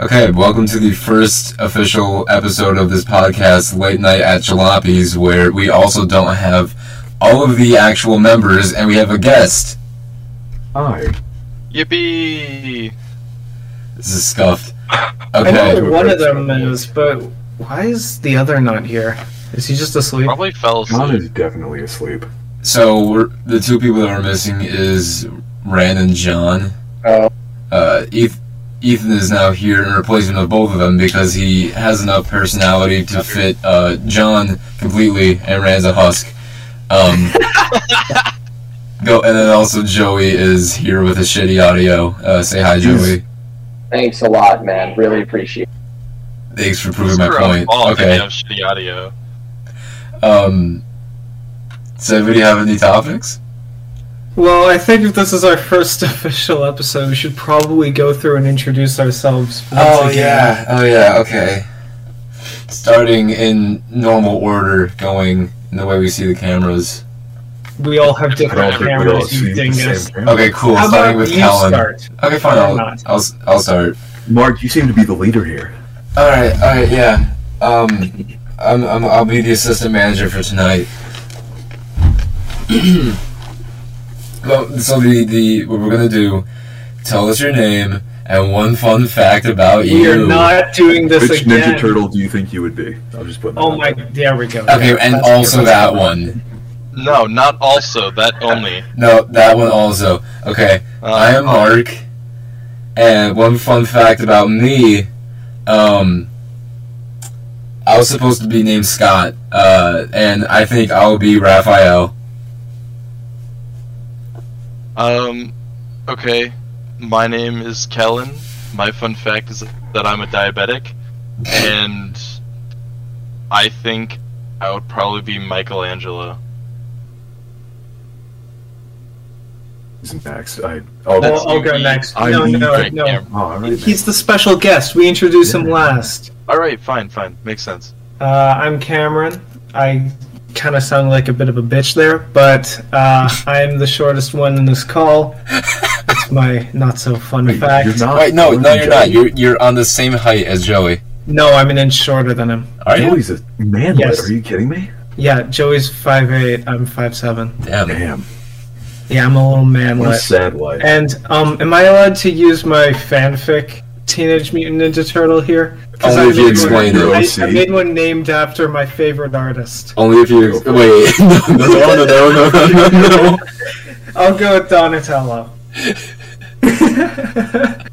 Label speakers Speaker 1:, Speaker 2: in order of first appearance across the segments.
Speaker 1: Okay, welcome to the first official episode of this podcast, Late Night at Jalopies, where we also don't have all of the actual members and we have a guest.
Speaker 2: Hi.
Speaker 3: Yippee!
Speaker 1: This is scuffed.
Speaker 4: I know
Speaker 1: Okay,
Speaker 4: who one of them is, but why is the other not here? Is he just asleep?
Speaker 3: Probably fell
Speaker 2: Ron
Speaker 3: asleep.
Speaker 2: is definitely asleep.
Speaker 1: so we're, the two people that are missing is Rand and John.
Speaker 4: Oh.
Speaker 1: Uh, Eth- Ethan is now here in replacement of both of them because he has enough personality to fit uh, John completely and Rand's a husk. Um, go, and then also Joey is here with a shitty audio. Uh, say hi, Joey.
Speaker 5: Thanks a lot, man. Really appreciate it.
Speaker 1: Thanks for proving my
Speaker 3: Screw Oh,
Speaker 1: point.
Speaker 3: up all
Speaker 1: Okay.
Speaker 3: damn shitty audio.
Speaker 1: Um, does anybody have any topics?
Speaker 4: Well, I think if this is our first official episode, we should probably go through and introduce ourselves. Once again.
Speaker 1: Oh yeah. Okay. Starting in normal order, going in the way we see the cameras.
Speaker 4: We all have
Speaker 2: I
Speaker 4: different
Speaker 2: don't think we all
Speaker 4: cameras,
Speaker 2: see the
Speaker 4: you dingus.
Speaker 2: same camera.
Speaker 1: Okay, cool.
Speaker 4: How
Speaker 1: Starting
Speaker 4: about
Speaker 1: with
Speaker 4: you
Speaker 1: Callan.
Speaker 4: start?
Speaker 1: Okay, fine.
Speaker 4: Or
Speaker 1: I'll,
Speaker 4: not.
Speaker 1: I'll I'll start.
Speaker 2: Mark, you seem to be the leader here.
Speaker 1: All right. All right. Yeah. Um, I'm, I'm I'll be the assistant manager for tonight. well, so the the what we're gonna do? Tell us your name and one fun fact about
Speaker 4: We
Speaker 1: you.
Speaker 4: are not doing this
Speaker 2: Which
Speaker 4: again.
Speaker 2: Ninja Turtle do you think you would be? I'll just put. that
Speaker 4: Oh
Speaker 2: out
Speaker 4: my,
Speaker 2: there.
Speaker 4: there we go.
Speaker 1: Okay, and
Speaker 4: That's
Speaker 1: also
Speaker 4: good.
Speaker 1: that one.
Speaker 3: No, not also, that only.
Speaker 1: No, that one also. Okay,
Speaker 3: Uh,
Speaker 1: I am Mark, and one fun fact about me, um, I was supposed to be named Scott, uh, and I think I'll be Raphael.
Speaker 3: Um, okay. My name is Kellen. My fun fact is that I'm a diabetic. And I think I would probably be Michelangelo.
Speaker 2: He's next. I. Oh,
Speaker 4: Well, I'll go
Speaker 3: you.
Speaker 4: next.
Speaker 2: I
Speaker 4: no,
Speaker 2: mean,
Speaker 4: no,
Speaker 3: Right,
Speaker 4: no.
Speaker 3: yeah.
Speaker 2: all right.
Speaker 4: He's the special guest. We introduce him last.
Speaker 3: Alright, fine, fine. Makes sense.
Speaker 4: Uh, I'm Cameron. I kind of sound like a bit of a bitch there, but uh, I'm the shortest one in this call. That's my not so fun
Speaker 2: Wait,
Speaker 4: fact.
Speaker 2: you're not.
Speaker 1: Wait, no, no, you're not.
Speaker 2: Joey.
Speaker 1: You're you're on the same height as Joey.
Speaker 4: No, I'm an inch shorter than him.
Speaker 1: Are you?
Speaker 2: Joey's Oh, a man.
Speaker 4: Yes.
Speaker 2: Are you kidding me?
Speaker 4: Yeah, Joey's 5'8, I'm 5'7.
Speaker 1: Damn.
Speaker 2: Damn.
Speaker 4: Yeah, I'm a little
Speaker 2: What a
Speaker 4: manlet.
Speaker 2: sad life.
Speaker 4: And um, am I allowed to use my fanfic Teenage Mutant Ninja Turtle here?
Speaker 1: Only if you
Speaker 4: made
Speaker 1: explain
Speaker 4: one,
Speaker 1: it.
Speaker 4: I, I made one named after my favorite artist.
Speaker 1: Only if you wait. No, no, no, no, no, no, no. no.
Speaker 4: I'll go with Donatello.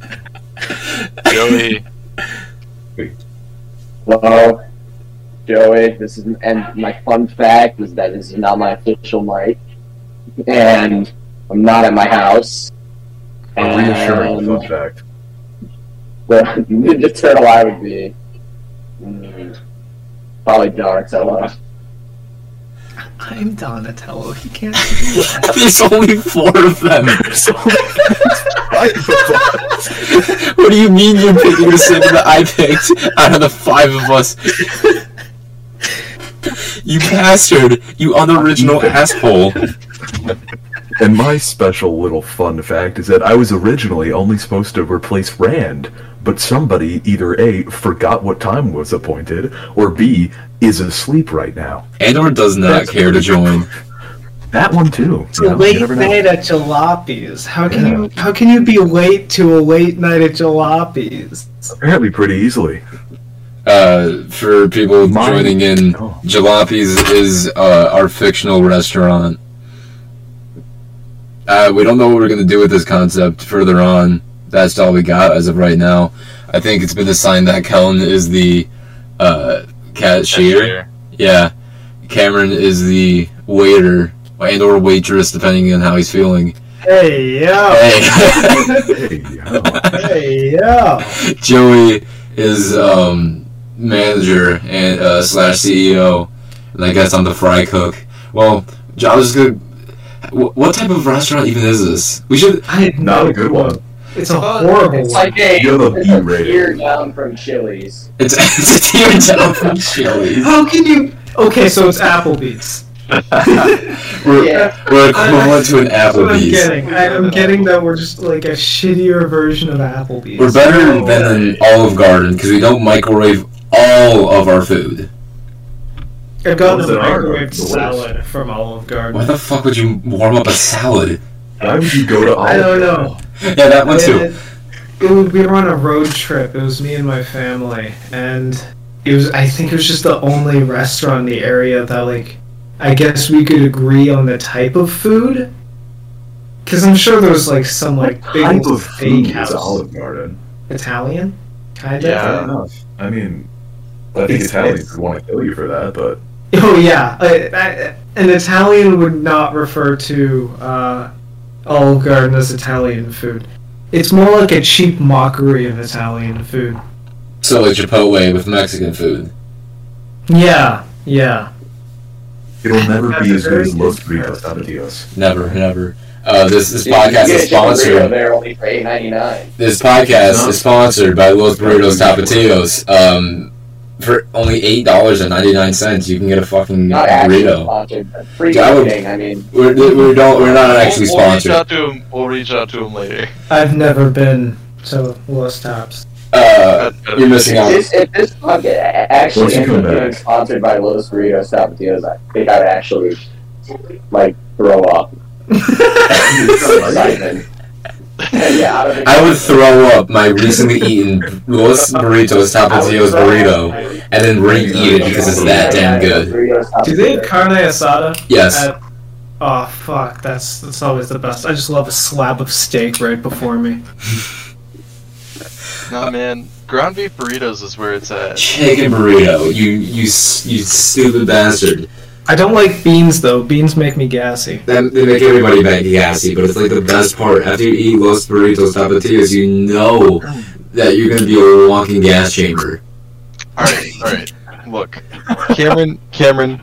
Speaker 3: Joey,
Speaker 5: Hello, Joey. This is and my fun fact is that this is not my official mic, and I'm not at my house.
Speaker 2: A reassuring fun
Speaker 5: And
Speaker 2: fact.
Speaker 5: the Ninja Turtle I would be mm, probably uh, Donatello.
Speaker 4: I'm Donatello. He can't do that.
Speaker 1: There's only four of them. what do you mean you're picking the same that I picked out of the five of us? You bastard! You unoriginal asshole!
Speaker 2: And my special little fun fact is that I was originally only supposed to replace Rand, but somebody either A forgot what time was appointed, or B is asleep right now.
Speaker 1: Andor does not care to join.
Speaker 2: That one too.
Speaker 4: It's
Speaker 2: you
Speaker 4: a
Speaker 2: know, you
Speaker 4: late
Speaker 2: never know.
Speaker 4: night at Jalopies. How can you how can you be late to a late night at Jalopies?
Speaker 2: Apparently pretty easily.
Speaker 1: Uh, for people
Speaker 2: Mine- Oh,
Speaker 1: joining in,
Speaker 2: No.
Speaker 1: Jalopies is uh, our fictional restaurant. Uh, we don't know what we're gonna do with this concept further on. That's all we got as of right now. I think it's been assigned that Kellen is the uh, cashier.
Speaker 3: cashier.
Speaker 1: Yeah, Cameron is the waiter and or waitress, depending on how he's feeling.
Speaker 4: Hey yo,
Speaker 1: Hey,
Speaker 2: Hey, oh,
Speaker 4: hey yo.
Speaker 1: Joey is um, manager and uh, slash CEO, and I guess I'm the fry cook. Well, Jo- I was good. What type of restaurant even is this? We should.
Speaker 4: I had
Speaker 2: not
Speaker 4: no
Speaker 2: a good
Speaker 4: clue.
Speaker 2: one.
Speaker 4: It's a horrible
Speaker 5: It's
Speaker 4: one.
Speaker 5: like a
Speaker 2: You're the
Speaker 5: it's a
Speaker 2: B-rated.
Speaker 5: tear down from Chili's.
Speaker 1: It's, it's a tear down from Chili's.
Speaker 4: How can you? Okay, so it's Applebee's.
Speaker 1: We're,
Speaker 4: Yeah.
Speaker 1: we're equivalent to an
Speaker 4: That's what I'm
Speaker 1: Applebee's.
Speaker 4: getting. I, I'm getting that we're just like a shittier version of Applebee's.
Speaker 1: We're better
Speaker 4: Oh.
Speaker 1: than an Olive Garden because we don't microwave all of our food.
Speaker 4: I've gotten
Speaker 2: Those
Speaker 4: a
Speaker 2: that are
Speaker 4: microwave
Speaker 2: the worst.
Speaker 4: salad from Olive Garden.
Speaker 1: Why the fuck would you warm up a salad?
Speaker 2: Why would you go to Olive
Speaker 4: I don't
Speaker 2: Garden?
Speaker 4: know.
Speaker 1: Yeah, that one
Speaker 4: And
Speaker 1: too.
Speaker 4: It, it, we were on a road trip. It was me and my family, and it was. I think it was just the only restaurant in the area that, like, I guess we could agree on the type of food. Because I'm sure there was like some like big
Speaker 2: Type
Speaker 4: old
Speaker 2: of food is
Speaker 4: steakhouse.
Speaker 2: Olive Garden.
Speaker 4: Italian, kind of.
Speaker 3: Yeah.
Speaker 2: Fair enough. I mean, I think
Speaker 1: It's-
Speaker 2: Italians
Speaker 1: it's-
Speaker 2: would want to kill you for that, but
Speaker 4: Oh yeah, I, I, an Italian would not refer to uh, Olive Garden as Italian food. It's more like a cheap mockery of Italian food.
Speaker 1: So like Chipotle with Mexican food.
Speaker 4: Yeah, yeah.
Speaker 2: it'll never
Speaker 4: That's
Speaker 2: be
Speaker 4: a
Speaker 2: as good
Speaker 4: very
Speaker 2: as Los
Speaker 4: good
Speaker 2: Burritos Adios.
Speaker 1: Never, never. Uh, this this
Speaker 5: You can
Speaker 1: podcast
Speaker 5: get
Speaker 1: is
Speaker 5: a Chipotle
Speaker 1: sponsored.
Speaker 5: There only for eight ninety nine.
Speaker 1: This podcast is sponsored by Los Burritos Tapatios. Um, for only eight dollars and ninety nine cents, you can get a fucking
Speaker 5: Not actually
Speaker 1: burrito.
Speaker 5: sponsored. but Free
Speaker 1: Yeah, I would-
Speaker 5: thing. I mean,
Speaker 1: We're, we don't we're not actually
Speaker 3: we'll, we'll reach
Speaker 1: sponsored.
Speaker 3: out to him. We'll reach out to him later.
Speaker 4: I've never been to Los Tops.
Speaker 1: Uh, you're missing out.
Speaker 5: this, if this podcast
Speaker 2: Why don't
Speaker 5: actually
Speaker 2: you
Speaker 5: ends
Speaker 2: come
Speaker 5: up being
Speaker 2: back?
Speaker 5: sponsored by Los Burritos Tapatios, I think I'd actually like throw up. Excitement. yeah, I, don't think
Speaker 1: I would throw up my recently eaten Los Burritos Tapatios burrito and then re-eat it because it's that damn good.
Speaker 4: Do they have carne asada?
Speaker 1: Yes.
Speaker 4: At- oh fuck, that's that's always the best. I just love a slab of steak right before me.
Speaker 3: Nah, man, ground beef burritos is where it's at.
Speaker 1: Chicken burrito, you you s- you stupid bastard.
Speaker 4: I don't like beans though. Beans make me gassy.
Speaker 1: That, they make everybody back gassy, but it's like the best part. After you eat Los Burritos Tapatios, you know that you're gonna be a walking gas chamber.
Speaker 3: All right, all right. Look, Cameron, Cameron.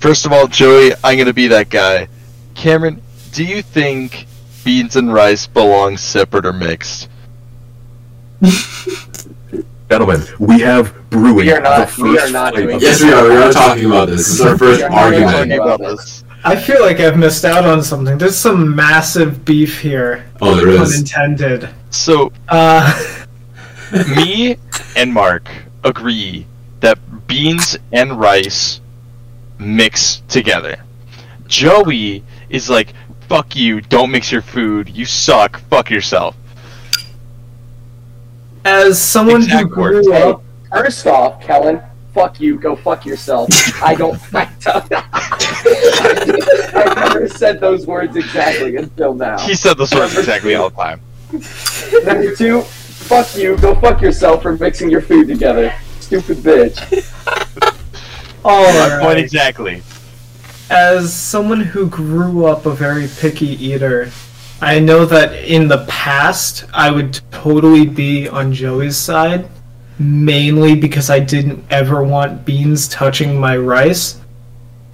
Speaker 3: First of all, Joey, I'm gonna be that guy. Cameron, do you think beans and rice belong separate or mixed?
Speaker 2: Gentlemen, we have brewing.
Speaker 5: We are not-
Speaker 2: the first
Speaker 5: we are not
Speaker 2: flavor.
Speaker 5: doing
Speaker 1: Yes, we are. We are talking about this. This is our first
Speaker 5: Yeah,
Speaker 3: We're
Speaker 5: talking
Speaker 1: argument.
Speaker 5: about-
Speaker 3: this.
Speaker 4: I feel like I've missed out on something. There's some massive beef here.
Speaker 1: Oh, there
Speaker 4: Pun
Speaker 1: is.
Speaker 4: intended.
Speaker 3: So
Speaker 4: Uh,
Speaker 3: me and Mark agree that beans and rice mix together. Joey is like, fuck you, don't mix your food, you suck, fuck yourself.
Speaker 4: as someone who
Speaker 3: Exact
Speaker 4: grew
Speaker 3: words.
Speaker 5: Hey,
Speaker 4: up,
Speaker 5: first off, Kellen, fuck you. Go fuck yourself. I don't. I don't. I never said those words exactly until now.
Speaker 3: He said those words exactly all the time.
Speaker 5: Number two, fuck you. Go fuck yourself for mixing your food together. Stupid bitch.
Speaker 4: all
Speaker 3: My point
Speaker 4: right.
Speaker 3: exactly.
Speaker 4: as someone who grew up a very picky eater, I know that in the past I would totally be on Joey's side, mainly because I didn't ever want beans touching my rice.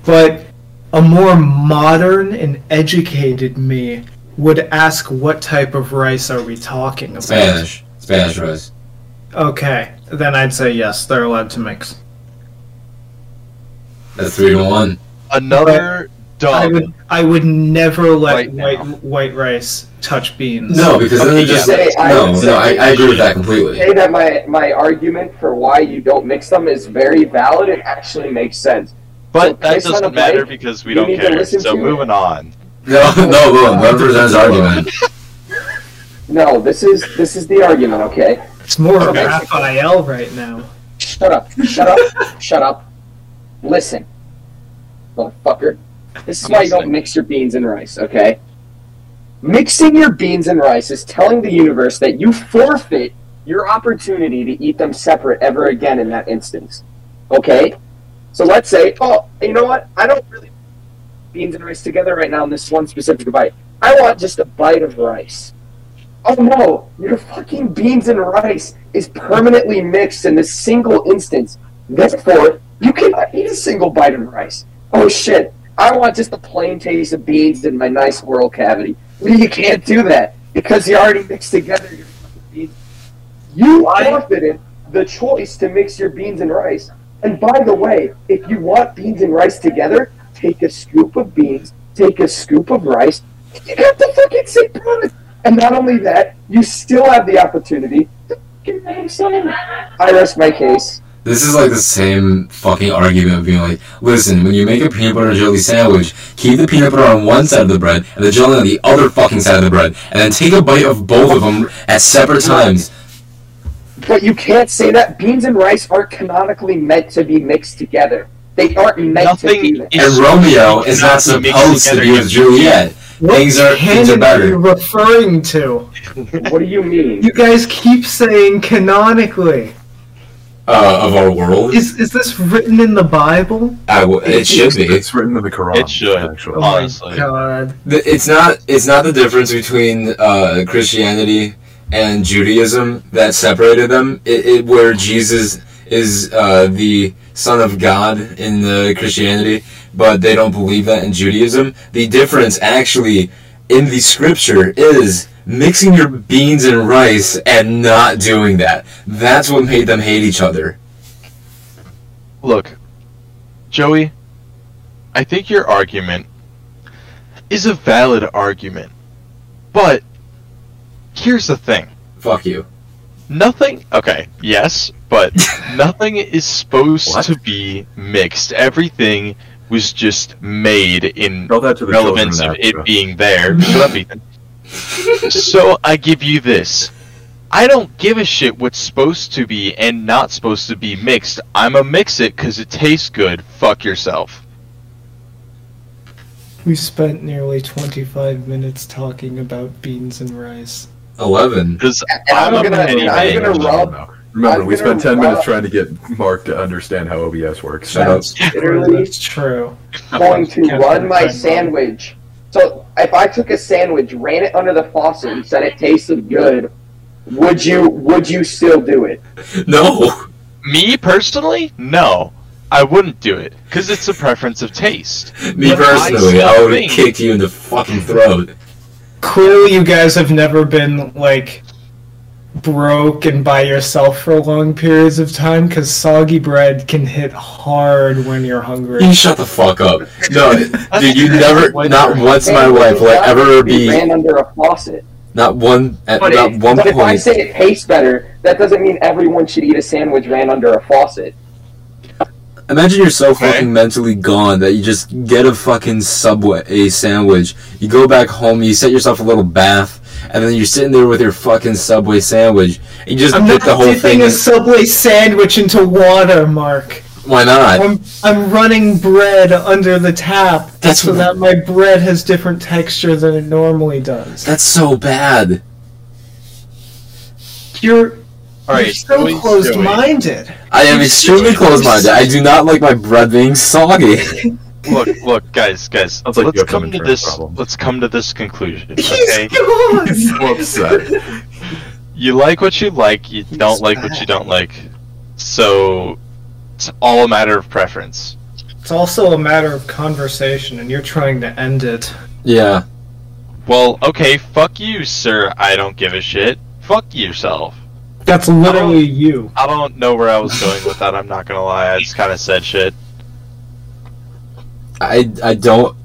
Speaker 4: But a more modern and educated me would ask what type of rice are we talking about?
Speaker 1: Spanish. Spanish rice.
Speaker 4: Okay, then I'd say yes, they're allowed to mix.
Speaker 1: That's three to one.
Speaker 3: Another
Speaker 4: I
Speaker 3: dumb.
Speaker 4: would I would never let
Speaker 3: Oh. Right now.
Speaker 4: white white rice touch beans.
Speaker 1: No, because then
Speaker 3: Okay,
Speaker 1: it just
Speaker 5: yeah. Say I
Speaker 1: no,
Speaker 5: would
Speaker 1: no. I,
Speaker 5: say-
Speaker 1: I agree with that completely.
Speaker 5: Say that my my argument for why you don't mix them is very valid and actually makes sense.
Speaker 3: But that
Speaker 5: Based on
Speaker 3: doesn't
Speaker 5: the
Speaker 3: matter
Speaker 5: bite,
Speaker 3: because we
Speaker 5: you
Speaker 3: don't
Speaker 5: need to
Speaker 3: care.
Speaker 5: listen
Speaker 3: So
Speaker 5: to
Speaker 3: moving on.
Speaker 1: No, no, Willem, represents argument.
Speaker 5: No, this is this is the argument. Okay,
Speaker 4: It's more
Speaker 5: Okay.
Speaker 4: Raphael right now.
Speaker 5: shut up. Shut up. shut up. Listen, motherfucker. This is
Speaker 3: I'm
Speaker 5: why you don't
Speaker 3: listening.
Speaker 5: mix your beans and rice. Okay. Mixing your beans and rice is telling the universe that you forfeit your opportunity to eat them separate ever again in that instance. Okay? So let's say, oh, you know what? I don't really want beans and rice together right now in this one specific bite. I want just a bite of rice. Oh no, your fucking beans and rice is permanently mixed in this single instance. Therefore, you cannot eat a single bite of rice. Oh shit, I want just a plain taste of beans in my nice whirl cavity. You can't do that because you already mixed together your fucking beans. You forfeited the choice to mix your beans and rice. And by the way, if you want beans and rice together, take a scoop of beans, take a scoop of rice. You have to fucking say product. And not only that, you still have the opportunity to fucking make some. I rest my case.
Speaker 1: This is like the same fucking argument of being like, listen, when you make a peanut butter and jelly sandwich, keep the peanut butter on one side of the bread and the jelly on the other fucking side of the bread, and then take a bite of both of them at separate times.
Speaker 5: But you can't say that. Beans and rice aren't canonically meant to be mixed together. They aren't meant to be
Speaker 3: Nothing
Speaker 5: mixed.
Speaker 1: And
Speaker 3: is
Speaker 1: Romeo is not supposed to be with Juliet.
Speaker 4: What
Speaker 1: Things are- things are
Speaker 4: canon
Speaker 1: better.
Speaker 4: you referring to?
Speaker 5: What do you mean?
Speaker 4: You guys keep saying canonically.
Speaker 1: Uh, of our world,
Speaker 4: Is is this written in the Bible?
Speaker 1: I w- it should be.
Speaker 2: It's written in the Quran.
Speaker 3: It should.
Speaker 4: Oh
Speaker 2: Actually.
Speaker 4: my
Speaker 3: Honestly.
Speaker 4: God.
Speaker 1: Th- It's not. It's not the difference between uh, Christianity and Judaism that separated them. It, it where Jesus is uh, the Son of God in the Christianity, but they don't believe that in Judaism. The difference actually in the Scripture is mixing your beans and rice and not doing that. That's what made them hate each other.
Speaker 3: Look, Joey, I think your argument is a valid argument. But here's the thing.
Speaker 1: Fuck you.
Speaker 3: Nothing. Okay, yes, but nothing is supposed
Speaker 2: What?
Speaker 3: to be mixed. Everything was just made in
Speaker 2: Tell that to the
Speaker 3: relevance
Speaker 2: children
Speaker 3: of
Speaker 2: in
Speaker 3: it
Speaker 2: Africa.
Speaker 3: being there. Shut up, Ethan. so I give you this. I don't give a shit what's supposed to be and not supposed to be mixed. I'm a mix it because it tastes good. Fuck yourself.
Speaker 4: We spent nearly 25 minutes talking about beans and rice.
Speaker 1: Eleven.
Speaker 3: Because
Speaker 5: And
Speaker 3: I'm,
Speaker 5: I'm
Speaker 3: a
Speaker 5: gonna-
Speaker 3: petty
Speaker 5: I'm
Speaker 3: man.
Speaker 5: gonna
Speaker 2: No,
Speaker 5: rub-
Speaker 2: no. Remember,
Speaker 5: I'm
Speaker 2: we spent
Speaker 5: gonna
Speaker 2: 10 minutes
Speaker 5: rub-
Speaker 2: trying to get Mark to understand how OBS works.
Speaker 1: Shut up.
Speaker 5: Literally,
Speaker 4: That's true.
Speaker 5: going to
Speaker 4: Can't
Speaker 5: run my
Speaker 4: find mine.
Speaker 5: sandwich. So if I took a sandwich, ran it under the faucet, and said it tasted good, would you would you still do it?
Speaker 1: No.
Speaker 3: Me personally, no, I wouldn't do it because it's a preference of taste.
Speaker 1: Me
Speaker 3: But I
Speaker 1: personally, I
Speaker 3: still
Speaker 1: would have
Speaker 3: think-
Speaker 1: kicked you in the fucking throat.
Speaker 4: Clearly, you guys have never been, like, broke and by yourself for long periods of time because soggy bread can hit hard when you're hungry.
Speaker 1: You shut the fuck up. No, dude, you never, not once in my life will I ever be,
Speaker 5: ran under a faucet.
Speaker 1: not one, at
Speaker 5: But,
Speaker 1: not
Speaker 5: it-
Speaker 1: one
Speaker 5: but if I
Speaker 1: point.
Speaker 5: say it tastes better, that doesn't mean everyone should eat a sandwich ran under a faucet.
Speaker 1: Imagine you're so
Speaker 3: Okay.
Speaker 1: fucking mentally gone that you just get a fucking Subway a sandwich. You go back home, you set yourself a little bath, and then you're sitting there with your fucking Subway sandwich. And you just
Speaker 4: I'm
Speaker 1: dip
Speaker 4: not
Speaker 1: the whole
Speaker 4: dipping
Speaker 1: thing.
Speaker 4: a
Speaker 1: In,
Speaker 4: Subway sandwich into water, Mark.
Speaker 1: why not?
Speaker 4: I'm, I'm running bread under the tap
Speaker 1: That's
Speaker 4: so
Speaker 1: wh-
Speaker 4: that my bread has different texture than it normally does.
Speaker 1: That's so bad.
Speaker 3: All
Speaker 4: You're, you're
Speaker 3: right,
Speaker 4: so
Speaker 3: Joey's
Speaker 4: closed
Speaker 3: doing-
Speaker 4: minded.
Speaker 1: I am extremely closed-minded. I do not like my bread being soggy.
Speaker 3: Look, look, guys, guys.
Speaker 2: Sounds like you
Speaker 3: let's
Speaker 2: have some
Speaker 3: come to
Speaker 2: insurance
Speaker 3: this.
Speaker 2: problem.
Speaker 3: Let's come to this conclusion. Okay,
Speaker 4: He's gone!
Speaker 2: so upset.
Speaker 3: you like what you like. You don't like what you don't like. So it's all a matter of preference.
Speaker 4: It's also a matter of conversation, and you're trying to end it.
Speaker 1: Yeah.
Speaker 3: Well, okay, fuck you, sir. I don't give a shit. Fuck yourself.
Speaker 4: That's literally you.
Speaker 3: I don't know where I was going with that. I'm not gonna lie. I just kind of said shit.
Speaker 1: I I don't.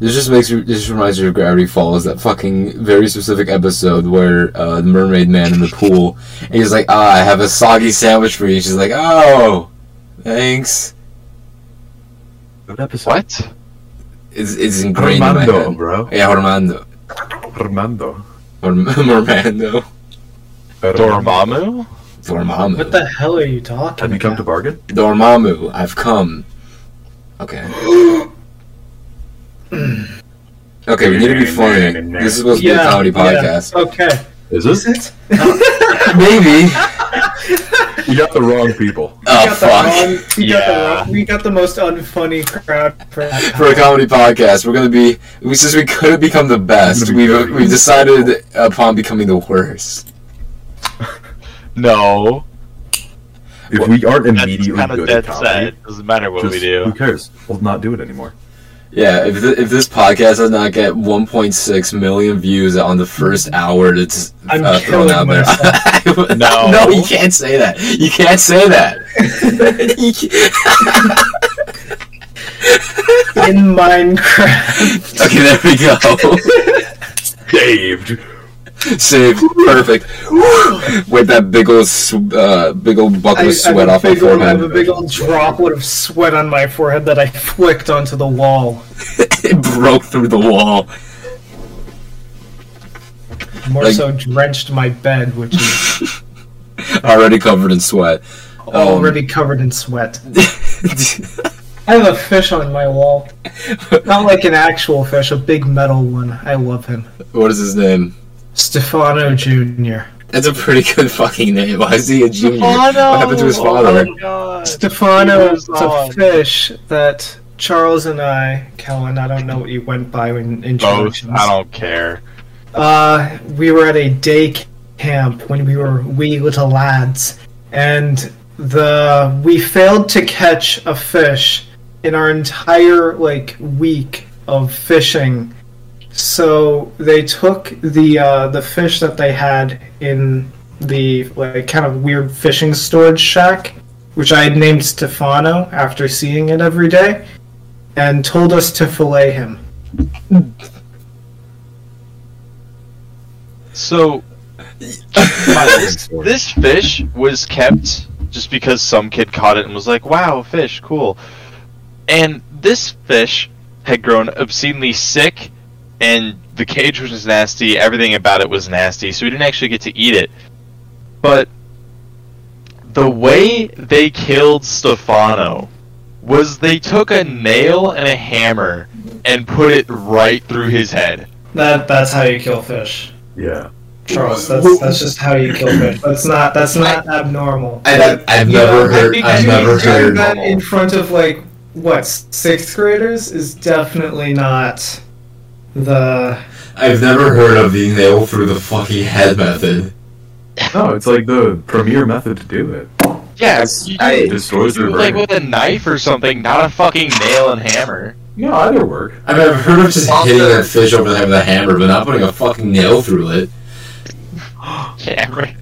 Speaker 1: This just makes me. This just reminds me of Gravity Falls, that fucking very specific episode where uh, the mermaid man in the pool, and he's like, "Ah, I have a soggy sandwich for you." She's like, "Oh, thanks."
Speaker 2: Good episode.
Speaker 3: What?
Speaker 1: It's it's ingrained
Speaker 2: Armando,
Speaker 1: in my
Speaker 2: bro.
Speaker 1: head. Yeah, Armando
Speaker 2: Armando.
Speaker 1: or Mermando
Speaker 3: Dormammu?
Speaker 1: Dormammu.
Speaker 4: What the hell are you talking
Speaker 2: Have you come to
Speaker 4: about?
Speaker 2: bargain?
Speaker 1: Dormammu, I've come. Okay. okay, we need to be funny. This is supposed to be a
Speaker 4: Yeah,
Speaker 1: comedy
Speaker 4: yeah.
Speaker 1: podcast.
Speaker 4: Okay.
Speaker 2: Is
Speaker 4: Is it?
Speaker 1: Maybe.
Speaker 2: You got the wrong people.
Speaker 1: Oh
Speaker 4: got the
Speaker 1: fuck.
Speaker 4: wrong- we,
Speaker 3: Yeah.
Speaker 4: got the wrong, we got the most unfunny crowd for
Speaker 1: for a comedy podcast. We're gonna be we, since we couldn't become the best,
Speaker 2: Gonna be
Speaker 1: we've
Speaker 2: very
Speaker 1: we've decided upon becoming the worst.
Speaker 3: No.
Speaker 2: If we aren't
Speaker 3: That's
Speaker 2: immediately
Speaker 3: kind of
Speaker 2: good
Speaker 3: dead
Speaker 2: at comedy,
Speaker 3: set. Doesn't matter what
Speaker 2: just,
Speaker 3: we
Speaker 2: who
Speaker 3: do.
Speaker 2: cares? We'll not do it anymore.
Speaker 1: Yeah, if th- if this podcast does not get 1.6 million views on the first hour, it's
Speaker 4: I'm
Speaker 1: uh, thrown
Speaker 4: killing
Speaker 1: out there.
Speaker 4: myself.
Speaker 1: I would-
Speaker 3: No.
Speaker 1: no, you can't say that. You can't say that. You can't-
Speaker 4: in Minecraft.
Speaker 1: Okay, there we go.
Speaker 2: Saved.
Speaker 1: Saved. Perfect. Wipe that big old, sw- uh, big old bucket of sweat
Speaker 4: I,
Speaker 1: off
Speaker 4: have
Speaker 1: my
Speaker 4: a big old, I have a
Speaker 1: forehead.
Speaker 4: big old droplet of sweat on my forehead that I flicked onto the wall.
Speaker 1: It broke through the wall.
Speaker 4: More
Speaker 1: Like-
Speaker 4: so drenched my bed, which is
Speaker 1: Already covered in sweat. Oh. Um,
Speaker 4: already covered in sweat. I have a fish on my wall. Not like an actual fish, a big metal one. I love him.
Speaker 1: what is his name?
Speaker 4: Stefano Jr.
Speaker 1: That's a pretty good fucking name. Why is he a junior? What happened to his father?
Speaker 3: God.
Speaker 4: Stefano
Speaker 3: He
Speaker 4: is
Speaker 3: was
Speaker 4: a
Speaker 3: on.
Speaker 4: fish that Charles and I, Kellen, I don't know what you went by in
Speaker 3: Both.
Speaker 4: introductions.
Speaker 3: I don't care.
Speaker 4: Uh, we were at a day camp when we were wee little lads, and the we failed to catch a fish in our entire like week of fishing. So they took the uh, the fish that they had in the like kind of weird fishing storage shack, which I had named Stefano after seeing it every day, and told us to fillet him.
Speaker 3: So this, this fish was kept just because some kid caught it and was like, "Wow, fish, cool." And this fish had grown obscenely sick, and the cage was nasty. Everything about it was nasty, so we didn't actually get to eat it. But the way they killed Stefano was they took a nail and a hammer and put it right through his head.
Speaker 4: That that's how you kill fish.
Speaker 2: Yeah.
Speaker 4: Charles, that's that's just how you kill fish. That's not that's not abnormal.
Speaker 1: I've, I've never heard. I've never heard.
Speaker 4: that in front of like what sixth graders is definitely not the.
Speaker 1: I've never heard of the nail through the fucking head method.
Speaker 2: No, it's like the premier method to do it.
Speaker 3: Yeah,
Speaker 1: That's-
Speaker 3: you-
Speaker 1: I-
Speaker 2: It destroys your
Speaker 3: like
Speaker 2: brain.
Speaker 3: with a knife or something, not a fucking nail and hammer.
Speaker 2: yeah, either work.
Speaker 1: I mean, I've heard of just hitting that fish over the head with a hammer, but not putting a fucking nail through it.
Speaker 3: Yeah, right.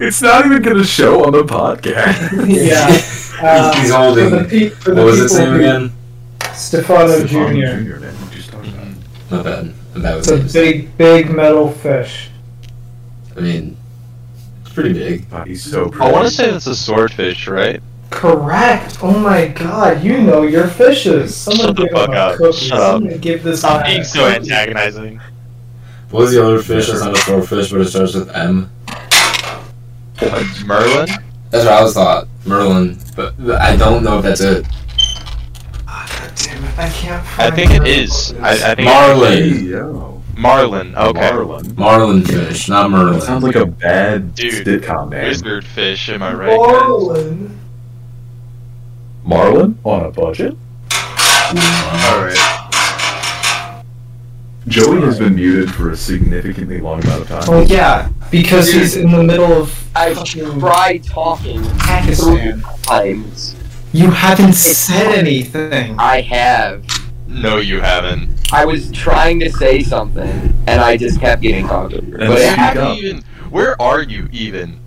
Speaker 2: It's not even gonna show on the podcast.
Speaker 4: Yeah. Uh,
Speaker 1: He's holding-
Speaker 4: For the, pe- for the
Speaker 1: What was his
Speaker 4: people
Speaker 1: name
Speaker 4: who-
Speaker 1: again?
Speaker 4: Stefano
Speaker 2: Stefano
Speaker 4: Jr.
Speaker 2: Jr. man, what you talking about?
Speaker 3: Mm-hmm.
Speaker 1: My bad. That was
Speaker 4: It's a big, big metal fish.
Speaker 1: I mean, it's pretty big.
Speaker 2: God, He's so pretty.
Speaker 3: I want to say that's a swordfish, right?
Speaker 4: Correct. Oh my god, you know your fishes. Someone
Speaker 3: Shut the
Speaker 4: give
Speaker 3: fuck
Speaker 4: him a
Speaker 3: up.
Speaker 4: cookie.
Speaker 3: Shut up.
Speaker 4: Someone give this
Speaker 3: Stop
Speaker 4: guy a
Speaker 3: being so
Speaker 4: cookie.
Speaker 3: antagonizing.
Speaker 1: What was the other fish that's not a swordfish, but it starts with M?
Speaker 3: Merlin?
Speaker 1: That's what I always thought. Merlin. But but I don't know if that's it.
Speaker 4: God damn it, I can't
Speaker 3: I
Speaker 4: find
Speaker 3: think
Speaker 4: her.
Speaker 3: it is. I, I think
Speaker 2: Hey,
Speaker 1: Marlin.
Speaker 2: yo.
Speaker 3: Marlin. Okay.
Speaker 2: Marlin.
Speaker 1: Marlin fish, not
Speaker 2: That
Speaker 1: Merlin.
Speaker 2: sounds like a bad
Speaker 3: Dude.
Speaker 2: sitcom name.
Speaker 3: Wizard fish. Am I right? guys?
Speaker 4: Orlin.
Speaker 2: Marlin on a budget?
Speaker 3: All right.
Speaker 2: Joey has been muted for a significantly long amount of time.
Speaker 4: Oh yeah, because
Speaker 5: Dude.
Speaker 4: he's in the middle of
Speaker 5: I
Speaker 4: fucking
Speaker 5: tried talking
Speaker 4: Pakistan.
Speaker 5: times.
Speaker 4: You haven't said anything.
Speaker 5: I have.
Speaker 3: No, you haven't.
Speaker 5: I was trying to say something, and I just kept getting talked over.
Speaker 2: And speak
Speaker 5: But it happened.
Speaker 2: up.
Speaker 3: Haven't even. Where are you even?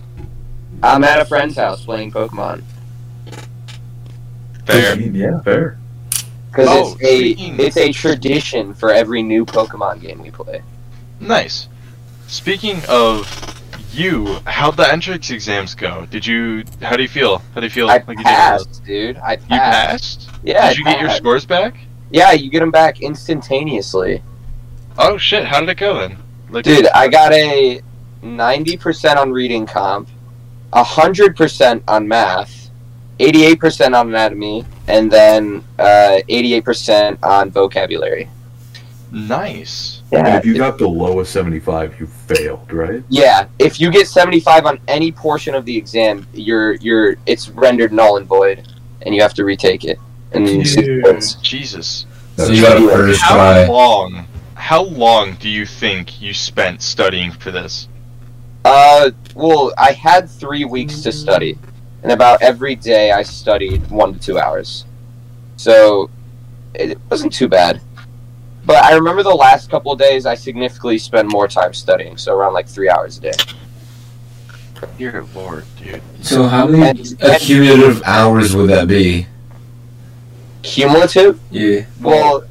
Speaker 5: I'm at a friend's house playing Pokemon
Speaker 2: I
Speaker 3: Fair.
Speaker 2: mean, yeah, fair.
Speaker 5: because
Speaker 3: Oh,
Speaker 5: it's a
Speaker 3: speaking-
Speaker 5: it's a tradition for every new Pokemon game we play.
Speaker 3: Nice. Speaking of you, how'd the entrance exams go? Did you? How do you feel? How do you feel?
Speaker 5: I
Speaker 3: you did on those?
Speaker 5: passed, dude. I passed.
Speaker 3: You passed.
Speaker 5: Yeah,
Speaker 3: Did
Speaker 5: I
Speaker 3: you get your
Speaker 5: passed.
Speaker 3: scores back?
Speaker 5: Yeah, you get them back instantaneously,
Speaker 3: Oh shit! How did it go then? Like,
Speaker 5: dude. I got a ninety percent on reading comp, hundred percent on math, eighty-eight percent on anatomy, and then uh, eighty-eight percent on vocabulary.
Speaker 3: Nice.
Speaker 2: And if you got below a 75, you failed, right?
Speaker 5: Yeah, if you get 75 on any portion of the exam, you're you're it's rendered null and void, and you have to retake it. And you see the
Speaker 4: Dude.
Speaker 5: points.
Speaker 3: Jesus.
Speaker 1: So you got a first
Speaker 3: How
Speaker 1: try.
Speaker 3: long? How long do you think you spent studying for this?
Speaker 5: Uh, well, I had three weeks to study, and about every day I studied one to two hours, so it wasn't too bad. But I remember the last couple of days I significantly spent more time studying, so around like three hours a day.
Speaker 3: Dear lord, dude.
Speaker 1: So how many
Speaker 5: And-
Speaker 1: accumulative hours would that be?
Speaker 5: Cumulative?
Speaker 1: Yeah.
Speaker 5: Well,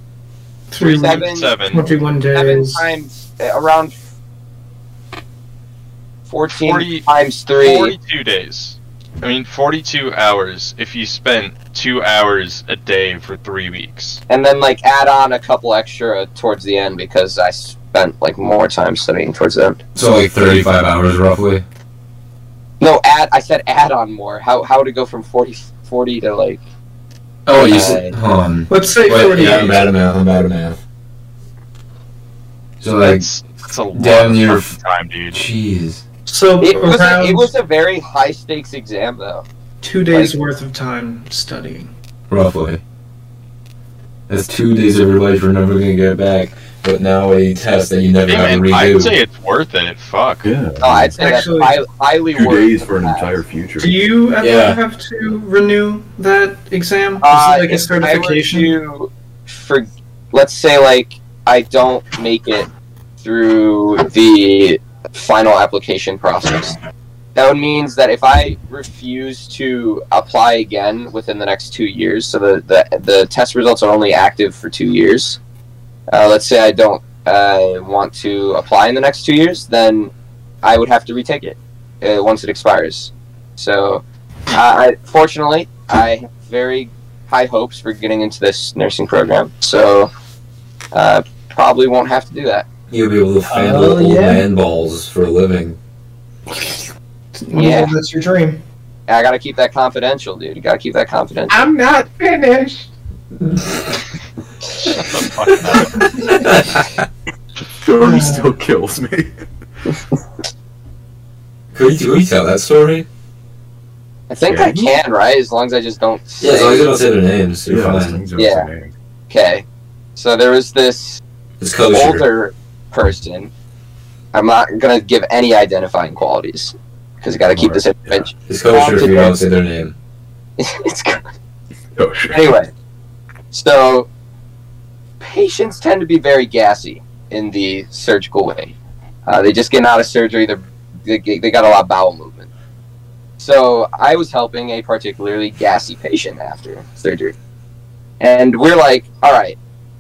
Speaker 4: Three,
Speaker 5: seven,
Speaker 3: Seven.
Speaker 4: 21
Speaker 5: seven
Speaker 4: days.
Speaker 5: times uh, around 14
Speaker 3: Forty-
Speaker 5: times 3.
Speaker 3: 42 days. I mean, 42 hours if you spent two hours a day for three weeks.
Speaker 5: and then like add on a couple extra towards the end because I spent like more time studying towards the end.
Speaker 1: So like 35 hours roughly.
Speaker 5: No, add. I said add on more. How how would it go from 40, 40 to like?
Speaker 1: Oh, you said.
Speaker 5: Uh,
Speaker 1: Hold on.
Speaker 4: Let's say
Speaker 1: Wait,
Speaker 4: 48.
Speaker 1: yeah, I'm bad at math. I'm bad at math. So like,
Speaker 3: That's, that's a lot
Speaker 1: damn
Speaker 3: of
Speaker 1: near-
Speaker 3: fucking time, dude.
Speaker 1: jeez.
Speaker 4: So
Speaker 5: It was a,
Speaker 4: around
Speaker 5: it was a very high stakes exam though.
Speaker 4: two days worth of time studying.
Speaker 1: roughly. That's two days of your life you're never gonna get back, but now a test that you never
Speaker 3: Hey,
Speaker 1: have to
Speaker 3: man, I
Speaker 1: redo.
Speaker 3: would say it's worth it. Fuck.
Speaker 2: Yeah.
Speaker 5: No, I'd say
Speaker 4: Actually,
Speaker 5: that's high, highly
Speaker 2: Two
Speaker 5: worth
Speaker 2: days
Speaker 5: the
Speaker 2: for an
Speaker 5: pass.
Speaker 2: entire future.
Speaker 4: Do you ever
Speaker 1: Yeah.
Speaker 4: have to renew that exam? Is
Speaker 5: Uh,
Speaker 4: it like a
Speaker 5: if
Speaker 4: certification?
Speaker 5: I were to, for let's say like I don't make it through the final application process. That would means that if I refuse to apply again within the next two years, so the the, the test results are only active for two years. Uh, let's say I don't uh, want to apply in the next two years, then I would have to retake it uh, once it expires. So, uh, I, fortunately, I have very high hopes for getting into this nursing program. So, uh, probably won't have to do that.
Speaker 1: You'll be able to fondle
Speaker 4: Oh,
Speaker 1: old
Speaker 4: yeah.
Speaker 1: man balls for a living.
Speaker 5: Yeah.
Speaker 4: Well, that's your dream.
Speaker 5: I gotta keep that confidential, dude. You gotta keep that confidential.
Speaker 4: I'm not finished.
Speaker 3: Shut the fuck up.
Speaker 2: Jordan still kills me.
Speaker 1: Could you, could you tell that story?
Speaker 5: I think I can, right? As long as I just don't say.
Speaker 1: Yeah, as long as you don't say their names, you're
Speaker 2: Yeah, those
Speaker 1: fine.
Speaker 2: things are
Speaker 5: Yeah.
Speaker 2: insane.
Speaker 5: okay. So there was this
Speaker 1: It's color sugar.
Speaker 5: older person. I'm not gonna give any identifying qualities because I gotta keep this information.
Speaker 1: It's color sugar if you
Speaker 5: Older-
Speaker 1: don't say their name.
Speaker 5: it's
Speaker 2: Oh shit.
Speaker 5: Anyway, so patients tend to be very gassy in the surgical way. Uh, they just getting out of surgery. They're, they get- they got a lot of bowel movement. So I was helping a particularly gassy patient after surgery, and we're like, "All right,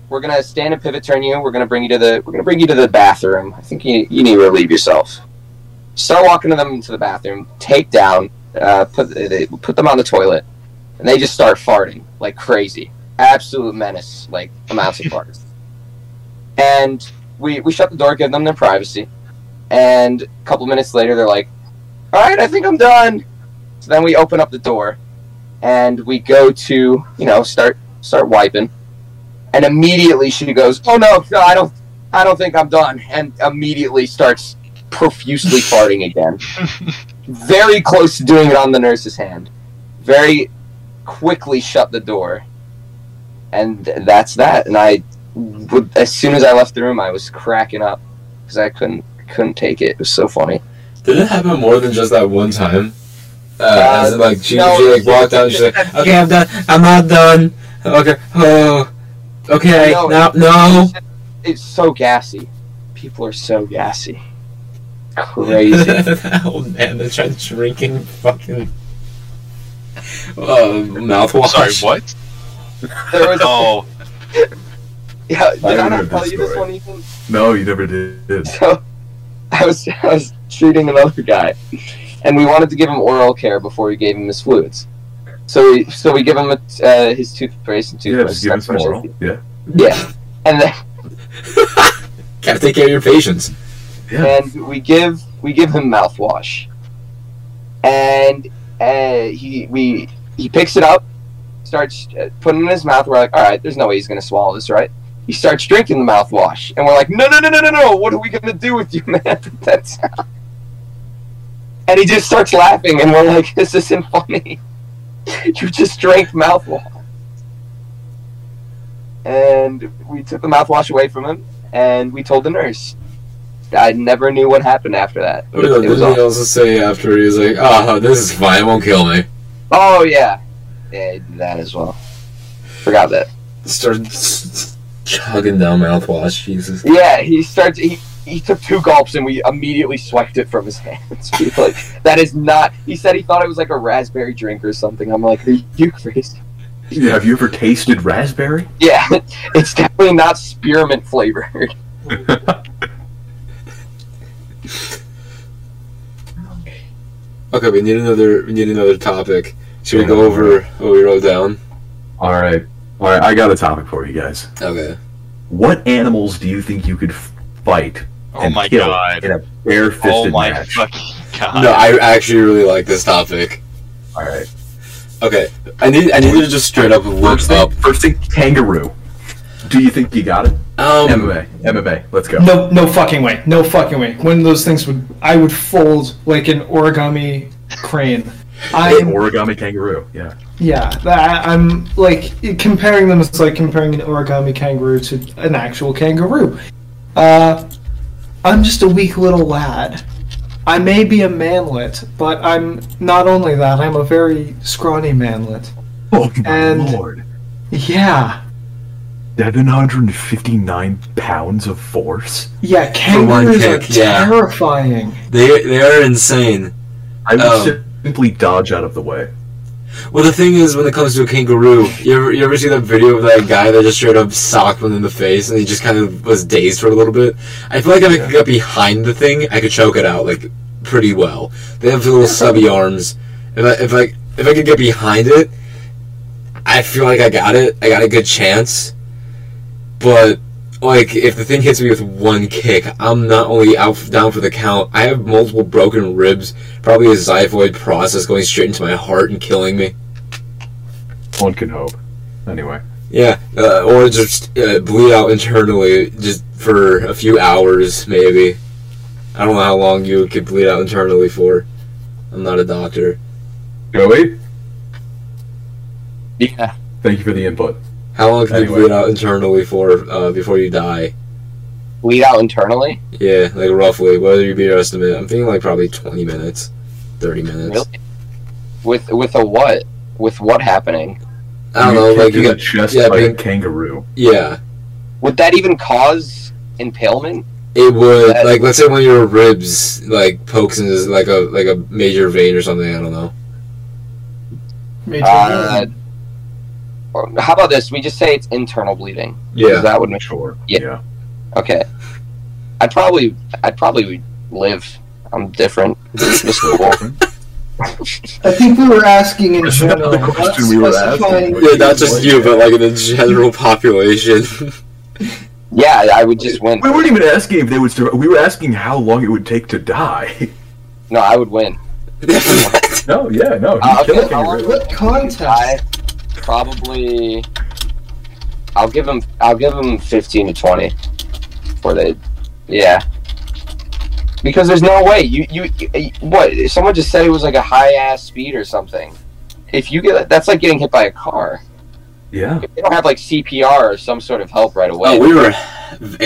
Speaker 5: we're gonna stand and pivot turn you. We're gonna bring you to the we're gonna bring you to the bathroom. I think you, you need to relieve yourself." Start walking them into the bathroom. Take down. Uh, put they put them on the toilet and they just start farting like crazy, absolute menace, like amounts of farts. And we we shut the door, give them their privacy, and a couple minutes later they're like, "All right, I think I'm done." So then we open up the door, and we go to you know start start wiping, and immediately she goes, "Oh no, no, I don't, I don't think I'm done," and immediately starts profusely farting again. Very close to doing it on the nurse's hand. Very quickly shut the door, and th- that's that. And I, would, as soon as I left the room, I was cracking up because I couldn't couldn't take it. It was so funny.
Speaker 1: Did it happen more than just that one time? Uh,
Speaker 5: Uh,
Speaker 1: as in, like she,
Speaker 5: no,
Speaker 1: she like walked out and she's like, okay, I'm done. I'm not done. Okay, oh, okay,
Speaker 5: No,
Speaker 1: no, no.
Speaker 5: It's so gassy. People are so gassy. Crazy.
Speaker 1: old Oh, man that's trying drinking fucking uh, mouthwash.
Speaker 3: Sorry, what? Oh,
Speaker 5: there was.
Speaker 3: No.
Speaker 5: Yeah, did
Speaker 2: Oh. I
Speaker 5: I, not
Speaker 2: remember
Speaker 5: tell
Speaker 2: this
Speaker 5: you this
Speaker 2: story.
Speaker 5: one, Ethan?
Speaker 2: No, you never did.
Speaker 5: So I was I was treating another guy, and we wanted to give him oral care before we gave him his fluids. So we so we give him a, uh, his toothpaste and
Speaker 2: Yeah,
Speaker 5: toothbrush.
Speaker 2: just give us
Speaker 5: that's
Speaker 2: moral. Yeah.
Speaker 5: Yeah, and then
Speaker 1: Gotta take care of your patients.
Speaker 2: Yeah.
Speaker 5: and we give we give him mouthwash, and uh, he we he picks it up, starts uh, putting it in his mouth. We're like, all right, there's no way he's gonna swallow this, right? He starts drinking the mouthwash, and we're like, no, no, no, no, no, no! What are we gonna do with you, man? That's and he just starts laughing, and we're like, this isn't funny. you just drank mouthwash. And we took the mouthwash away from him, and we told the nurse. I never knew what happened after that.
Speaker 1: What did
Speaker 5: It was
Speaker 1: he
Speaker 5: awful.
Speaker 1: also say after he was like, "Ah, this is fine. It won't kill me."
Speaker 5: Oh yeah, yeah, that as well. Forgot that.
Speaker 1: Started chugging down mouthwash. Jesus.
Speaker 5: Yeah, he starts. He he took two gulps and we immediately swiped it from his hands. We were like that is not. He said he thought it was like a raspberry drink or something. I'm like, are you crazy?
Speaker 2: Have you ever tasted raspberry?
Speaker 5: Yeah, it's definitely not spearmint flavored.
Speaker 1: Okay, we need another. We need another topic. Should we
Speaker 2: Yeah,
Speaker 1: go
Speaker 2: no,
Speaker 1: over what we wrote down?
Speaker 2: All right. All right, I got a topic for you guys.
Speaker 1: Okay.
Speaker 2: What animals do you think you could f- fight
Speaker 3: Oh
Speaker 2: and
Speaker 3: my
Speaker 2: kill
Speaker 3: god.
Speaker 2: in a bare-fisted
Speaker 3: Oh my
Speaker 2: match?
Speaker 3: fucking god.
Speaker 1: No, I actually really like this topic.
Speaker 2: All right.
Speaker 1: Okay, I need. I need to just straight up look
Speaker 2: First
Speaker 1: up.
Speaker 2: thing, first thing, kangaroo. Do you think you got it?
Speaker 1: Um,
Speaker 2: MMA, MMA. Let's go.
Speaker 4: No, no fucking way. No fucking way. One of those things would I would fold like an origami crane.
Speaker 2: An
Speaker 4: I'm
Speaker 2: origami kangaroo. Yeah.
Speaker 4: yeah. That, I'm like comparing them is like comparing an origami kangaroo to an actual kangaroo. Uh, I'm just a weak little lad. I may be a manlet, but I'm not only that. I'm a very scrawny manlet.
Speaker 2: Oh my
Speaker 4: And-
Speaker 2: lord!
Speaker 4: Yeah.
Speaker 2: Seven hundred and fifty-nine pounds of force.
Speaker 4: Yeah,
Speaker 1: one
Speaker 4: kangaroos are
Speaker 1: kick, yeah.
Speaker 4: terrifying.
Speaker 1: they they are insane.
Speaker 2: I would
Speaker 1: Oh.
Speaker 2: simply dodge out of the way.
Speaker 1: Well, the thing is, when it comes to a kangaroo, you ever you ever see that video of that guy that just straight up socked one in the face and he just kind of was dazed for a little bit? I feel like if I could get behind the thing, I could choke it out like pretty well. They have little stubby arms. If I if I if I could get behind it, I feel like I got it. I got a good chance. But like, if the thing hits me with one kick, I'm not only out down for the count. I have multiple broken ribs, probably a xiphoid process going straight into my heart and killing me.
Speaker 2: One can hope. Anyway,
Speaker 1: Yeah, uh, or just uh, bleed out internally just for a few hours, maybe. I don't know how long you could bleed out internally for. I'm not a doctor.
Speaker 2: Joey,
Speaker 5: Yeah.
Speaker 2: thank you for the input.
Speaker 1: How long can
Speaker 2: Anyway.
Speaker 1: you bleed out internally for uh, before you die?
Speaker 5: Bleed out internally?
Speaker 1: Yeah, like roughly, whether you be your estimate. I'm thinking like probably 20 minutes, 30 minutes.
Speaker 5: Really? With with a what? With what happening?
Speaker 1: I don't know, like
Speaker 2: you
Speaker 1: you
Speaker 2: the
Speaker 1: get
Speaker 2: chest
Speaker 1: yeah,
Speaker 2: by a
Speaker 1: being-
Speaker 2: kangaroo.
Speaker 1: yeah.
Speaker 5: Would that even cause impalement?
Speaker 1: It would
Speaker 5: That-
Speaker 1: like let's say one of your ribs like pokes into like a like a major vein or something. I don't know.
Speaker 4: Major
Speaker 5: Uh, or- how about this? We just say it's internal bleeding. 'Cause
Speaker 1: Yeah,
Speaker 5: That would make
Speaker 2: Sure.
Speaker 5: Yeah. okay. I'd probably I'd probably live. I'm different. Just cool.
Speaker 4: I think we were asking in general.
Speaker 2: the question
Speaker 4: not
Speaker 2: we were
Speaker 4: specifying-
Speaker 2: asking.
Speaker 1: yeah, not just you, but like the general population.
Speaker 5: Yeah, I would just win.
Speaker 2: We weren't even asking if they would survive. We were asking how long it would take to die.
Speaker 5: No, I would win.
Speaker 2: No, yeah, no. you
Speaker 5: Uh,
Speaker 2: kill
Speaker 5: okay,
Speaker 2: a
Speaker 5: how long
Speaker 2: kangaroo.
Speaker 5: would
Speaker 4: What
Speaker 5: I
Speaker 4: contest?
Speaker 5: probably I'll give him I'll give him 15 to 20 before they yeah because there's no way you you, you what someone just said it was like a high ass speed or something if you get that's like getting hit by a car
Speaker 2: Yeah.
Speaker 5: if they don't have like CPR or some sort of help right away
Speaker 1: Well, Oh, we were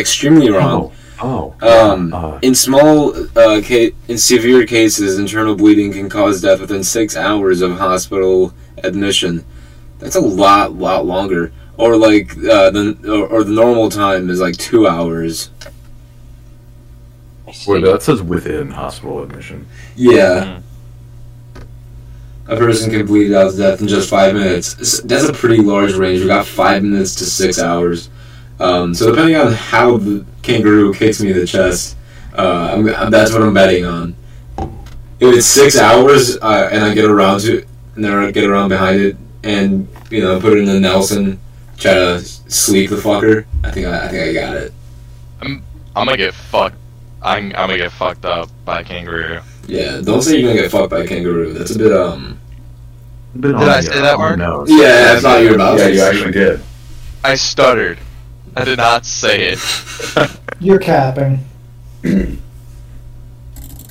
Speaker 1: extremely wrong.
Speaker 2: Oh. Oh.
Speaker 1: Um,
Speaker 2: Uh,
Speaker 1: In small, uh, ca- in severe cases, internal bleeding can cause death within six hours of hospital admission. That's a lot, lot longer. Or like uh, the or, or the normal time is like two hours.
Speaker 5: I see.
Speaker 2: wait, that says within hospital admission.
Speaker 1: Yeah, a person can bleed out to death in just five minutes. S- That's a pretty large range. We got five minutes to six hours. Um, so depending on how the kangaroo kicks me in the chest, uh, I'm, I'm- that's what I'm betting on. If it's six hours uh, and I get around to it, and then I get around behind it, and you know put it in the Nelson, try to sleep the fucker. I think I, I think I got it.
Speaker 3: I'm gonna get fucked. I'm, I'm gonna get fucked up by a kangaroo.
Speaker 1: Yeah, don't say you're gonna get fucked by a kangaroo. That's a bit um.
Speaker 2: Did
Speaker 3: I say that word?
Speaker 2: No.
Speaker 1: Yeah, that's not your about.
Speaker 2: Yeah, you actually did.
Speaker 3: I stuttered. I did not say it.
Speaker 4: You're capping.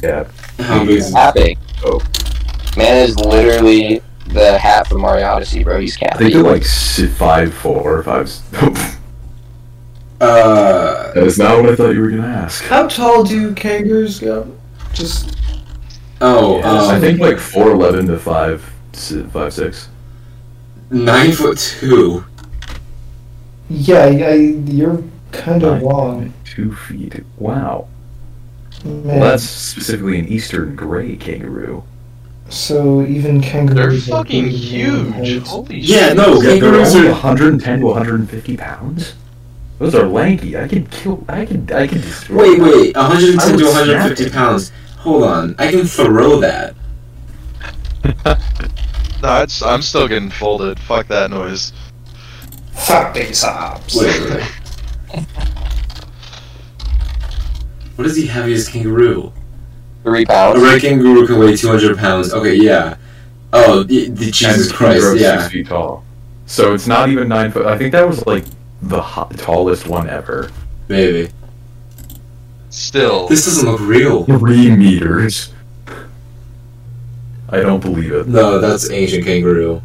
Speaker 2: Yeah.
Speaker 1: How big is
Speaker 5: happy
Speaker 2: Oh.
Speaker 5: man is literally the hat from Mario Odyssey bro he's
Speaker 2: I
Speaker 5: happy
Speaker 2: think they're like si- five, four, five. s-
Speaker 1: Uh,
Speaker 2: that is not what I thought you were gonna ask.
Speaker 4: How tall do kangaroos go? Just
Speaker 1: oh,
Speaker 2: Yes,
Speaker 1: um,
Speaker 2: I think like four eleven to five, si- five six.
Speaker 1: nine foot two.
Speaker 4: yeah, I, you're kind
Speaker 2: Nine.
Speaker 4: of wrong.
Speaker 2: Two feet. Wow.
Speaker 4: Man.
Speaker 2: Well, that's specifically an eastern gray kangaroo.
Speaker 4: So even
Speaker 3: They're
Speaker 4: kangaroos. are
Speaker 3: fucking
Speaker 4: bigger than
Speaker 3: huge.
Speaker 4: hogs.
Speaker 3: Holy
Speaker 1: Yeah,
Speaker 3: shit.
Speaker 1: no,
Speaker 2: Yeah, they're
Speaker 1: kangaroos
Speaker 2: only
Speaker 1: are
Speaker 2: 110 to 150 pounds. Those are lanky. I could kill. I could. I could destroy.
Speaker 1: Wait, wait, 110 to
Speaker 2: I would snap
Speaker 1: 150
Speaker 2: it.
Speaker 1: pounds. Hold on, I can throw that.
Speaker 3: No, it's, I'm still getting folded. Fuck that noise.
Speaker 4: Fuck these ops.
Speaker 1: Wait, wait, wait. What is the heaviest kangaroo?
Speaker 5: Three
Speaker 1: A
Speaker 5: pounds.
Speaker 1: red kangaroo can weigh 200 pounds. Okay, yeah. Oh, the, the Jesus
Speaker 2: and
Speaker 1: Christ,
Speaker 2: kangaroos
Speaker 1: yeah.
Speaker 2: six feet tall. So it's not even nine foot. I think that was like the hot, tallest one ever.
Speaker 1: Maybe.
Speaker 3: Still.
Speaker 1: This doesn't look real.
Speaker 2: Three meters. I don't believe it.
Speaker 1: No, that's ancient kangaroo.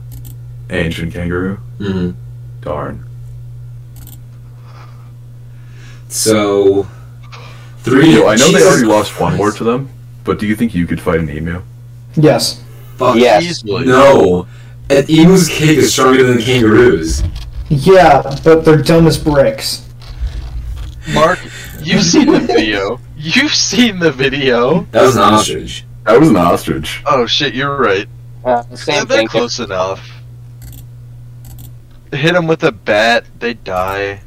Speaker 2: Ancient kangaroo.
Speaker 1: hmm
Speaker 2: Darn.
Speaker 1: So. Three.
Speaker 2: Emu. I know they
Speaker 1: Jesus
Speaker 2: already lost one
Speaker 1: Christ.
Speaker 2: more to them, but do you think you could fight an emu?
Speaker 4: Yes.
Speaker 1: Fuck.
Speaker 5: Yes.
Speaker 3: Easily.
Speaker 1: No. An emu's cake is stronger than kangaroos.
Speaker 4: Yeah, but they're dumb as bricks.
Speaker 3: Mark, you've seen the video. You've seen the video.
Speaker 1: That was an ostrich.
Speaker 2: That was an ostrich.
Speaker 3: Oh shit, you're right.
Speaker 5: Uh, same
Speaker 3: They're
Speaker 5: thing.
Speaker 3: close enough. Hit them with a bat, they die.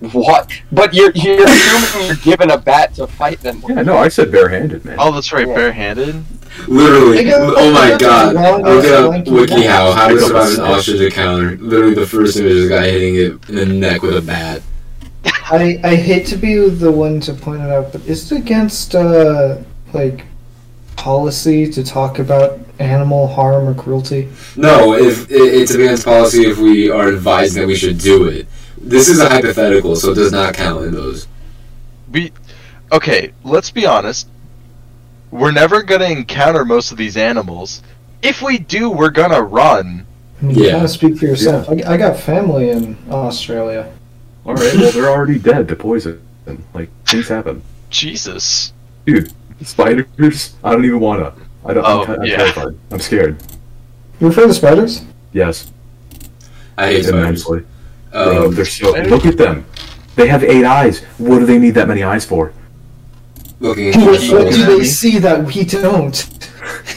Speaker 5: What? But you're you're assuming you're given a bat to fight them. with.
Speaker 2: Yeah, no, I said barehanded, man.
Speaker 3: Oh, that's right,
Speaker 5: Yeah.
Speaker 3: barehanded.
Speaker 1: Literally. Oh my god. Look up
Speaker 4: Long-ass lanky
Speaker 1: WikiHow. How to
Speaker 2: Look up
Speaker 1: survive an
Speaker 2: this.
Speaker 1: ostrich encounter. Literally, the first image is a guy hitting it in the neck with a bat.
Speaker 4: I, I hate to be the one to point it out, but is it against uh like policy to talk about animal harm or cruelty?
Speaker 1: No, if it, it's against policy if we are advised that we should do it. This is a hypothetical, so it does not count in those.
Speaker 3: We, okay, let's be honest. We're never gonna encounter most of these animals. If we do, we're gonna run.
Speaker 4: I mean, you
Speaker 1: Yeah.
Speaker 4: gotta speak for yourself. I, I got family in Australia.
Speaker 2: All right, well, they're already dead to poison. Like things happen.
Speaker 3: Jesus.
Speaker 2: Spiders? I don't even wanna. I don't.
Speaker 3: Oh,
Speaker 2: I'm, ti- I'm
Speaker 3: yeah.
Speaker 2: terrified. I'm scared.
Speaker 4: You're afraid of spiders?
Speaker 2: Yes,
Speaker 1: I hate spiders.
Speaker 2: immensely. Bro,
Speaker 1: Um,
Speaker 2: they're so.
Speaker 3: spiders-
Speaker 2: Look at them. They have eight eyes. What do they need that many eyes for?
Speaker 1: looking at
Speaker 4: What
Speaker 1: your
Speaker 3: looking
Speaker 4: do
Speaker 3: at
Speaker 1: soul.
Speaker 4: they
Speaker 3: me.
Speaker 4: see that we don't?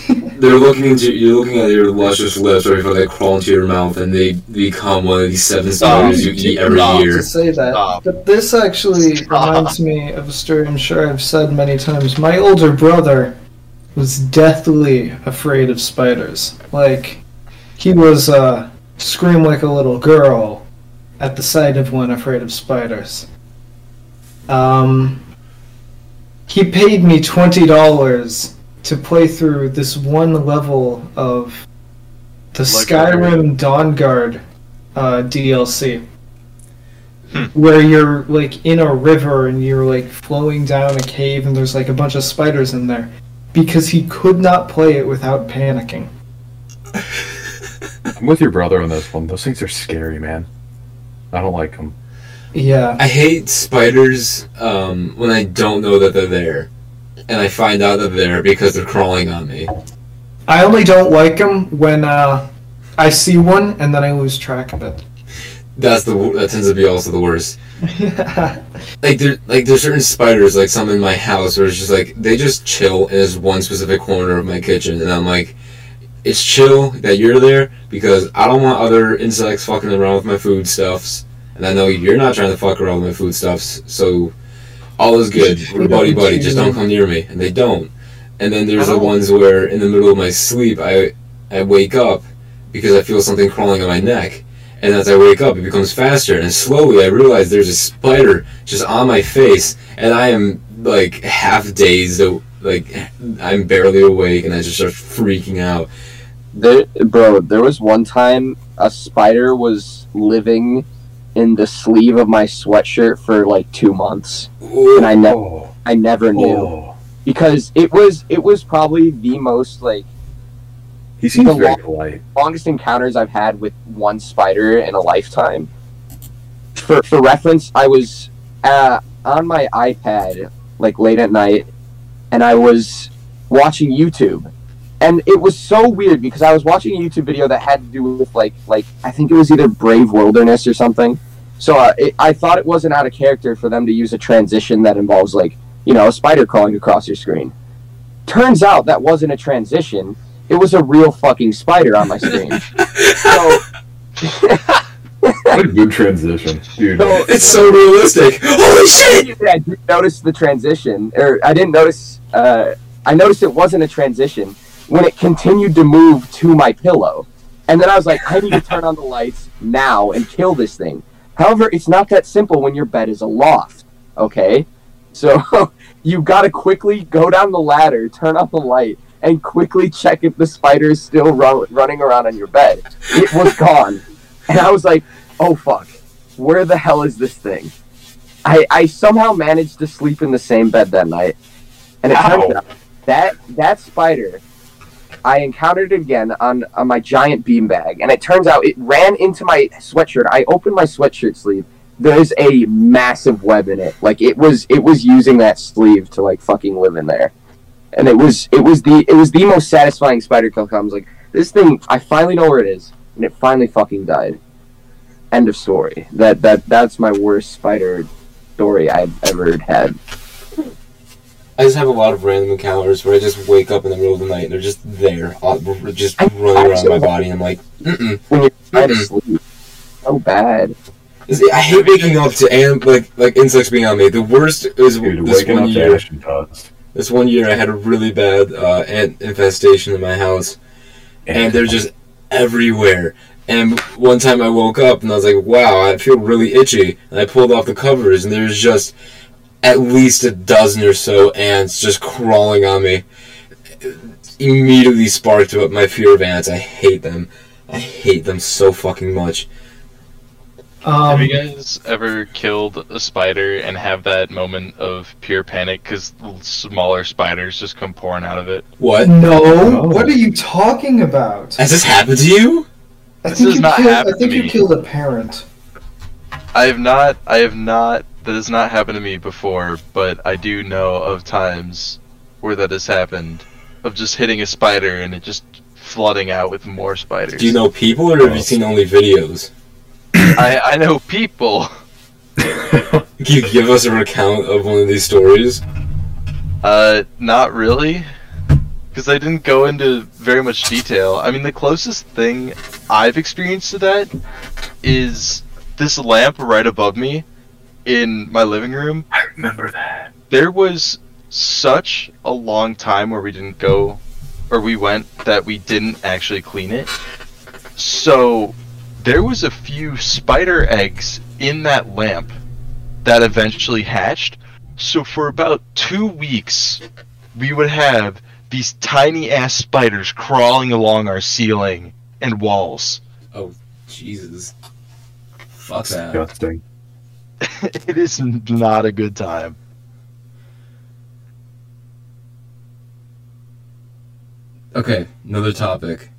Speaker 1: They're looking into you're looking at your luscious lips right before they crawl into your mouth and they become one of these seven spiders you eat every
Speaker 3: Stop.
Speaker 1: year.
Speaker 4: to say that.
Speaker 3: Stop.
Speaker 4: But this actually
Speaker 3: Stop.
Speaker 4: reminds me of a story I'm sure I've said many times. My older brother was deathly afraid of spiders. Like, he was, uh, scream like a little girl at the sight of one afraid of spiders. Um, he paid me $20 to play through this one level of the
Speaker 3: Like
Speaker 4: Skyrim Dawn Guard uh, DLC
Speaker 3: Hmm.
Speaker 4: where you're like in a river and you're like flowing down a cave and there's like a bunch of spiders in there because he could not play it without panicking.
Speaker 2: I'm with your brother on this one. Those things are scary, man. I don't like them.
Speaker 4: Yeah.
Speaker 1: I hate spiders um, when I don't know that they're there. And I find out that they're there because they're crawling on me.
Speaker 4: I only don't like him when uh, I see one and then I lose track of it.
Speaker 1: That's the wo- that tends to be also the worst. like there like there's certain spiders like some in my house where it's just like they just chill in this one specific corner of my kitchen and I'm like it's chill that you're there because I don't want other insects fucking around with my foodstuffs and I know you're not trying to fuck around with my foodstuffs so all is good we're buddy buddy just don't come near me and they don't and then there's the
Speaker 3: don't-
Speaker 1: ones where in the middle of my sleep I I wake up because I feel something crawling on my neck and as I wake up, it becomes faster, and slowly I realize there's a spider just on my face, and I am like half dazed, o- like I'm barely awake, and I just start freaking out.
Speaker 5: There, bro, there was one time a spider was living in the sleeve of my sweatshirt for like two months, and
Speaker 1: Ooh,
Speaker 5: I never,
Speaker 2: Oh,
Speaker 5: I never knew
Speaker 2: oh.
Speaker 5: because it was, it was probably the most like
Speaker 2: He seems
Speaker 5: The
Speaker 2: very
Speaker 5: wa-
Speaker 2: polite.
Speaker 5: longest encounters I've had with one spider in a lifetime. For for reference, I was uh, on my iPad like late at night, and I was watching YouTube, and it was so weird because I was watching a YouTube video that had to do with like like I think it was either Brave Wilderness or something. So uh, it, I thought it wasn't out of character for them to use a transition that involves like you know a spider crawling across your screen. Turns out that wasn't a transition It was a real fucking spider on my screen. so
Speaker 2: What a good transition, dude.
Speaker 5: No.
Speaker 1: It's so realistic. Holy shit!
Speaker 5: I did notice the transition, or I didn't notice. Uh, I noticed it wasn't a transition when it continued to move to my pillow, and then I was like, I need to turn on the lights now and kill this thing. However, it's not that simple when your bed is aloft. Okay, so you gotta quickly go down the ladder, turn on the light, and quickly check if the spider is still ru- running around on your bed. It was gone, and I was like, oh fuck, where the hell is this thing? I, I somehow managed to sleep in the same bed that night. And it
Speaker 2: Ow.
Speaker 5: turns out that that spider I encountered it again on, on my giant beanbag, and it turns out it ran into my sweatshirt. I opened my sweatshirt sleeve. There's a massive web in it. Like it was it was using that sleeve to like fucking live in there. And it was it was the it was the most satisfying spider kill I was like, this thing I finally know where it is. And it finally fucking died. End of story. That that that's my worst spider story I've ever had.
Speaker 1: I just have a lot of random encounters where I just wake up in the middle of the night and they're just there, uh, just running around my body. And I'm like, mm-mm.
Speaker 5: When you're trying to
Speaker 1: Mhm.
Speaker 5: sleep. So bad.
Speaker 1: Is it- I hate waking up to am like like insects being on me. The worst is
Speaker 2: Dude,
Speaker 1: this
Speaker 2: waking
Speaker 1: one
Speaker 2: up
Speaker 1: year.
Speaker 2: to ash and dust.
Speaker 1: This one year, I had a really bad uh, ant infestation in my house, and they're just everywhere. And one time, I woke up and I was like, "Wow, I feel really itchy." And I pulled off the covers, and there's just at least a dozen or so ants just crawling on me. It immediately sparked up my fear of ants. I hate them. I hate them so fucking much.
Speaker 4: Um,
Speaker 3: have you guys ever killed a spider and have that moment of pure panic because smaller spiders just come pouring out of it?
Speaker 1: What?
Speaker 4: no,
Speaker 2: Oh.
Speaker 4: what are you talking about?
Speaker 1: Has this happened to you?
Speaker 4: I
Speaker 3: This
Speaker 4: think
Speaker 3: has
Speaker 4: you
Speaker 3: not
Speaker 4: killed, I
Speaker 3: happened to
Speaker 4: think you
Speaker 3: me.
Speaker 4: killed a parent.
Speaker 3: I have not. I have not. That has not happened to me before, but I do know of times where that has happened, of just hitting a spider and it just flooding out with more spiders.
Speaker 1: Do you know people or have you seen only videos?
Speaker 3: I, I know people.
Speaker 1: Can you give us a recount of one of these stories?
Speaker 3: Uh, not really, because I didn't go into very much detail. I mean, the closest thing I've experienced to that is this lamp right above me in my living room
Speaker 2: I remember that.
Speaker 3: there was such a long time where we didn't go or we went that we didn't actually clean it. So there was a few spider eggs in that lamp that eventually hatched. So for about 2 weeks we would have these tiny ass spiders crawling along our ceiling and walls.
Speaker 1: Jesus. Fuck that.
Speaker 2: Disgusting.
Speaker 3: it is not a good time.
Speaker 1: Okay, another topic.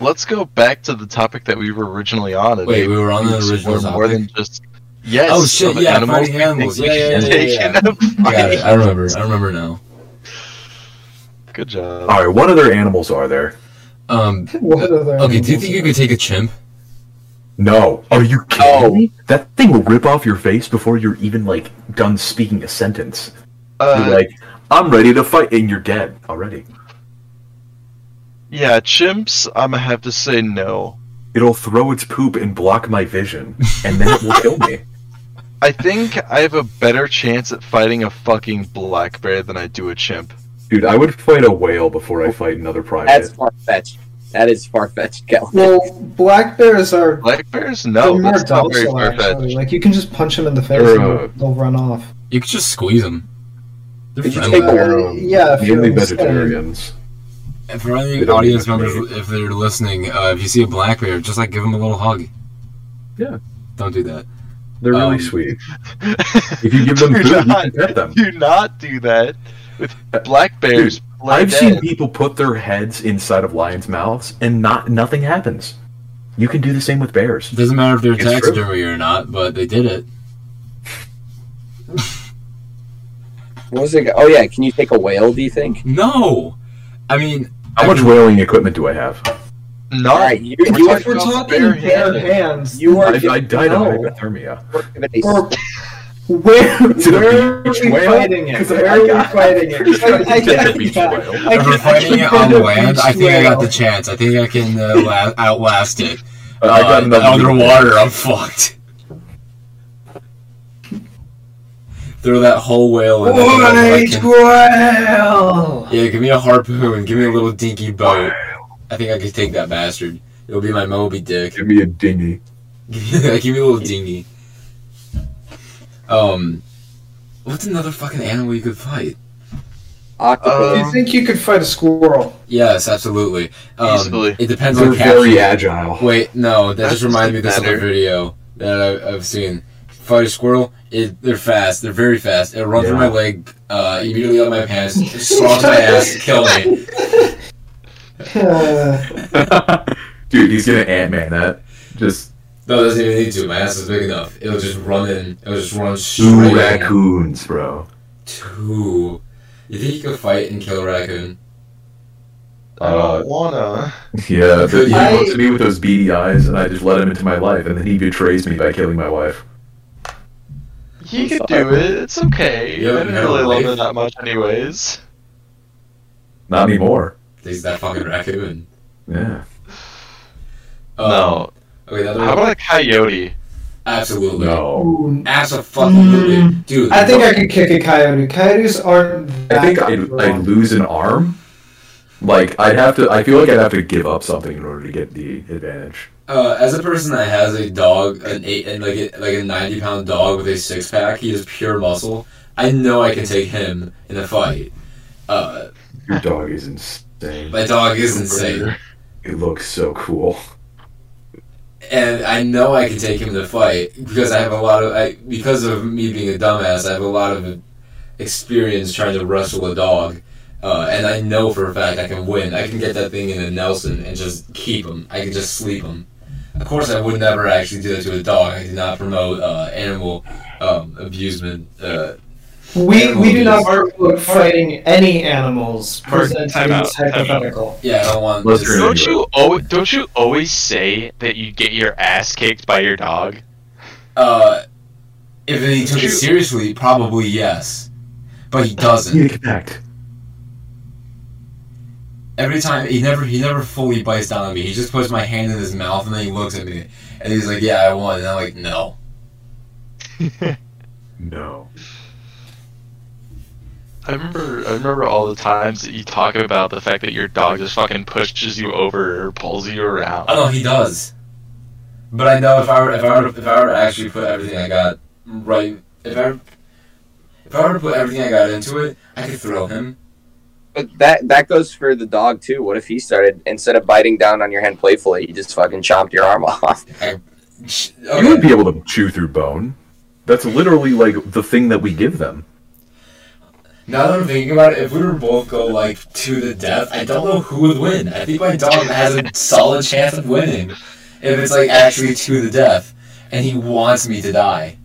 Speaker 3: Let's go back to the topic that we were originally on. and
Speaker 1: Wait,
Speaker 3: maybe
Speaker 1: we were on the
Speaker 3: it's
Speaker 1: original
Speaker 3: more- More
Speaker 1: topic?
Speaker 3: than just yes.
Speaker 1: Oh, shit,
Speaker 3: of
Speaker 1: yeah,
Speaker 3: animals
Speaker 1: fighting
Speaker 3: we think
Speaker 1: animals.
Speaker 3: we
Speaker 1: Yeah, yeah,
Speaker 3: can
Speaker 1: yeah, yeah,
Speaker 3: take in a
Speaker 1: I got
Speaker 3: fight.
Speaker 1: it. I remember. I remember now.
Speaker 3: Good job.
Speaker 2: All right, what other animals are there?
Speaker 1: Um,
Speaker 4: What other
Speaker 1: okay, do you
Speaker 4: animals
Speaker 1: think you
Speaker 4: are
Speaker 1: could take a chimp?
Speaker 2: No. Are you kidding
Speaker 5: No.
Speaker 2: me? That thing will rip off your face before you're even like done speaking a sentence. You're
Speaker 3: Uh,
Speaker 2: like, I'm ready to fight, and you're dead already.
Speaker 3: yeah, chimps. I'm gonna have to say no.
Speaker 2: It'll throw its poop and block my vision, and then it will kill me.
Speaker 3: I think I have a better chance at fighting a fucking black bear than I do a chimp.
Speaker 2: Dude, I would fight a whale before I fight another
Speaker 5: That's
Speaker 2: private.
Speaker 5: far fetched. That is far fetched, Kel.
Speaker 4: Well, black bears are
Speaker 3: Black bears,
Speaker 4: they're
Speaker 3: no.
Speaker 4: more
Speaker 3: That's not very
Speaker 4: docile.
Speaker 3: far
Speaker 4: Actually,
Speaker 3: fetched.
Speaker 4: like you can just punch them in the face
Speaker 2: They're,
Speaker 4: and
Speaker 2: uh,
Speaker 4: they'll, they'll run off.
Speaker 1: You could just squeeze them. They're
Speaker 5: Could you
Speaker 1: friendly.
Speaker 5: take a-
Speaker 2: They're, um,
Speaker 4: Yeah, if you're
Speaker 2: mainly
Speaker 4: in the sun.
Speaker 2: vegetarians.
Speaker 1: If for any
Speaker 2: They don't
Speaker 1: audience
Speaker 2: even
Speaker 1: members, if they're listening, uh, if you see a black bear, just like give them a little hug.
Speaker 2: Yeah.
Speaker 1: Don't do that.
Speaker 2: They're really
Speaker 1: Um,
Speaker 2: sweet. If you give them
Speaker 3: do
Speaker 2: food, you
Speaker 3: not,
Speaker 2: can pet them.
Speaker 3: do not do that with black bears. play
Speaker 2: I've seen
Speaker 3: dead.
Speaker 2: people put their heads inside of lions' mouths, and not nothing happens. You can do the same with bears.
Speaker 1: It doesn't matter if they're
Speaker 2: It's true.
Speaker 1: taxidermy or not, but they did it.
Speaker 5: What was it? Oh yeah, can you take a whale? Do you think?
Speaker 1: No, I mean,
Speaker 2: How much whaling equipment do I have?
Speaker 3: Not
Speaker 5: Alright, you-
Speaker 3: We're
Speaker 5: you
Speaker 3: talking
Speaker 5: are-
Speaker 4: If we're
Speaker 3: about
Speaker 4: talking
Speaker 3: bare-handed.
Speaker 4: bare hands,
Speaker 5: You
Speaker 2: I,
Speaker 5: are
Speaker 2: I died of
Speaker 4: no.
Speaker 6: Uh,
Speaker 2: hypothermia.
Speaker 5: Or-
Speaker 4: or Where,
Speaker 2: it a
Speaker 4: where are we
Speaker 2: beach whale?
Speaker 4: fighting it?
Speaker 2: 'Cause I-
Speaker 4: Where
Speaker 2: I
Speaker 4: are we
Speaker 2: got-
Speaker 4: fighting it? I- I-
Speaker 2: It's a
Speaker 4: I-
Speaker 2: beach
Speaker 4: yeah.
Speaker 2: whale.
Speaker 4: I
Speaker 1: If we're
Speaker 4: can- I
Speaker 1: fighting
Speaker 4: can
Speaker 1: it
Speaker 4: go
Speaker 1: on
Speaker 4: to
Speaker 1: land,
Speaker 4: beach
Speaker 1: I think I got
Speaker 4: whale.
Speaker 1: the chance. I think I can uh, la- outlast it.
Speaker 2: Uh, I got
Speaker 1: Uh,
Speaker 2: another
Speaker 1: underwater. I'm fucked. Throw that whole whale in. there. I
Speaker 4: White
Speaker 1: can-
Speaker 4: whale!
Speaker 1: Yeah, give me a harpoon. Give me a little dinky boat. I think I could take that bastard. It'll be my Moby Dick.
Speaker 2: Give me a dinghy.
Speaker 1: give me give me a little dingy. Um, what's another fucking animal you could fight?
Speaker 4: Do
Speaker 6: Octopus.
Speaker 4: you think you could fight a squirrel?
Speaker 1: Yes, absolutely. Um,
Speaker 3: Easily.
Speaker 1: It depends
Speaker 2: They're
Speaker 1: on capture.
Speaker 2: very agile.
Speaker 1: Wait, no, that
Speaker 3: That
Speaker 1: just reminded me of this
Speaker 3: doesn't
Speaker 1: other
Speaker 3: matter.
Speaker 1: video that I, I've seen. Fight a squirrel. It, they're fast. They're very fast. It'll run through
Speaker 2: Yeah.
Speaker 1: my leg, uh, immediately up my pants, slash my ass, kill me.
Speaker 4: Uh,
Speaker 2: Dude, he's gonna Ant Man that. Just
Speaker 1: No, it doesn't even need to. My ass is big enough. It'll just run in. It'll just run
Speaker 2: two
Speaker 1: straight in
Speaker 2: raccoons, bro.
Speaker 1: to. You think you could fight and kill a raccoon?
Speaker 3: I
Speaker 1: Uh,
Speaker 3: don't wanna.
Speaker 2: Yeah, but he
Speaker 4: I-
Speaker 2: looks at me with those beady eyes, and I just let him into my life, and then he betrays me by killing my wife.
Speaker 3: You could do it. It's okay.
Speaker 1: Yeah,
Speaker 3: I didn't
Speaker 1: no,
Speaker 3: really love
Speaker 1: Leif.
Speaker 3: it that much, anyways.
Speaker 2: Not anymore.
Speaker 1: There's that fucking raccoon.
Speaker 2: Yeah.
Speaker 1: Um,
Speaker 3: no.
Speaker 1: Okay, another
Speaker 3: How
Speaker 1: one.
Speaker 3: about a coyote?
Speaker 1: Absolutely.
Speaker 2: No.
Speaker 4: ooh.
Speaker 1: Absolutely.
Speaker 4: Mm.
Speaker 1: Dude.
Speaker 4: I think I could kick a coyote. Coyotes aren't that
Speaker 2: I think I'd, I'd lose an arm. Like I'd have to. I feel like I'd have to give up something in order to get the advantage.
Speaker 1: Uh, as a person that has a dog, an eight and like a, like a ninety pound dog with a six pack, he is pure muscle. I know I can take him in a fight. Uh,
Speaker 2: Your dog is insane.
Speaker 1: my dog is insane,
Speaker 2: It looks so cool.
Speaker 1: and I know I can take him in a fight because I have a lot of I, because of me being a dumbass. I have a lot of experience trying to wrestle a dog, uh, and I know for a fact I can win. I can get that thing into Nelson and just keep him. I can just sleep him. Of course, I would never actually do that to a dog. I do not promote uh, animal um, abusement. Uh,
Speaker 4: We, we do not promote fighting any animals
Speaker 3: Mark,
Speaker 4: presented
Speaker 3: time out,
Speaker 4: as
Speaker 3: time out.
Speaker 4: hypothetical.
Speaker 1: yeah, I don't want.
Speaker 2: Let's
Speaker 1: this-
Speaker 2: Sure,
Speaker 3: Don't
Speaker 2: anyway.
Speaker 3: you always don't you always say that you get your ass kicked by your dog?
Speaker 1: Uh, if he took
Speaker 3: Shoot.
Speaker 1: it seriously, probably yes, but he doesn't.
Speaker 2: Need to connect.
Speaker 1: Every time he never he never fully bites down on me. He just puts my hand in his mouth and then he looks at me and he's like, "Yeah, I won." And I'm like, "No."
Speaker 2: No.
Speaker 3: I remember I remember all the times that you talk about the fact that your dog just fucking pushes you over or pulls you around.
Speaker 1: Oh no, he does. But I know if I were if I were if I were to actually put everything I got right if I if I were to put everything I got into it, I could throw him.
Speaker 6: But that that goes for the dog too. What if he started instead of biting down on your hand playfully, he just fucking chomped your arm off?
Speaker 2: You would
Speaker 1: Okay.
Speaker 2: be able to chew through bone. That's literally like the thing that we give them.
Speaker 1: Now that I'm thinking about it, if we were both go like to the death, I don't know who would win. I think my dog has a solid chance of winning if it's like actually to the death, and he wants me to die.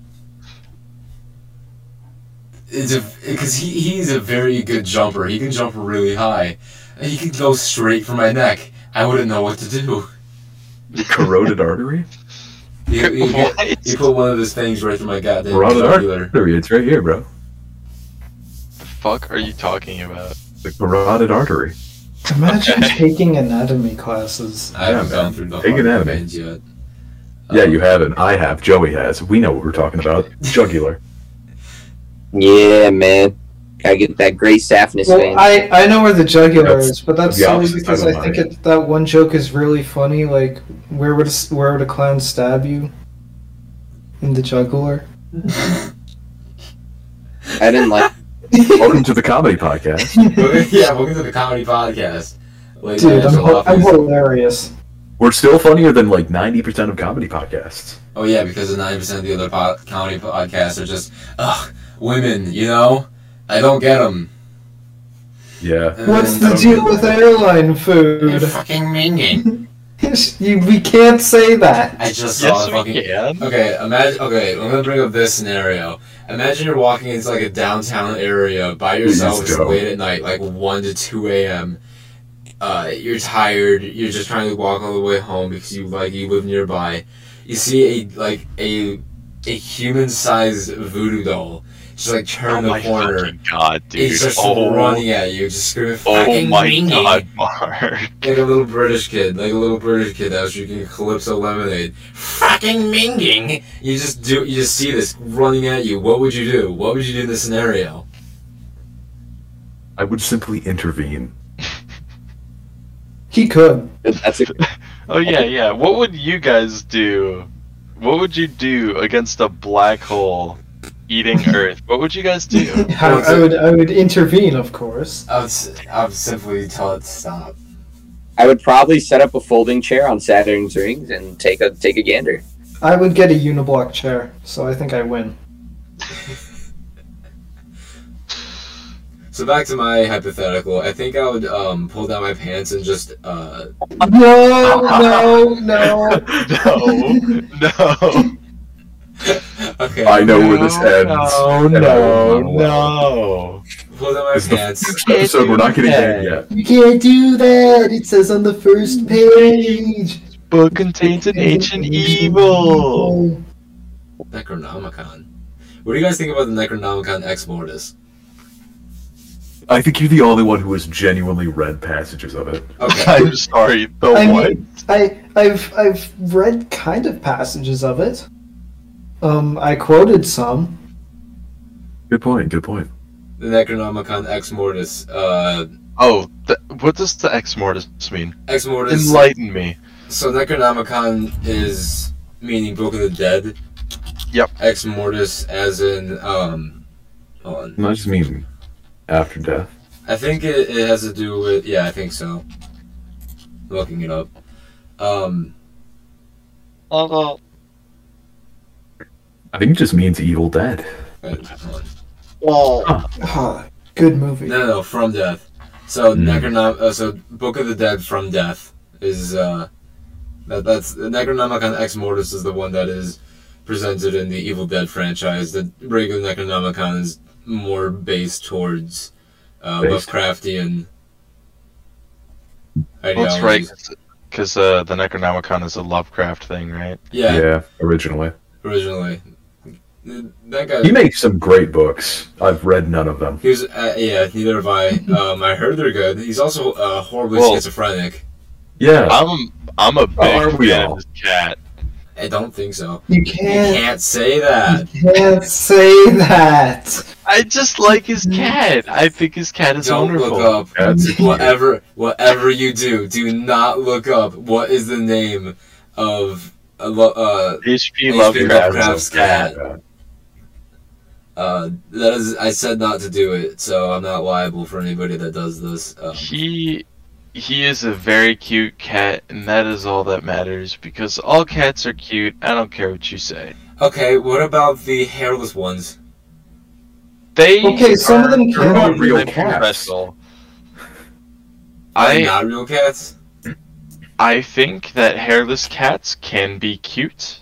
Speaker 1: It's a because he he's a very good jumper. He can jump really high. And He can go straight for my neck. I wouldn't know what to do.
Speaker 2: Corroded artery.
Speaker 1: He, he,
Speaker 3: What?
Speaker 1: he put one of those things right through my goddamn
Speaker 2: Corroded
Speaker 1: jugular.
Speaker 2: artery. It's right here, bro.
Speaker 3: the fuck are you talking about?
Speaker 2: The corroded artery.
Speaker 4: Imagine
Speaker 3: Okay.
Speaker 4: taking anatomy classes.
Speaker 1: I haven't
Speaker 2: Yeah,
Speaker 1: gone
Speaker 2: man.
Speaker 1: through the
Speaker 2: Take
Speaker 1: heart
Speaker 2: it out of me.
Speaker 1: veins yet.
Speaker 2: Yeah, you haven't. I have. Joey has. We know what we're talking about. Jugular.
Speaker 6: Yeah, man. Gotta get that gray sapphness
Speaker 4: Well,
Speaker 6: vein.
Speaker 4: I, I know where the jugular
Speaker 2: That's
Speaker 4: is, but that's
Speaker 2: the
Speaker 4: only
Speaker 2: opposite
Speaker 4: because
Speaker 2: side of
Speaker 4: I think
Speaker 2: mine.
Speaker 4: it, that one joke is really funny. Like, where would a s where would a clown stab you? In the jugular.
Speaker 6: I didn't like
Speaker 2: Welcome to the comedy podcast.
Speaker 1: yeah, welcome to the comedy podcast. Late
Speaker 4: Dude,
Speaker 1: night
Speaker 4: I'm,
Speaker 1: Angela
Speaker 4: ho- I'm
Speaker 1: Office.
Speaker 4: hilarious.
Speaker 2: We're still funnier than like ninety percent of comedy podcasts.
Speaker 1: oh yeah, because the ninety percent of the other po- comedy podcasts are just ugh women. You know, I don't get them.
Speaker 2: Yeah.
Speaker 4: What's the deal with airline food?
Speaker 1: fucking minion.
Speaker 4: you, we can't say that.
Speaker 1: I just saw
Speaker 3: Yes,
Speaker 1: a
Speaker 3: we
Speaker 1: fucking.
Speaker 3: can.
Speaker 1: Okay, imagine. Okay, I'm gonna bring up this scenario. Imagine you're walking into like a downtown area by yourself.
Speaker 2: Please
Speaker 1: It's
Speaker 2: don't.
Speaker 1: late at night, like one to two a.m. Uh, you're tired. You're just trying to walk all the way home because you like you live nearby. You see a like a a human-sized voodoo doll just like
Speaker 3: Oh
Speaker 1: turn
Speaker 3: my
Speaker 1: the corner.
Speaker 3: fucking god, dude.
Speaker 1: It's just
Speaker 3: oh,
Speaker 1: running at you, just screaming,
Speaker 3: oh
Speaker 1: "Fucking
Speaker 3: my
Speaker 1: Ringy!"
Speaker 3: god, Mark.
Speaker 1: Like a little British kid, like a little British kid that was drinking Calypso lemonade. Fucking minging! You just do, you just see this running at you. What would you do? What would you do in this scenario?
Speaker 2: I would simply intervene.
Speaker 4: He could.
Speaker 6: That's a,
Speaker 3: Oh yeah, yeah. What would you guys do? What would you do against a black hole eating Earth? What would you guys do?
Speaker 4: I,
Speaker 1: What's
Speaker 4: I
Speaker 1: it-
Speaker 4: would. I would intervene, of course.
Speaker 1: I would, s- I would simply tell it to stop.
Speaker 6: I would probably set up a folding chair on Saturn's rings and take a take a gander.
Speaker 4: I would get a uniblock chair, so I think I win.
Speaker 1: So back to my hypothetical. I think I would um, pull down my pants and just uh,
Speaker 4: No, no, no.
Speaker 3: no, no.
Speaker 1: okay.
Speaker 2: I know where this ends.
Speaker 3: No,
Speaker 2: and I will
Speaker 3: no,
Speaker 2: not allow it.
Speaker 3: no.
Speaker 1: Pull down my
Speaker 2: This is the
Speaker 1: pants.
Speaker 2: first episode. We're not getting that yet.
Speaker 4: You can't do that. It says on the first page.
Speaker 3: Book contains an ancient evil.
Speaker 1: Necronomicon. What do you guys think about the Necronomicon Ex Mortis?
Speaker 2: I think you're the only one who has genuinely read passages of it.
Speaker 1: Okay.
Speaker 3: I'm sorry. The
Speaker 4: I
Speaker 3: what?
Speaker 4: mean, I I've I've read kind of passages of it. Um, I quoted some.
Speaker 2: Good point. Good point.
Speaker 1: the Necronomicon Ex Mortis. Uh,
Speaker 3: Oh, th- what does the ex mortis mean?
Speaker 1: Ex Mortis.
Speaker 3: Enlighten me.
Speaker 1: So Necronomicon is meaning Book of the Dead.
Speaker 3: Yep.
Speaker 1: Ex Mortis, as in um, hold on.
Speaker 2: I just mean after death.
Speaker 1: I think it, it has to do with yeah, I think so. Looking it up. Um,
Speaker 3: Uh,
Speaker 2: I think it just means evil dead.
Speaker 1: wait, hold on.
Speaker 4: Ah, good movie.
Speaker 1: no, no, no, from death. So
Speaker 2: Hmm.
Speaker 1: Necronom, uh, so Book of the Dead from death is uh, that that's the Necronomicon Ex Mortis is the one that is presented in the Evil Dead franchise. The regular Necronomicon is more based towards uh,
Speaker 2: Based.
Speaker 1: Lovecraftian.
Speaker 3: That's
Speaker 1: ideologies.
Speaker 3: right, because uh, the Necronomicon is a Lovecraft thing, right?
Speaker 1: Yeah,
Speaker 2: originally.
Speaker 1: originally. That guy.
Speaker 2: He makes some great books. I've read none of them.
Speaker 1: He was, uh, yeah, neither have I. Um, I heard they're good. He's also uh, horribly
Speaker 3: Well-
Speaker 1: schizophrenic.
Speaker 2: Yeah.
Speaker 3: I'm I'm a
Speaker 2: are
Speaker 3: big
Speaker 2: we
Speaker 3: fan
Speaker 2: all?
Speaker 3: of this cat.
Speaker 1: I don't think so.
Speaker 4: You
Speaker 1: You
Speaker 4: can't.
Speaker 1: can't say that.
Speaker 4: You can't say that.
Speaker 3: I just like his cat. I think his cat is
Speaker 1: Don't
Speaker 3: wonderful.
Speaker 1: look up.
Speaker 2: That's
Speaker 1: Whatever, whatever you do, do not look up what is the name of uh, lo- uh,
Speaker 3: H.P.
Speaker 1: H.P.
Speaker 3: Lovecraft.
Speaker 1: Lovecraft's cat. Uh, that is, I said not to do it, so I'm not liable for anybody that does this. Um,
Speaker 3: He he is a very cute cat, and that is all that matters. Because all cats are cute. I don't care what you say.
Speaker 1: okay, what about the hairless ones?
Speaker 3: They
Speaker 4: Okay, some of
Speaker 3: are
Speaker 4: them
Speaker 3: their
Speaker 4: can
Speaker 3: own
Speaker 2: be real
Speaker 3: type of
Speaker 2: cats.
Speaker 3: vessel.
Speaker 1: Are they
Speaker 3: I
Speaker 1: not real cats?
Speaker 3: I think that hairless cats can be cute.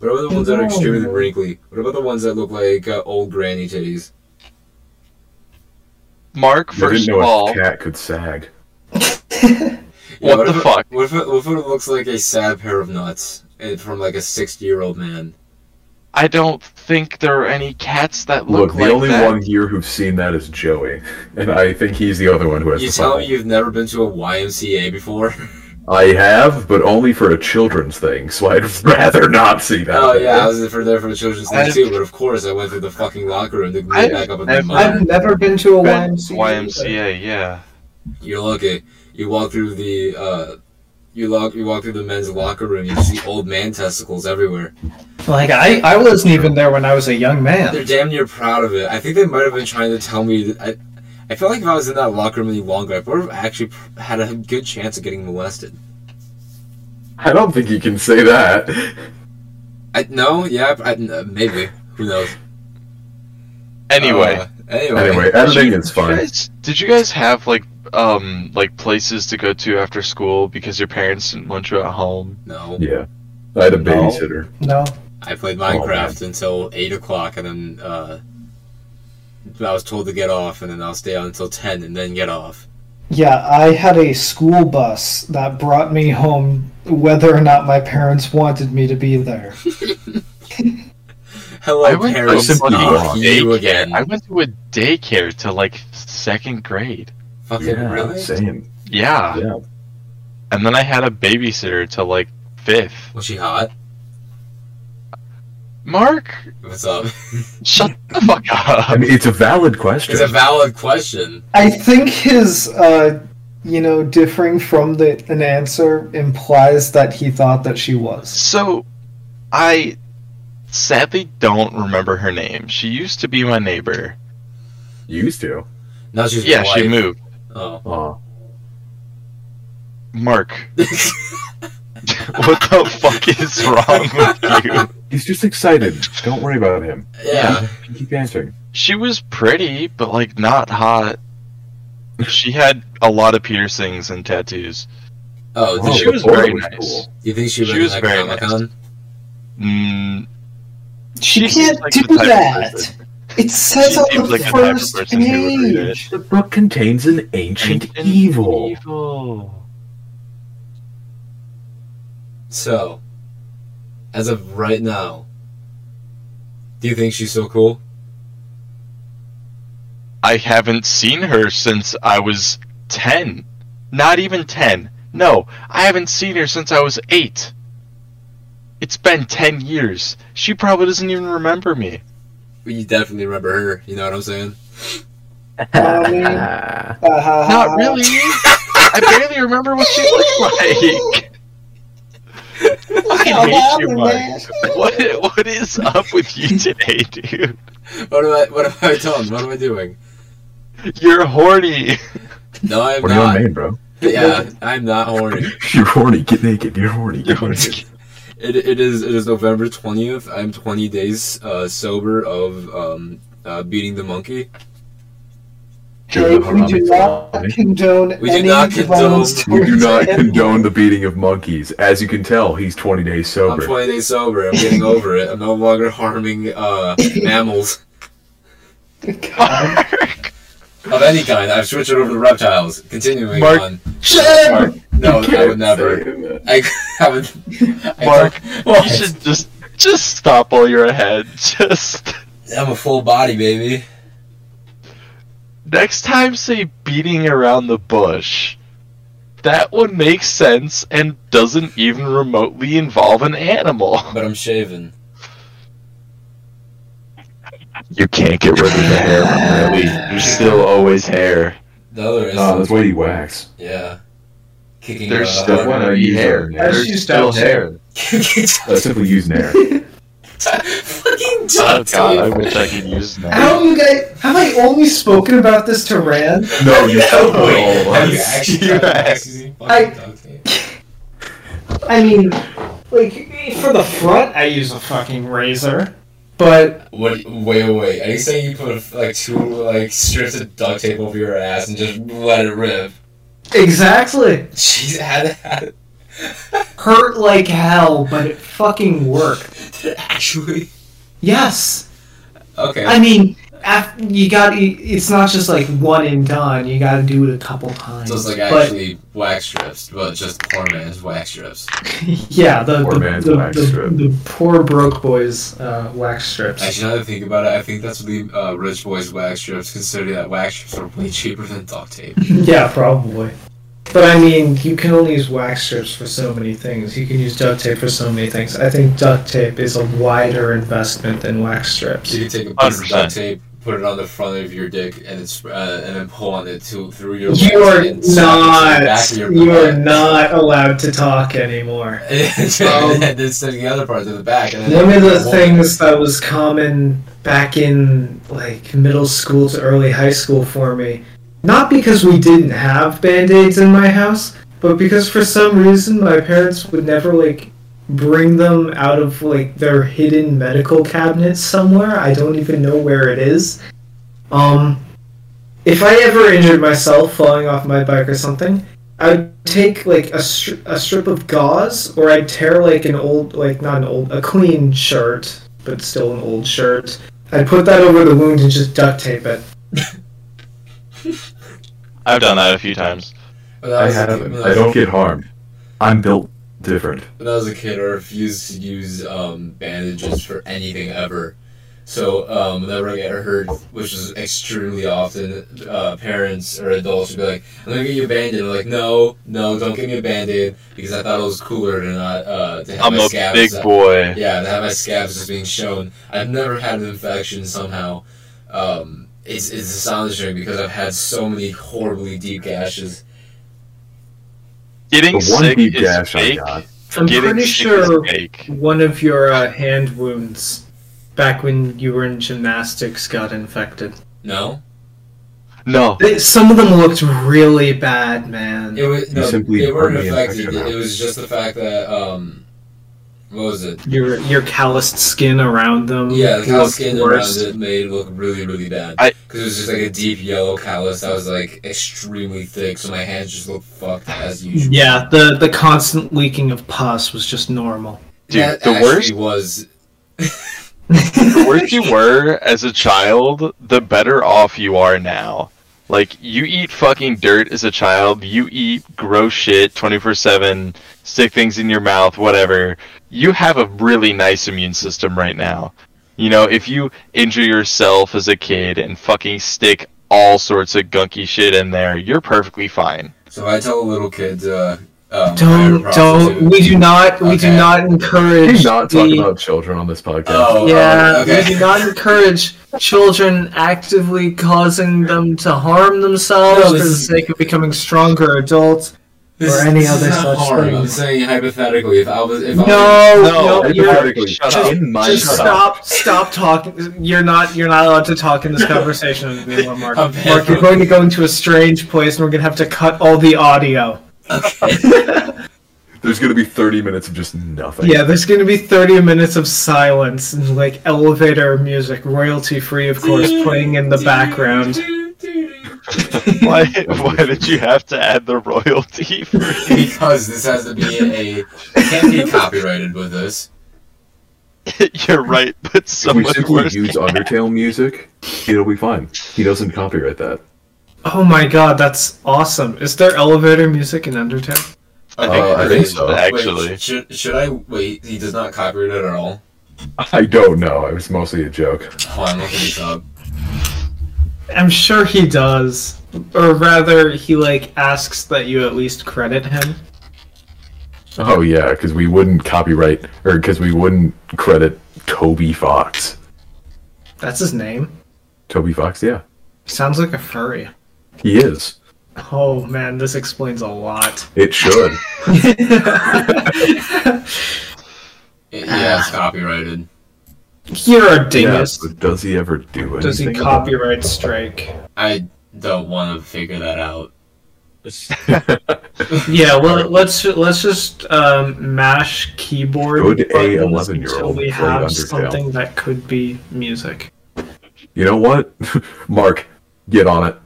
Speaker 1: What about the ones that are extremely
Speaker 4: No.
Speaker 1: wrinkly? What about the ones that look like uh, old granny titties?
Speaker 3: Mark,
Speaker 2: I didn't
Speaker 3: first
Speaker 2: know
Speaker 3: of all,
Speaker 2: a cat could sag.
Speaker 1: Yeah,
Speaker 3: What the
Speaker 1: if it-
Speaker 3: fuck?
Speaker 1: What if, it, what if it looks like a sad pair of nuts and from like a 60 year old man?
Speaker 3: I don't think there are any cats that
Speaker 2: Look,
Speaker 3: look,
Speaker 2: the
Speaker 3: like
Speaker 2: only
Speaker 3: that.
Speaker 2: one here who's seen that is Joey, and I think he's the other one who has.
Speaker 1: You
Speaker 2: the
Speaker 1: tell me
Speaker 2: problem.
Speaker 1: you've never been to a YMCA before?
Speaker 2: I have, but only for a children's thing, so I'd rather not see that.
Speaker 1: oh, yeah, I was there for, there for the children's thing
Speaker 3: I've-
Speaker 1: too, but of course I went through the fucking locker room to meet
Speaker 3: I've
Speaker 1: back up with my
Speaker 3: never-
Speaker 1: mom.
Speaker 4: I've never been to a
Speaker 3: Ben-
Speaker 4: YMCA. either.
Speaker 3: YMCA, yeah.
Speaker 1: You're lucky. You walk through the, uh, you, lock, you walk through the men's locker room, you see old man testicles everywhere.
Speaker 4: Like I, I wasn't even there when I was a young
Speaker 1: They're
Speaker 4: man.
Speaker 1: damn near proud of it. I think they might have been trying to tell me. That I, I feel like if I was in that locker room any longer, I would have actually pr- had a good chance of getting molested.
Speaker 2: I don't think you can say that.
Speaker 1: I, no, yeah, I, uh, maybe. Who knows?
Speaker 3: Anyway,
Speaker 1: Uh, anyway.
Speaker 2: Anyway, editing is
Speaker 3: did you
Speaker 2: fun.
Speaker 3: guys- did you guys have like um like places to go to after school because your parents didn't want you at home?
Speaker 1: No,
Speaker 2: Yeah, I had a
Speaker 4: No.
Speaker 2: babysitter.
Speaker 4: No,
Speaker 1: I played Minecraft until eight o'clock, and then uh, I was told to get off, and then I'll stay out until ten, and then get off.
Speaker 4: yeah, I had a school bus that brought me home, whether or not my parents wanted me to be there.
Speaker 1: Hello,
Speaker 3: I went to a
Speaker 1: parents.
Speaker 2: simply
Speaker 1: Fuck
Speaker 2: wrong.
Speaker 1: you
Speaker 3: daycare.
Speaker 1: again.
Speaker 3: I went to a daycare to like second grade.
Speaker 1: Fucking
Speaker 2: Yeah,
Speaker 1: really?
Speaker 2: same.
Speaker 3: Yeah.
Speaker 2: Yeah.
Speaker 3: And then I had a babysitter till like fifth.
Speaker 1: Was she hot?
Speaker 3: Mark,
Speaker 1: What's up?
Speaker 3: shut the fuck
Speaker 2: I
Speaker 3: up.
Speaker 2: mean, it's a valid question.
Speaker 1: It's a valid question.
Speaker 4: I think his, uh, you know, differing from the an answer implies that he thought that she was.
Speaker 3: So, I sadly don't remember her name. She used to be my neighbor.
Speaker 2: Used to.
Speaker 1: Now she's your
Speaker 3: Yeah, she
Speaker 1: wife.
Speaker 3: moved.
Speaker 1: Oh.
Speaker 2: Uh,
Speaker 3: Mark, what the fuck is wrong with you?
Speaker 2: he's just excited. Don't worry about him.
Speaker 1: yeah.
Speaker 2: Keep answering.
Speaker 3: She was pretty, but like not hot. She had a lot of piercings and tattoos.
Speaker 1: Oh,
Speaker 2: Wow,
Speaker 1: did
Speaker 3: she
Speaker 1: you,
Speaker 2: the
Speaker 3: was
Speaker 2: photo
Speaker 3: very nice.
Speaker 1: you think she,
Speaker 3: she
Speaker 1: was
Speaker 3: was
Speaker 1: at
Speaker 3: very
Speaker 1: Comic Con?
Speaker 3: Mm,
Speaker 4: She
Speaker 3: seems
Speaker 4: can't
Speaker 3: like
Speaker 4: do
Speaker 3: the type of
Speaker 4: that.
Speaker 3: person-
Speaker 4: It says
Speaker 3: She
Speaker 4: on
Speaker 3: seems
Speaker 4: the
Speaker 3: like the type of
Speaker 4: first
Speaker 3: person who would read it.
Speaker 4: page.
Speaker 2: The book contains an ancient,
Speaker 3: Ancient
Speaker 2: evil.
Speaker 3: evil.
Speaker 1: So, as of right now, do you think she's so cool?
Speaker 3: I haven't seen her since I was 10. Not even 10. No, I haven't seen her since I was 8. It's been 10 years. She probably doesn't even remember me.
Speaker 1: You definitely remember her. You know what I'm saying?
Speaker 4: Mommy. Uh,
Speaker 3: Not really. I barely remember what she looked like. I hate you, Mark. What, what is up with you today, dude?
Speaker 1: What am I? What am I done? What am I doing?
Speaker 3: You're horny.
Speaker 1: No, I'm
Speaker 2: What do you
Speaker 1: not.
Speaker 2: want, man, bro?
Speaker 1: Yeah, I'm not horny.
Speaker 2: You're horny. Get naked. You're horny. Get naked.
Speaker 1: It, it is it is November twentieth. I'm twenty days uh, sober of um, uh, beating the monkey.
Speaker 4: Hey,
Speaker 2: You're the
Speaker 4: we do
Speaker 2: harami
Speaker 4: not
Speaker 2: salami.
Speaker 4: condone
Speaker 1: We do
Speaker 4: any
Speaker 1: not condone-
Speaker 4: violence
Speaker 2: We do
Speaker 4: towards
Speaker 2: not
Speaker 4: any-
Speaker 2: condone the beating of monkeys. As you can tell, he's 20 days
Speaker 1: I'm
Speaker 2: sober.
Speaker 1: twenty days sober. I'm getting over it. I'm no longer harming uh, mammals
Speaker 3: Mark.
Speaker 1: of any kind. I've switched it over to reptiles. Continuing
Speaker 3: Mark-
Speaker 1: on.
Speaker 4: Sure.
Speaker 1: No,
Speaker 2: You
Speaker 1: I would
Speaker 2: can't
Speaker 1: never.
Speaker 2: say that.
Speaker 1: I haven't. I
Speaker 3: Mark,
Speaker 1: don't- Well,
Speaker 3: You should just just stop while you're ahead. Just
Speaker 1: I'm a full body baby.
Speaker 3: next time say beating around the bush. That would make sense and doesn't even remotely involve an animal.
Speaker 1: But I'm shaven.
Speaker 3: You can't get rid of the hair, really. There's still always hair.
Speaker 1: The other is
Speaker 2: No, Ah, Oh, that's why you wax.
Speaker 1: yeah. Kicking
Speaker 3: There's
Speaker 1: uh,
Speaker 3: still
Speaker 2: why not use
Speaker 3: hair.
Speaker 2: our hair?
Speaker 3: There's still hair.
Speaker 2: That's simply using air.
Speaker 1: Fucking John
Speaker 3: Oh god, I
Speaker 1: Taylor.
Speaker 3: wish I could use that.
Speaker 4: How you guys? Have I only spoken about this to Rand?
Speaker 2: No, you
Speaker 1: Oh,
Speaker 2: don't.
Speaker 1: wait.
Speaker 2: Oh,
Speaker 1: Have you
Speaker 2: that's-
Speaker 1: actually
Speaker 3: You
Speaker 1: tried to
Speaker 3: asked.
Speaker 1: actually fucking
Speaker 4: I-
Speaker 1: duct tape?
Speaker 4: I mean, like for the front, I use a fucking razor. But
Speaker 1: What? Wait, wait. Are you saying you put like two like strips of duct tape over your ass and just let it rip?
Speaker 4: exactly,
Speaker 1: Jeez, how did, how did
Speaker 4: hurt like hell, but it fucking worked.
Speaker 1: did it actually?
Speaker 4: Yes,
Speaker 1: Okay.
Speaker 4: I mean, af- you got. to It's not just like one and done. You got to do it a couple times.
Speaker 1: so it's like
Speaker 4: But-
Speaker 1: actually wax strips, but just poor man's wax strips.
Speaker 4: yeah, the
Speaker 2: Poor
Speaker 4: the,
Speaker 2: man's
Speaker 4: the,
Speaker 2: wax
Speaker 4: the,
Speaker 2: strip.
Speaker 4: the poor broke boys uh, wax strips.
Speaker 1: Actually, now that I think about it, I think that's the uh, rich boys' wax strips, considering that wax strips are way cheaper than duct tape.
Speaker 4: Yeah, probably. But I mean, you can only use wax strips for so many things. You can use duct tape for so many things. I think duct tape is a wider investment than wax strips.
Speaker 1: You can take a piece of
Speaker 3: 100%.
Speaker 1: duct tape, put it on the front of your dick, and it's uh, and then pull on it to, through your.
Speaker 4: You
Speaker 1: legs
Speaker 4: are
Speaker 1: and sock it to
Speaker 4: not.
Speaker 1: the back of your
Speaker 4: You are
Speaker 1: butt.
Speaker 4: not allowed to talk anymore.
Speaker 1: and then sending the other part to the back. And then
Speaker 4: One of the things that was common back in like middle school to early high school for me, not because we didn't have band-aids in my house, but because for some reason my parents would never like bring them out of like their hidden medical cabinet somewhere. I don't even know where it is. Um if I ever injured myself falling off my bike or something, I would take like a, stri- a strip of gauze, or I'd tear like an old, like not an old, a clean shirt, but still an old shirt. I'd put that over the wound and just duct tape it.
Speaker 3: I've done that a few times.
Speaker 1: When I
Speaker 2: I
Speaker 1: was a
Speaker 2: haven't.
Speaker 1: kid- when I
Speaker 2: I
Speaker 1: was
Speaker 2: don't get harmed. I'm built different.
Speaker 1: when I was a kid, I refused to use um, bandages for anything ever. So um, whenever I get hurt, which is extremely often, uh, parents or adults would be like, "I'm gonna get you a band-aid." I'm like, "No, no, don't give me a band-aid," because I thought it was cooler to not uh, to have
Speaker 3: I'm
Speaker 1: my
Speaker 3: a
Speaker 1: scabs.
Speaker 3: big boy.
Speaker 1: Yeah, and I have my scabs just being shown. I've never had an infection somehow. Um, it's, it's astonishing because I've had so many horribly deep gashes.
Speaker 3: Getting
Speaker 2: The one
Speaker 3: sick
Speaker 2: deep
Speaker 3: is
Speaker 2: gash I
Speaker 3: fake.
Speaker 2: got.
Speaker 4: I'm
Speaker 3: Getting
Speaker 4: pretty
Speaker 3: sick is
Speaker 4: sure
Speaker 3: fake.
Speaker 4: one of your uh, hand wounds back when you were in gymnastics got infected.
Speaker 1: No,
Speaker 3: No.
Speaker 4: They- Some of them looked really bad, man.
Speaker 1: it was
Speaker 2: You
Speaker 1: no,
Speaker 2: simply
Speaker 1: they weren't
Speaker 2: burn the
Speaker 1: infected.
Speaker 2: infection out.
Speaker 1: It was just the fact that um, what was it?
Speaker 4: Your your calloused skin around them.
Speaker 1: Yeah, the
Speaker 4: Mm, looked
Speaker 1: callus skin
Speaker 4: worse.
Speaker 1: around it made it look really, really bad.
Speaker 3: I-
Speaker 1: Because it was just like a deep yellow callus that was like extremely thick, so my hands just looked fucked as usual.
Speaker 4: Yeah, the the constant leaking of pus was just normal.
Speaker 3: Dude,
Speaker 1: That
Speaker 3: the
Speaker 1: actually was
Speaker 3: worst- The worse you were as a child, the better off you are now. Like, you eat fucking dirt as a child, you eat gross shit 24 7, stick things in your mouth, whatever. You have a really nice immune system right now. You know, if you injure yourself as a kid and fucking stick all sorts of gunky shit in there, you're perfectly fine.
Speaker 1: so. I tell a little kid, uh, um,
Speaker 4: Don't
Speaker 1: hire a
Speaker 4: don't. We do not we do
Speaker 1: Okay.
Speaker 4: not
Speaker 2: Can
Speaker 4: encourage.
Speaker 2: you not talk
Speaker 4: the-
Speaker 2: about children on this podcast?
Speaker 1: Oh,
Speaker 4: Yeah,
Speaker 1: oh, okay.
Speaker 4: we do not encourage children actively causing them to harm themselves
Speaker 1: No,
Speaker 4: for
Speaker 1: this
Speaker 4: the
Speaker 1: is-
Speaker 4: sake of becoming stronger adults.
Speaker 1: This,
Speaker 4: or
Speaker 1: is-
Speaker 4: any
Speaker 1: this
Speaker 4: other
Speaker 1: is not
Speaker 4: such
Speaker 1: harm.
Speaker 4: thing.
Speaker 1: I'm saying hypothetically, if I was, if
Speaker 4: No,
Speaker 1: I
Speaker 4: no, you're,
Speaker 2: hypothetically,
Speaker 3: shut
Speaker 4: up.
Speaker 2: in my
Speaker 4: just
Speaker 2: shut up.
Speaker 4: stop, stop talking. You're not, you're not allowed to talk in this conversation with me anymore, Mark.
Speaker 1: I'm bad.
Speaker 4: Mark, you're going to go into a strange place, and we're going to have to cut all the audio.
Speaker 2: There's gonna be 30 minutes of just nothing.
Speaker 4: Yeah, there's going to be 30 minutes of silence and like elevator music, royalty free, of course, playing in the background.
Speaker 3: Why, why did you have to add the royalty for
Speaker 1: because this has to be a can't be copyrighted with this.
Speaker 3: You're right, but so
Speaker 2: If we
Speaker 3: much
Speaker 2: simply
Speaker 3: worse.
Speaker 2: use Undertale music, it'll be fine. He doesn't copyright that.
Speaker 4: Oh my god, that's awesome! Is there elevator music in Undertale?
Speaker 3: I
Speaker 2: think- Uh, I think so.
Speaker 1: Wait,
Speaker 3: Actually,
Speaker 1: should, should I wait? He does not copyright it at all.
Speaker 2: I don't know. It was mostly a joke.
Speaker 1: Oh, I'm looking this up.
Speaker 4: I'm sure he does, or rather, he like asks that you at least credit him.
Speaker 2: Oh yeah, because we wouldn't copyright or because we wouldn't credit Toby Fox.
Speaker 4: That's his name.
Speaker 2: Toby Fox, yeah,
Speaker 4: Sounds like a furry.
Speaker 2: he is.
Speaker 4: Oh man, this explains a lot.
Speaker 2: It should.
Speaker 1: It- yeah,
Speaker 4: Ah.
Speaker 1: it's copyrighted.
Speaker 4: You're a
Speaker 2: yeah,
Speaker 4: dingus.
Speaker 2: but does he ever do anything?
Speaker 4: Does he
Speaker 2: about it?
Speaker 4: copyright strike?
Speaker 1: I don't want to figure that out.
Speaker 4: Yeah. Well, let's let's just um, mash keyboard
Speaker 2: Good A
Speaker 4: buttons
Speaker 2: 11-year-old
Speaker 4: until we
Speaker 2: play
Speaker 4: have
Speaker 2: Undertale.
Speaker 4: something that could be music.
Speaker 2: You know what, Mark? Get on it.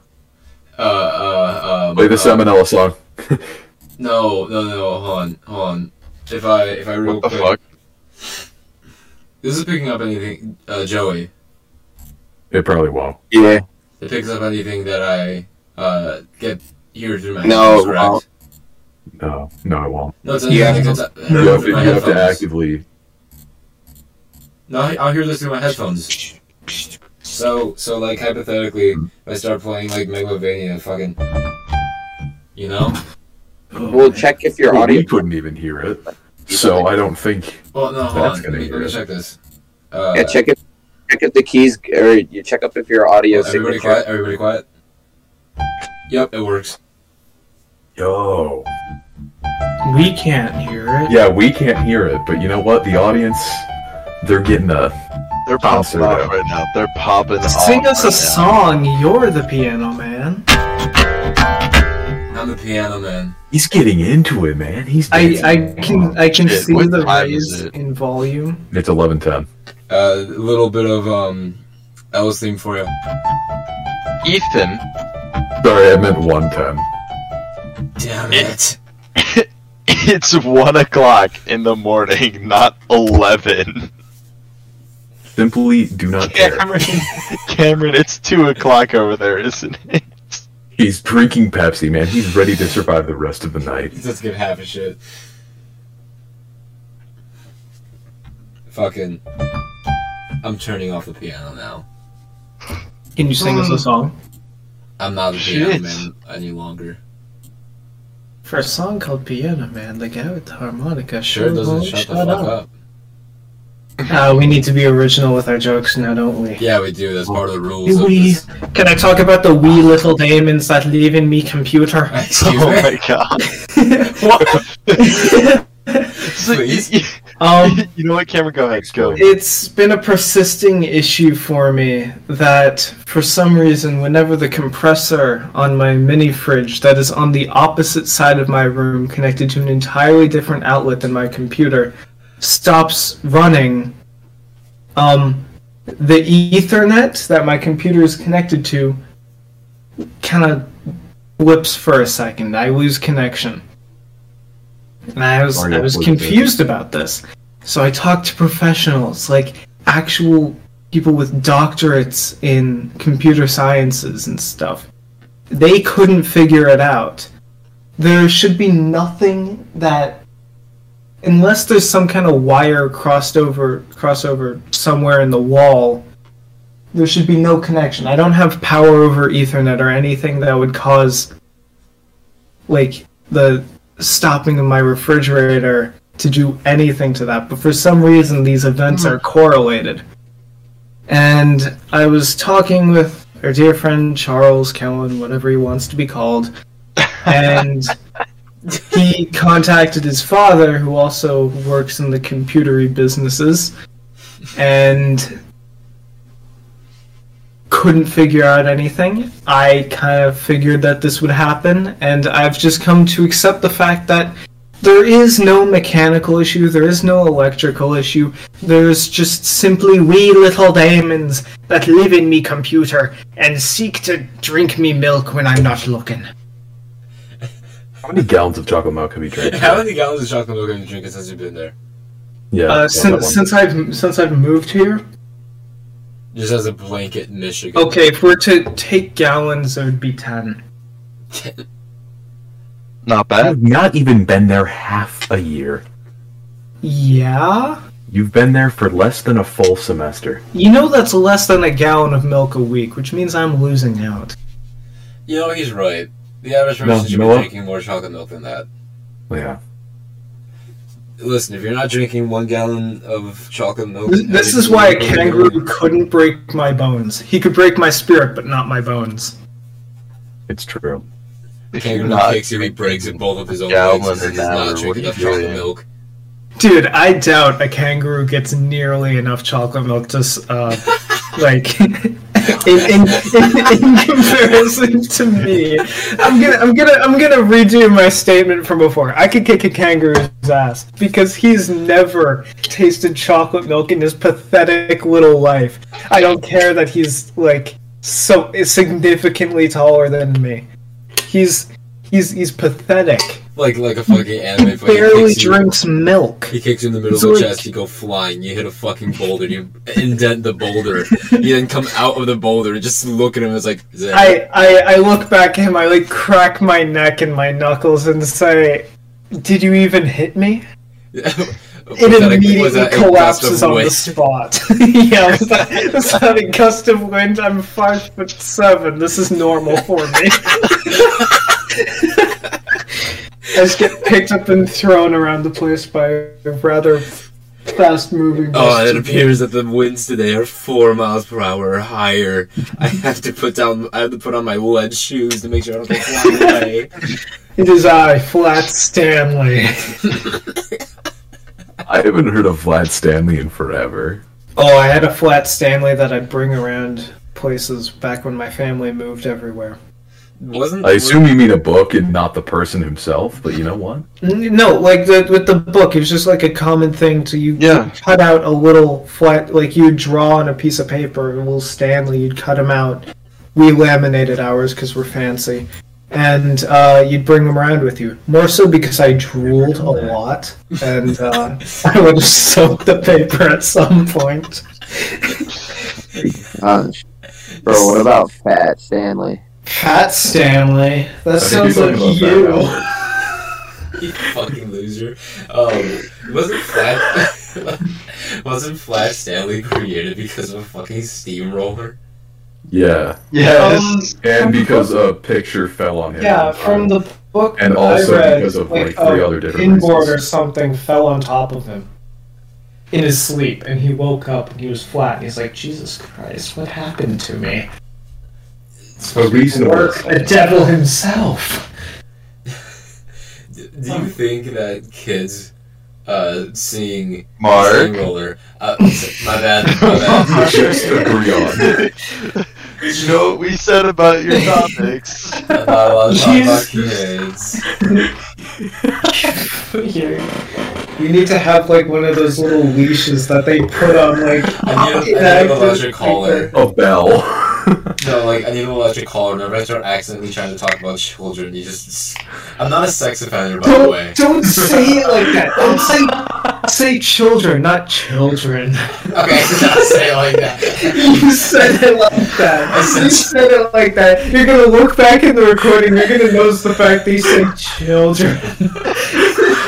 Speaker 1: Uh, uh, um,
Speaker 2: Play the
Speaker 1: uh,
Speaker 2: Salmonella song.
Speaker 1: No, no, no. Hold on, hold on. If I, if I real
Speaker 3: what the
Speaker 1: quick,
Speaker 3: fuck?
Speaker 1: this is picking up anything. Uh, Joey,
Speaker 2: It probably won't.
Speaker 6: Yeah.
Speaker 1: it picks up anything that I uh get here through my
Speaker 6: No,
Speaker 1: headphones,
Speaker 6: it
Speaker 1: correct?
Speaker 6: won't.
Speaker 2: No, no, it won't.
Speaker 1: No, it's
Speaker 6: You
Speaker 1: anything
Speaker 6: have
Speaker 1: that's
Speaker 2: You have to,
Speaker 1: through
Speaker 2: you
Speaker 1: my
Speaker 2: have to
Speaker 1: headphones.
Speaker 2: actively.
Speaker 1: No, I, I'll hear this through my headphones. So, so like hypothetically, if I start playing like Megalovania, fucking, you know?
Speaker 6: We'll check if your
Speaker 2: Well,
Speaker 6: audio.
Speaker 2: we couldn't even hear it, so I don't think.
Speaker 1: Well, no, hold
Speaker 2: That's
Speaker 1: on.
Speaker 2: gonna
Speaker 1: Let me,
Speaker 2: hear
Speaker 1: let me
Speaker 2: it.
Speaker 1: check this. Uh,
Speaker 6: Yeah, check if check if the keys or you check up if your audio
Speaker 1: everybody
Speaker 6: signature.
Speaker 1: quiet. Everybody quiet. Yep, it works.
Speaker 2: Yo.
Speaker 4: We can't hear it.
Speaker 2: Yeah, we can't hear it, but you know what? The audience, they're getting a.
Speaker 3: They're
Speaker 2: Concert,
Speaker 3: popping off
Speaker 2: though.
Speaker 3: right now. They're popping off.
Speaker 4: Sing us a
Speaker 3: right now.
Speaker 4: song. You're the piano man.
Speaker 1: I'm the piano man.
Speaker 2: He's getting into it, man. He's.
Speaker 4: I,
Speaker 2: dancing.
Speaker 4: I can I can
Speaker 3: Shit,
Speaker 4: see
Speaker 3: what
Speaker 4: the
Speaker 3: time is
Speaker 4: raise
Speaker 3: it?
Speaker 4: in volume.
Speaker 2: It's eleven ten.
Speaker 1: Uh, a little bit of um, Ellis theme for you.
Speaker 3: Ethan,
Speaker 2: Sorry, I meant one ten.
Speaker 1: Damn it!
Speaker 3: it's one o'clock in the morning, not eleven.
Speaker 2: Simply do not care.
Speaker 3: Cameron, Cameron, it's two o'clock over there, isn't it?
Speaker 2: He's drinking Pepsi, man. He's ready to survive the rest of the night.
Speaker 1: He doesn't give half a shit. Fucking. I'm turning off the piano now.
Speaker 4: Can you sing us a song?
Speaker 1: I'm not a
Speaker 3: Shit.
Speaker 1: piano man any longer.
Speaker 4: For a song called Piano Man, the guy with the harmonica
Speaker 1: Sure
Speaker 4: sure
Speaker 1: doesn't
Speaker 4: won't
Speaker 1: shut the fuck up.
Speaker 4: Uh, we need to be original with our jokes now, don't we?
Speaker 1: Yeah, we do. That's part of the rules.
Speaker 4: Do
Speaker 1: Of
Speaker 4: we-
Speaker 1: this.
Speaker 4: Can I talk about the wee little demons that live in me computer?
Speaker 1: Excuse
Speaker 3: oh
Speaker 1: me.
Speaker 3: my god. What? So, you,
Speaker 1: Please.
Speaker 3: you-
Speaker 4: um,
Speaker 3: you know what, Cameron? Go ahead. Go.
Speaker 4: it's been a persisting issue for me that for some reason whenever the compressor on my mini fridge that is on the opposite side of my room connected to an entirely different outlet than my computer stops running um the ethernet that my computer is connected to kind of blips for a second i lose connection and i was
Speaker 2: Are you
Speaker 4: i was
Speaker 2: uploaded there?
Speaker 4: confused about this so I talked to professionals, like actual people with doctorates in computer sciences and stuff. They couldn't figure it out. There should be nothing that unless there's some kind of wire crossed over crossover somewhere in the wall, there should be no connection. I don't have power over ethernet or anything that would cause like the stopping of my refrigerator to do anything to that, but for some reason these events are correlated. And I was talking with our dear friend Charles Kellen, whatever he wants to be called, and he contacted his father, who also works in the computery businesses, and couldn't figure out anything. I kind of figured that this would happen, and I've just come to accept the fact that there is no mechanical issue, there is no electrical issue, there's just simply wee little demons that live in me computer and seek to drink me milk when I'm not looking.
Speaker 2: How many gallons of chocolate milk have you drank?
Speaker 1: How many gallons of chocolate milk have you drinking since you've been there?
Speaker 2: Yeah.
Speaker 4: Uh,
Speaker 2: yeah, that
Speaker 4: since
Speaker 2: one.
Speaker 4: since I've since I've moved here,
Speaker 1: Just as a blanket, Michigan.
Speaker 4: okay, if we're to take gallons, it would be ten.
Speaker 3: Not bad.
Speaker 2: I've not even been there half a year.
Speaker 4: Yeah,
Speaker 2: You've been there for less than a full semester.
Speaker 4: you know that's less than a gallon of milk a week, which means I'm losing out.
Speaker 1: You know he's right. The average
Speaker 2: No,
Speaker 1: person
Speaker 2: you
Speaker 1: should
Speaker 2: know
Speaker 1: be
Speaker 2: what?
Speaker 1: drinking more chocolate milk than that.
Speaker 2: Yeah.
Speaker 1: Listen, if you're not drinking one gallon of chocolate milk,
Speaker 4: This,
Speaker 1: every
Speaker 4: this is why a
Speaker 1: single day-
Speaker 4: kangaroo couldn't break my bones. He could break my spirit, but not my bones.
Speaker 2: It's true.
Speaker 3: If you're
Speaker 1: Kangaroo
Speaker 3: not
Speaker 1: kicks you, he breaks and both of his own
Speaker 3: gallon
Speaker 1: legs because
Speaker 3: an
Speaker 1: he's not
Speaker 3: hour, what
Speaker 1: drinking
Speaker 3: are
Speaker 1: enough
Speaker 3: you
Speaker 1: chocolate
Speaker 3: doing?
Speaker 1: milk.
Speaker 4: Dude, I doubt a kangaroo gets nearly enough chocolate milk to, s- uh, like, in, in, in, in comparison to me. I'm gonna, I'm gonna, I'm gonna redo my statement from before. I could kick a kangaroo's ass because he's never tasted chocolate milk in his pathetic little life. I don't care that he's like so significantly taller than me. He's, he's, he's pathetic.
Speaker 1: Like like a fucking anime fight.
Speaker 4: Barely
Speaker 1: he, kicks you,
Speaker 4: drinks milk.
Speaker 1: he kicks you in the middle
Speaker 4: It's
Speaker 1: of the
Speaker 4: like-
Speaker 1: chest, you go flying, you hit a fucking boulder, you indent the boulder. you then come out of the boulder and just look at him as like, is that it?
Speaker 4: I, I I look back at him. I like crack my neck and my knuckles and say, "Did you even hit me?"
Speaker 1: Was
Speaker 4: It
Speaker 1: that a- was
Speaker 4: immediately
Speaker 1: that a gust of
Speaker 4: collapses on the
Speaker 1: wind?
Speaker 4: spot. yeah, was that, was that a gust of wind? I'm five foot seven. This is normal for me. I just get picked up and thrown around the place by a rather fast-moving.
Speaker 1: Oh, it
Speaker 4: beast.
Speaker 1: appears that the winds today are four miles per hour or higher. I have to put down, I have to put on my lead shoes to make sure I don't get flying away.
Speaker 4: It is I, Flat Stanley.
Speaker 2: I haven't heard of Vlad Stanley in forever.
Speaker 4: Oh, I had a flat Stanley that I'd bring around places back when my family moved everywhere.
Speaker 1: Wasn't
Speaker 2: I assume you mean a book and not the person himself, but you know what?
Speaker 4: N- No, like the, with the book, it was just like a common thing to you
Speaker 3: Yeah.
Speaker 4: cut out a little flat, like you'd draw on a piece of paper a little Stanley, you'd cut him out. We laminated ours because we're fancy, and uh, you'd bring them around with you. More so because I drooled a lot, and uh, I would have soaked the paper at some point.
Speaker 6: Gosh. Bro, what about Fat Stanley?
Speaker 4: Pat Stanley, that
Speaker 2: I think
Speaker 4: sounds like
Speaker 2: you're talking
Speaker 4: you.
Speaker 2: about that, Albert.
Speaker 1: you fucking loser. Um, wasn't flat. Wasn't Flash Stanley created because of a fucking steamroller?
Speaker 2: Yeah,
Speaker 4: Um,
Speaker 2: and because a picture fell on him.
Speaker 4: yeah, from the book
Speaker 2: um, And also
Speaker 4: I read,
Speaker 2: because of, like,
Speaker 4: a
Speaker 2: three other different
Speaker 4: pinboard
Speaker 2: reasons.
Speaker 4: or something fell on top of him in his sleep, and he woke up and he was flat, and he's like, Jesus Christ, what happened to me?
Speaker 2: a reasonable.
Speaker 4: Work the devil himself.
Speaker 1: D- do you think that kids uh, seeing
Speaker 3: Mark.
Speaker 1: steamroller? Uh, my bad. My bad.
Speaker 2: We just agree on.
Speaker 3: you know what we said about your topics.
Speaker 1: I'm not allowed to talk about
Speaker 4: Jesus.
Speaker 1: kids.
Speaker 4: you need to have like one of those little leashes that they put on like
Speaker 1: I need, a, I need an electric collar.
Speaker 2: A bell.
Speaker 1: No, like I need an electric collar. Whenever I start accidentally trying to talk about children, you just. I'm not a sex offender, by the way.
Speaker 4: Don't, don't say it like that. Don't say say children, not children.
Speaker 1: Okay, I did not say it like that.
Speaker 4: You said it like that. You said it like that. You're gonna look back in the recording. You're gonna notice the fact that you said children.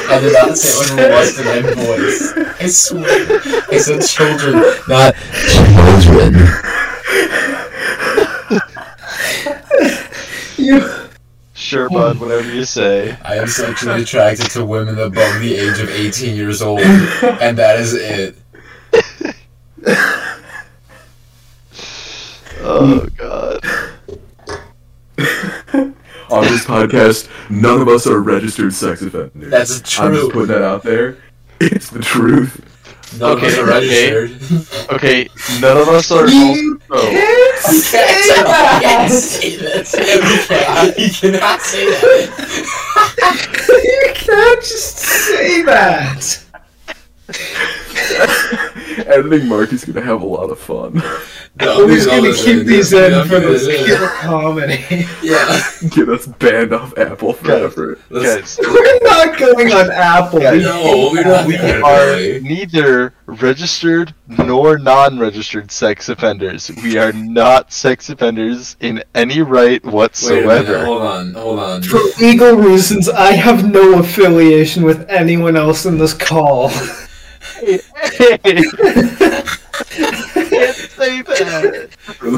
Speaker 1: I did not say it with less than my voice. I swear. I said children, not children.
Speaker 4: You
Speaker 3: Sure, bud, whatever you say.
Speaker 1: I am sexually attracted to women above the age of 18 years old, and that is it.
Speaker 3: Oh, God.
Speaker 2: on this podcast, none of us are registered sex offenders.
Speaker 1: That's
Speaker 2: I'm just
Speaker 1: true.
Speaker 2: putting that out there. It's the truth.
Speaker 1: None
Speaker 3: Okay,
Speaker 1: of us are
Speaker 3: okay.
Speaker 1: registered.
Speaker 3: Okay, none of us are.
Speaker 4: You
Speaker 1: Oh.
Speaker 3: also-
Speaker 4: can't say that.
Speaker 1: say that. You cannot say that.
Speaker 4: You can't just say that.
Speaker 2: Editing Mark is gonna have a lot of fun.
Speaker 1: No,
Speaker 4: We're
Speaker 1: these
Speaker 4: just gonna
Speaker 1: others are
Speaker 4: keep these
Speaker 1: good.
Speaker 4: in
Speaker 1: Yeah,
Speaker 4: for
Speaker 1: these
Speaker 4: the
Speaker 1: are
Speaker 4: pure comedy.
Speaker 1: good. Yeah.
Speaker 2: Get us banned off Apple forever.
Speaker 1: Let's-
Speaker 3: Guys,
Speaker 4: We're not going on Apple.
Speaker 1: No, we're not
Speaker 3: we
Speaker 1: gonna
Speaker 3: are
Speaker 1: really.
Speaker 3: neither registered nor non-registered sex offenders. We are not sex offenders in any
Speaker 1: Wait
Speaker 3: right
Speaker 1: a minute,
Speaker 3: whatsoever.
Speaker 1: hold on, hold on.
Speaker 4: For legal reasons, I have no affiliation with anyone else in this call.
Speaker 3: Can't say that.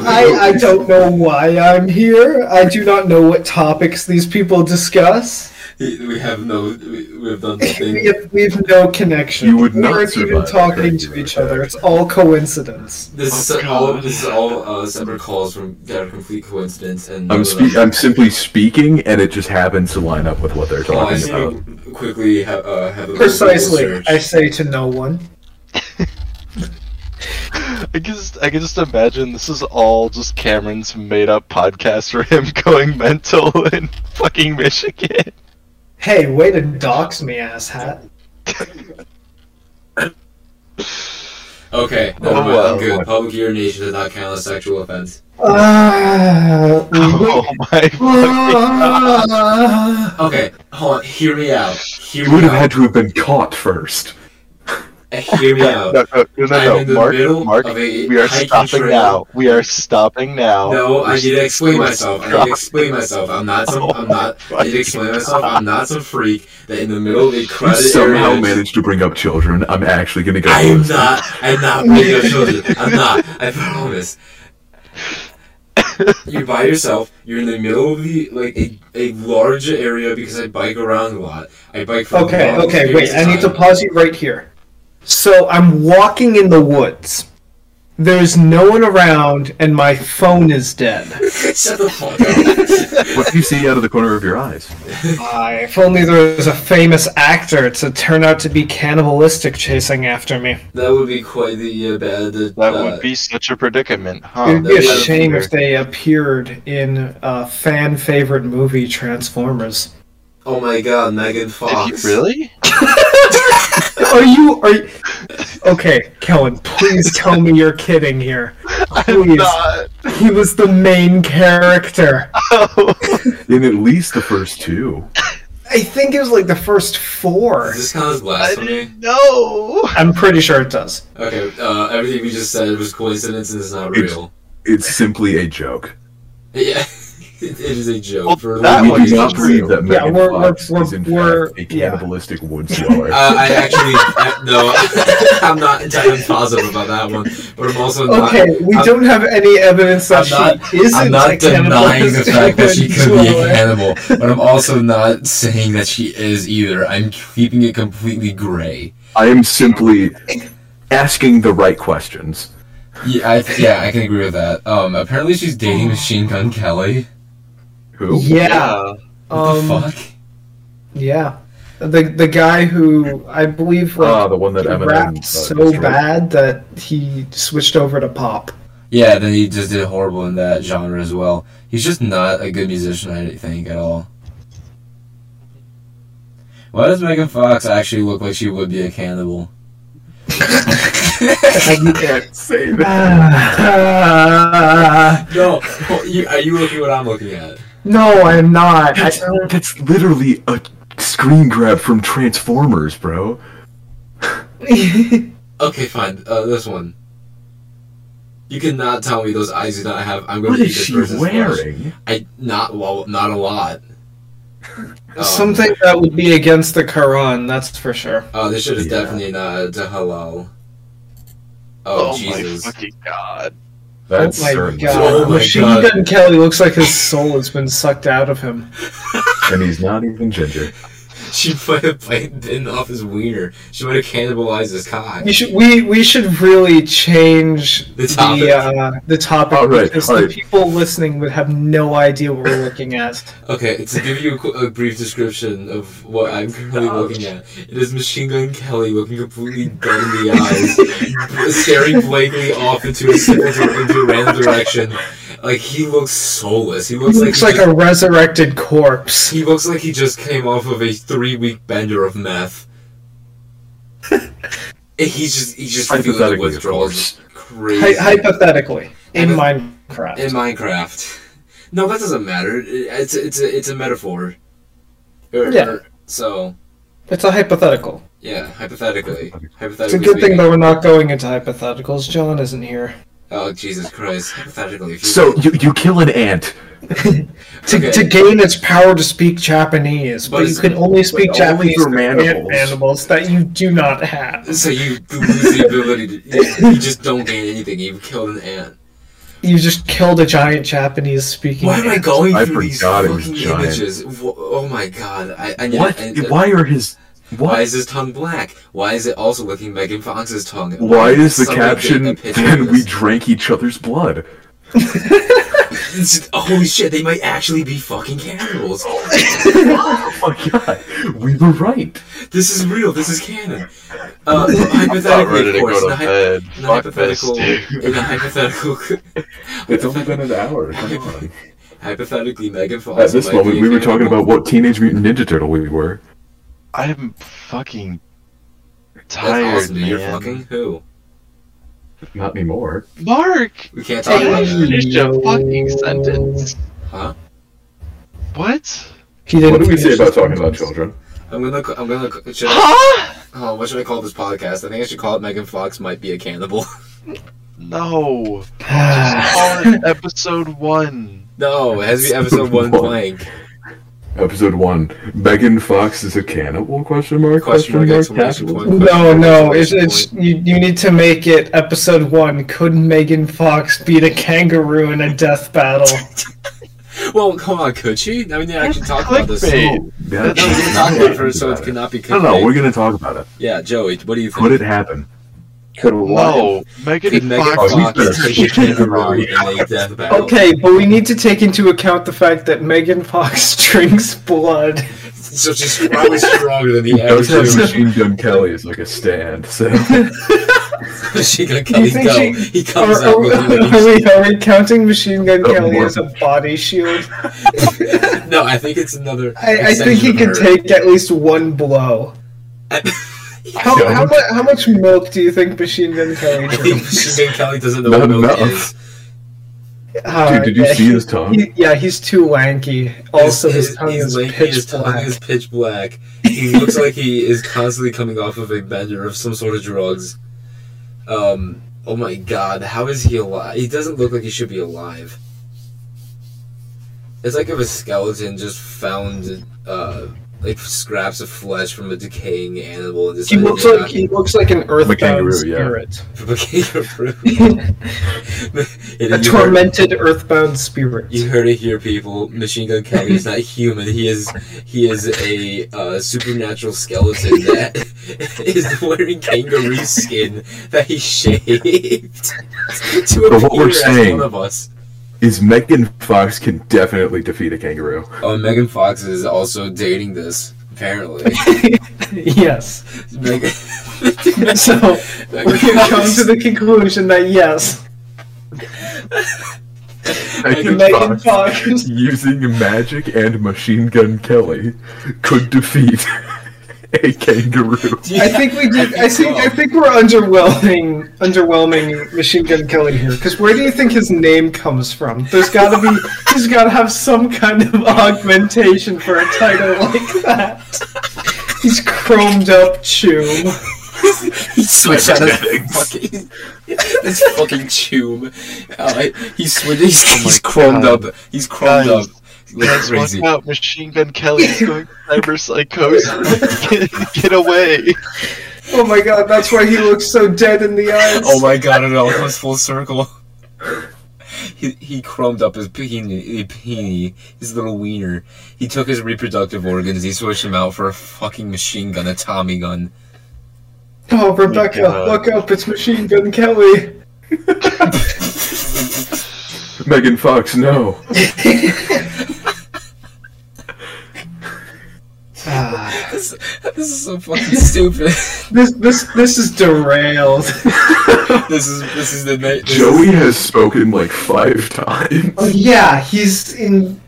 Speaker 4: I, I don't know why I'm here. I do not know what topics these people discuss.
Speaker 1: We have no, we we have done
Speaker 4: We
Speaker 1: nothing.
Speaker 4: have, we have no connection.
Speaker 2: You would not
Speaker 4: We aren't even
Speaker 2: survive
Speaker 4: talking
Speaker 2: that.
Speaker 4: to each other. It's all coincidence.
Speaker 1: This is
Speaker 3: Oh,
Speaker 1: all,
Speaker 3: God.
Speaker 1: this is all uh, separate calls from that are complete coincidence. And none
Speaker 2: I'm
Speaker 1: of them-
Speaker 2: spe- I'm simply speaking, and it just happens to line up with what they're
Speaker 1: Well, Oh, I
Speaker 2: talking about.
Speaker 1: need to quickly ha- uh, have a little
Speaker 4: Precisely,
Speaker 1: search.
Speaker 4: I say to no one.
Speaker 3: I can just, I can just imagine this is all just Cameron's made-up podcast for him going mental in fucking Michigan.
Speaker 4: Hey, way to dox me, asshat.
Speaker 1: Okay,
Speaker 3: Oh,
Speaker 1: never mind,
Speaker 3: well.
Speaker 1: I'm good. Public urination does not count as sexual offense.
Speaker 4: Ah,
Speaker 3: Oh my fucking god!
Speaker 4: ah.
Speaker 1: Okay, hold on. Hear me out. Hear
Speaker 2: You
Speaker 1: me
Speaker 2: would have had
Speaker 1: out. Uh,
Speaker 2: to have been caught first.
Speaker 1: Hear me out.
Speaker 3: No, no, no,
Speaker 1: I'm
Speaker 3: no,
Speaker 1: in the
Speaker 3: no. Mark,
Speaker 1: middle
Speaker 3: Mark,
Speaker 1: of a
Speaker 3: we are
Speaker 1: hiking
Speaker 3: stopping
Speaker 1: trail.
Speaker 3: now. We are stopping now.
Speaker 1: No, I need to explain myself. I need
Speaker 3: God.
Speaker 1: to explain myself. I'm not some. I'm not. I need to explain myself. I'm not some freak that in the middle of a
Speaker 2: You
Speaker 1: crowded
Speaker 2: somehow
Speaker 1: area.
Speaker 2: managed to bring up children. I'm actually gonna go.
Speaker 1: I am
Speaker 2: with
Speaker 1: not. I'm not making up children. I'm not. I promise. You're by yourself. You're in the middle of the like a, a large area because I bike around a lot. I bike. For
Speaker 4: Okay,
Speaker 1: long
Speaker 4: okay, wait.
Speaker 1: periods
Speaker 4: I
Speaker 1: of
Speaker 4: need to
Speaker 1: time.
Speaker 4: pause you right here. So I'm walking in the woods. There's no one around, and my phone is dead.
Speaker 1: Shut the fuck up.
Speaker 2: it. What do you see out of the corner of your eyes?
Speaker 4: Ah, if only there was a famous actor to turn out to be cannibalistic chasing after me.
Speaker 1: that would be quite the uh, bad. Uh,
Speaker 3: That would be such a predicament, huh?
Speaker 4: It'd be a
Speaker 1: that'd be
Speaker 4: shame
Speaker 1: fair.
Speaker 4: if they appeared in uh, fan favorite movie Transformers.
Speaker 1: Oh my god, Megan Fox.
Speaker 3: Did he really?
Speaker 4: Are you are? You... Okay, Kellen, please tell me you're kidding here. Please, he was the main character.
Speaker 3: Oh,
Speaker 2: In at least the first two.
Speaker 4: I think it was like the first four.
Speaker 1: Does this count as blasphemy?
Speaker 3: know.
Speaker 4: I'm pretty sure it does.
Speaker 1: Okay, uh, everything we just said was coincidence and it's not
Speaker 2: It's-
Speaker 1: real.
Speaker 2: It's simply a joke.
Speaker 1: Yeah. It, it is a joke.
Speaker 3: Well,
Speaker 1: for
Speaker 3: that
Speaker 1: we
Speaker 2: we
Speaker 3: one
Speaker 1: do
Speaker 2: do
Speaker 3: is
Speaker 1: not
Speaker 2: not
Speaker 3: true.
Speaker 1: breed.
Speaker 2: believe that
Speaker 4: Yeah,
Speaker 2: Megan
Speaker 4: we're-
Speaker 2: Fox
Speaker 4: we're-
Speaker 2: is in
Speaker 4: we're-
Speaker 2: fact a
Speaker 4: yeah.
Speaker 2: cannibalistic wood slower.
Speaker 1: Uh, I actually uh, no, I'm not entirely positive about that one, but I'm also not.
Speaker 4: Okay, we
Speaker 1: I'm-
Speaker 4: don't have any evidence that
Speaker 1: I'm not-
Speaker 4: she isn't
Speaker 1: I'm not
Speaker 4: a cannibal.
Speaker 1: denying the fact that she could be a
Speaker 4: Sure.
Speaker 1: cannibal, but I'm also not saying that she is either. I'm keeping it completely gray.
Speaker 2: I am simply asking the right questions.
Speaker 1: Yeah, I, yeah, I can agree with that. Um, apparently she's dating Machine Gun Kelly.
Speaker 2: Who?
Speaker 4: Yeah.
Speaker 1: Oh, What
Speaker 4: Um,
Speaker 1: the fuck?
Speaker 4: Yeah. The the guy who I believe like,
Speaker 1: Oh,
Speaker 2: Ah, the one that
Speaker 4: he
Speaker 2: Eminem
Speaker 4: rapped
Speaker 2: uh,
Speaker 4: so
Speaker 2: destroyed.
Speaker 4: bad that he switched over to pop.
Speaker 1: Yeah, then he just did horrible in that genre as well. He's just not a good musician, I think, at all. Why does Megan Fox actually look like she would be a cannibal?
Speaker 2: You can't say that.
Speaker 4: Ah,
Speaker 1: no, you, are you looking what I'm looking at?
Speaker 4: no, I'm not. I
Speaker 2: That's,
Speaker 4: don't-
Speaker 2: that's literally a screen grab from Transformers, bro.
Speaker 1: Okay, fine. Uh, this one. You cannot tell me those eyes do not have. I'm going
Speaker 2: What
Speaker 1: to eat
Speaker 2: is
Speaker 1: this
Speaker 2: she
Speaker 1: person's flesh.
Speaker 2: wearing?
Speaker 1: I not well, not a lot. Um,
Speaker 4: Something that would be against the Quran, that's for sure.
Speaker 1: Oh, this shit is
Speaker 2: Yeah.
Speaker 1: definitely not to halal. Oh,
Speaker 3: Oh,
Speaker 1: Jesus.
Speaker 3: my fucking god.
Speaker 2: That's
Speaker 4: oh my
Speaker 2: certainly-
Speaker 4: god.
Speaker 1: Oh my
Speaker 4: Machine
Speaker 1: God.
Speaker 4: Gun Kelly looks like his soul has been sucked out of him.
Speaker 2: And he's not even ginger.
Speaker 1: She might have played in off his wiener. She might have cannibalized his cock.
Speaker 4: You should, we we should really change
Speaker 1: The
Speaker 4: the
Speaker 1: topic.
Speaker 4: the, uh, the topic
Speaker 2: All right,
Speaker 4: because
Speaker 2: all
Speaker 4: the
Speaker 2: right.
Speaker 4: people listening would have no idea what we're looking at.
Speaker 1: Okay, to give you a, qu- a brief description of what I'm currently looking at, it is Machine Gun Kelly looking completely dead in the eyes, b- staring blankly off into a, simple, into a random direction. Like he looks soulless. He
Speaker 4: He
Speaker 1: looks,
Speaker 4: looks
Speaker 1: like,
Speaker 4: like
Speaker 1: he, just,
Speaker 4: a resurrected corpse.
Speaker 1: he looks like he just came off of a three-week bender of meth. And he's just he's just feeling
Speaker 2: Hypothetically, of
Speaker 1: withdrawals.
Speaker 4: Hy-
Speaker 1: Crazy.
Speaker 4: hypothetically, in
Speaker 1: in
Speaker 4: Minecraft.
Speaker 1: Minecraft. No, that doesn't matter. It's it's a, it's a metaphor. Er,
Speaker 4: Yeah.
Speaker 1: er, So
Speaker 4: It's a hypothetical.
Speaker 1: yeah, hypothetically, hypothetically.
Speaker 4: It's a good thing
Speaker 1: speaking.
Speaker 4: that we're not going into hypotheticals. John isn't here.
Speaker 1: Oh Jesus Christ! Hypothetically, if you-
Speaker 2: So you you kill an ant.
Speaker 4: To,
Speaker 1: Okay.
Speaker 4: to gain its power to speak Japanese,
Speaker 1: But
Speaker 4: but, you
Speaker 1: it's-
Speaker 4: can only speak
Speaker 2: only
Speaker 4: Japanese
Speaker 2: for
Speaker 4: to plant
Speaker 2: mandibles.
Speaker 4: mandibles that you do not have.
Speaker 1: so you lose the ability to. You just don't gain anything. You've killed an ant.
Speaker 4: You just killed a giant Japanese speaking.
Speaker 1: Why am I going
Speaker 2: I
Speaker 1: through these
Speaker 2: forgot it was
Speaker 1: fucking
Speaker 2: giant.
Speaker 1: images? Wh- Oh my God! I, I need.
Speaker 2: What?
Speaker 1: I,
Speaker 2: Why are his?
Speaker 1: Why
Speaker 2: Why?
Speaker 1: is his tongue black? Why is it also licking Megan Fox's tongue?
Speaker 2: Why is the
Speaker 1: Somebody get a
Speaker 2: caption?
Speaker 1: picture of
Speaker 2: Then we
Speaker 1: this."
Speaker 2: drank each other's blood.
Speaker 1: It's just- holy shit, they might actually be fucking cannibals.
Speaker 2: Oh my god, we were right.
Speaker 1: This is real, this is canon. Uh, hypothetically, of course, in a, hy-
Speaker 3: bed.
Speaker 1: in a hypothetical, in a hypothetical,
Speaker 2: It's only been an hour. Come on.
Speaker 1: hypothetically, Megan Fox.
Speaker 2: At this
Speaker 1: might be
Speaker 2: moment,
Speaker 1: a
Speaker 2: we were talking
Speaker 1: cannibal.
Speaker 2: about what Teenage Mutant Ninja Turtle we were.
Speaker 3: I'm fucking
Speaker 1: That's
Speaker 3: tired,
Speaker 1: awesome,
Speaker 3: man.
Speaker 1: You're fucking who?
Speaker 2: Not anymore.
Speaker 3: Mark,
Speaker 1: We can't talk about
Speaker 4: Hey.
Speaker 3: I
Speaker 1: that.
Speaker 3: finished a fucking
Speaker 4: No.
Speaker 3: sentence.
Speaker 1: Huh?
Speaker 3: What?
Speaker 4: He didn't
Speaker 2: What do we
Speaker 4: finish
Speaker 2: say
Speaker 4: his
Speaker 2: about talking about
Speaker 4: sentence.
Speaker 2: children?
Speaker 1: I'm gonna, c- I'm gonna. c- Should I,
Speaker 3: Huh?
Speaker 1: oh, what should I call this podcast? I think I should call it Megan Fox might be a cannibal.
Speaker 3: No. Just
Speaker 4: Ah.
Speaker 1: Ah.
Speaker 3: call it episode one.
Speaker 1: no, it has to be episode one
Speaker 2: What?
Speaker 1: blank.
Speaker 2: Episode one. Megan Fox is a cannibal? Question mark.
Speaker 1: Question mark, exclamation
Speaker 2: cannibal?
Speaker 1: point.
Speaker 4: No, no, it's, it's
Speaker 1: Point.
Speaker 4: you, you need to make it episode one. Could Megan Fox beat a kangaroo in a death battle?
Speaker 1: Well, come on, could she? I mean, yeah, I can talk about this.
Speaker 3: clickbait.
Speaker 2: Oh, yeah,
Speaker 3: That's
Speaker 1: No, we
Speaker 2: Jesus.
Speaker 1: can talk about it first, so it cannot be.
Speaker 2: I don't know. We're gonna talk about it.
Speaker 1: Yeah, Joey, what do you think?
Speaker 2: Could it happen?
Speaker 6: Could what?
Speaker 3: No.
Speaker 1: Could
Speaker 3: Megan
Speaker 1: Megan
Speaker 3: Fox.
Speaker 2: Oh, we
Speaker 1: Fox
Speaker 2: better
Speaker 1: take
Speaker 2: switch
Speaker 1: a kangaroo
Speaker 2: around.
Speaker 1: in a death battle?
Speaker 4: Okay, but we need to take into account the fact that Megan Fox drinks blood.
Speaker 1: So she's probably stronger than the average
Speaker 2: Outside
Speaker 1: human.
Speaker 2: Machine Gun Kelly is like a stand. So
Speaker 1: she can
Speaker 4: Do
Speaker 1: Kelly
Speaker 4: you think
Speaker 1: go.
Speaker 4: she-
Speaker 1: He
Speaker 4: Are,
Speaker 1: comes out
Speaker 4: are,
Speaker 1: with you.
Speaker 4: are we, are we counting Machine Gun
Speaker 2: Oh,
Speaker 4: Kelly
Speaker 2: more.
Speaker 4: as a body shield?
Speaker 1: No, I think it's another.
Speaker 4: I, I think he
Speaker 1: extension
Speaker 4: could
Speaker 1: of her.
Speaker 4: take at least one blow. How,
Speaker 2: don't.
Speaker 4: how, mu- how much milk do you think Machine Gun Kelly
Speaker 1: I think
Speaker 4: drinks?
Speaker 1: Machine Gun Kelly doesn't know
Speaker 2: Not
Speaker 1: what milk
Speaker 2: enough.
Speaker 1: is.
Speaker 4: Uh,
Speaker 2: dude, did you
Speaker 4: yeah,
Speaker 2: see
Speaker 4: he-
Speaker 2: his tongue?
Speaker 4: he- yeah, he's too lanky. Also, his,
Speaker 1: His-
Speaker 4: tongue
Speaker 1: his
Speaker 4: is
Speaker 1: lanky-
Speaker 4: pitch
Speaker 1: his tongue
Speaker 4: black.
Speaker 1: is pitch black. He looks like he is constantly coming off of a bender of some sort of drugs. Um. Oh my God! How is he alive? He doesn't look like he should be alive. It's like if a skeleton just found uh, like scraps of flesh from a decaying animal and just
Speaker 4: He looks
Speaker 1: uh,
Speaker 4: like he looks like an earthbound
Speaker 2: kangaroo, yeah.
Speaker 4: spirit,
Speaker 1: from a kangaroo.
Speaker 4: a
Speaker 1: And you heard-
Speaker 4: tormented earthbound spirit.
Speaker 1: You heard it here, people. Machine Gun Kelly is not human. He is he is a uh, supernatural skeleton that is wearing kangaroo skin that he shaved to appear
Speaker 2: But what we're
Speaker 1: as
Speaker 2: saying-
Speaker 1: one of us.
Speaker 2: Is Megan Fox can definitely defeat a kangaroo.
Speaker 1: Oh, and Megan Fox is also dating this. Apparently,
Speaker 4: yes.
Speaker 1: Megan.
Speaker 4: So we can come to the conclusion that yes,
Speaker 2: Megan
Speaker 4: Megan
Speaker 2: Fox,
Speaker 4: Fox.
Speaker 2: using magic and machine gun Kelly, could defeat a kangaroo.
Speaker 4: I think we did. I think I think we're underwhelming, underwhelming Machine Gun Kelly here. Because where do you think his name comes from? There's got to be, he's got to have some kind of augmentation for a title like that. He's chromed up Chum.
Speaker 1: He switched out his fucking this fucking tube. Uh, he switched. He's, he's chromed
Speaker 3: Oh God.
Speaker 1: up. He's chromed
Speaker 3: Guys,
Speaker 1: up. Like
Speaker 3: Guys,
Speaker 1: crazy.
Speaker 3: watch out! Machine Gun Kelly is going cyber psychosis. get, get away!
Speaker 4: Oh my God, that's why he looks so dead in the eyes.
Speaker 1: Oh my god, it all comes full circle. He, he chromed up his bikini, bikini, his little wiener. He took his reproductive organs, he switched them out for a fucking machine gun, a Tommy gun.
Speaker 4: Oh, Rebecca,
Speaker 3: God.
Speaker 4: look up! It's Machine Gun Kelly.
Speaker 2: Megan Fox, no.
Speaker 1: This, this is so fucking stupid.
Speaker 4: This this this is derailed.
Speaker 1: this is this is the night. this is-
Speaker 2: Joey has spoken like five times.
Speaker 4: Oh, yeah, he's in.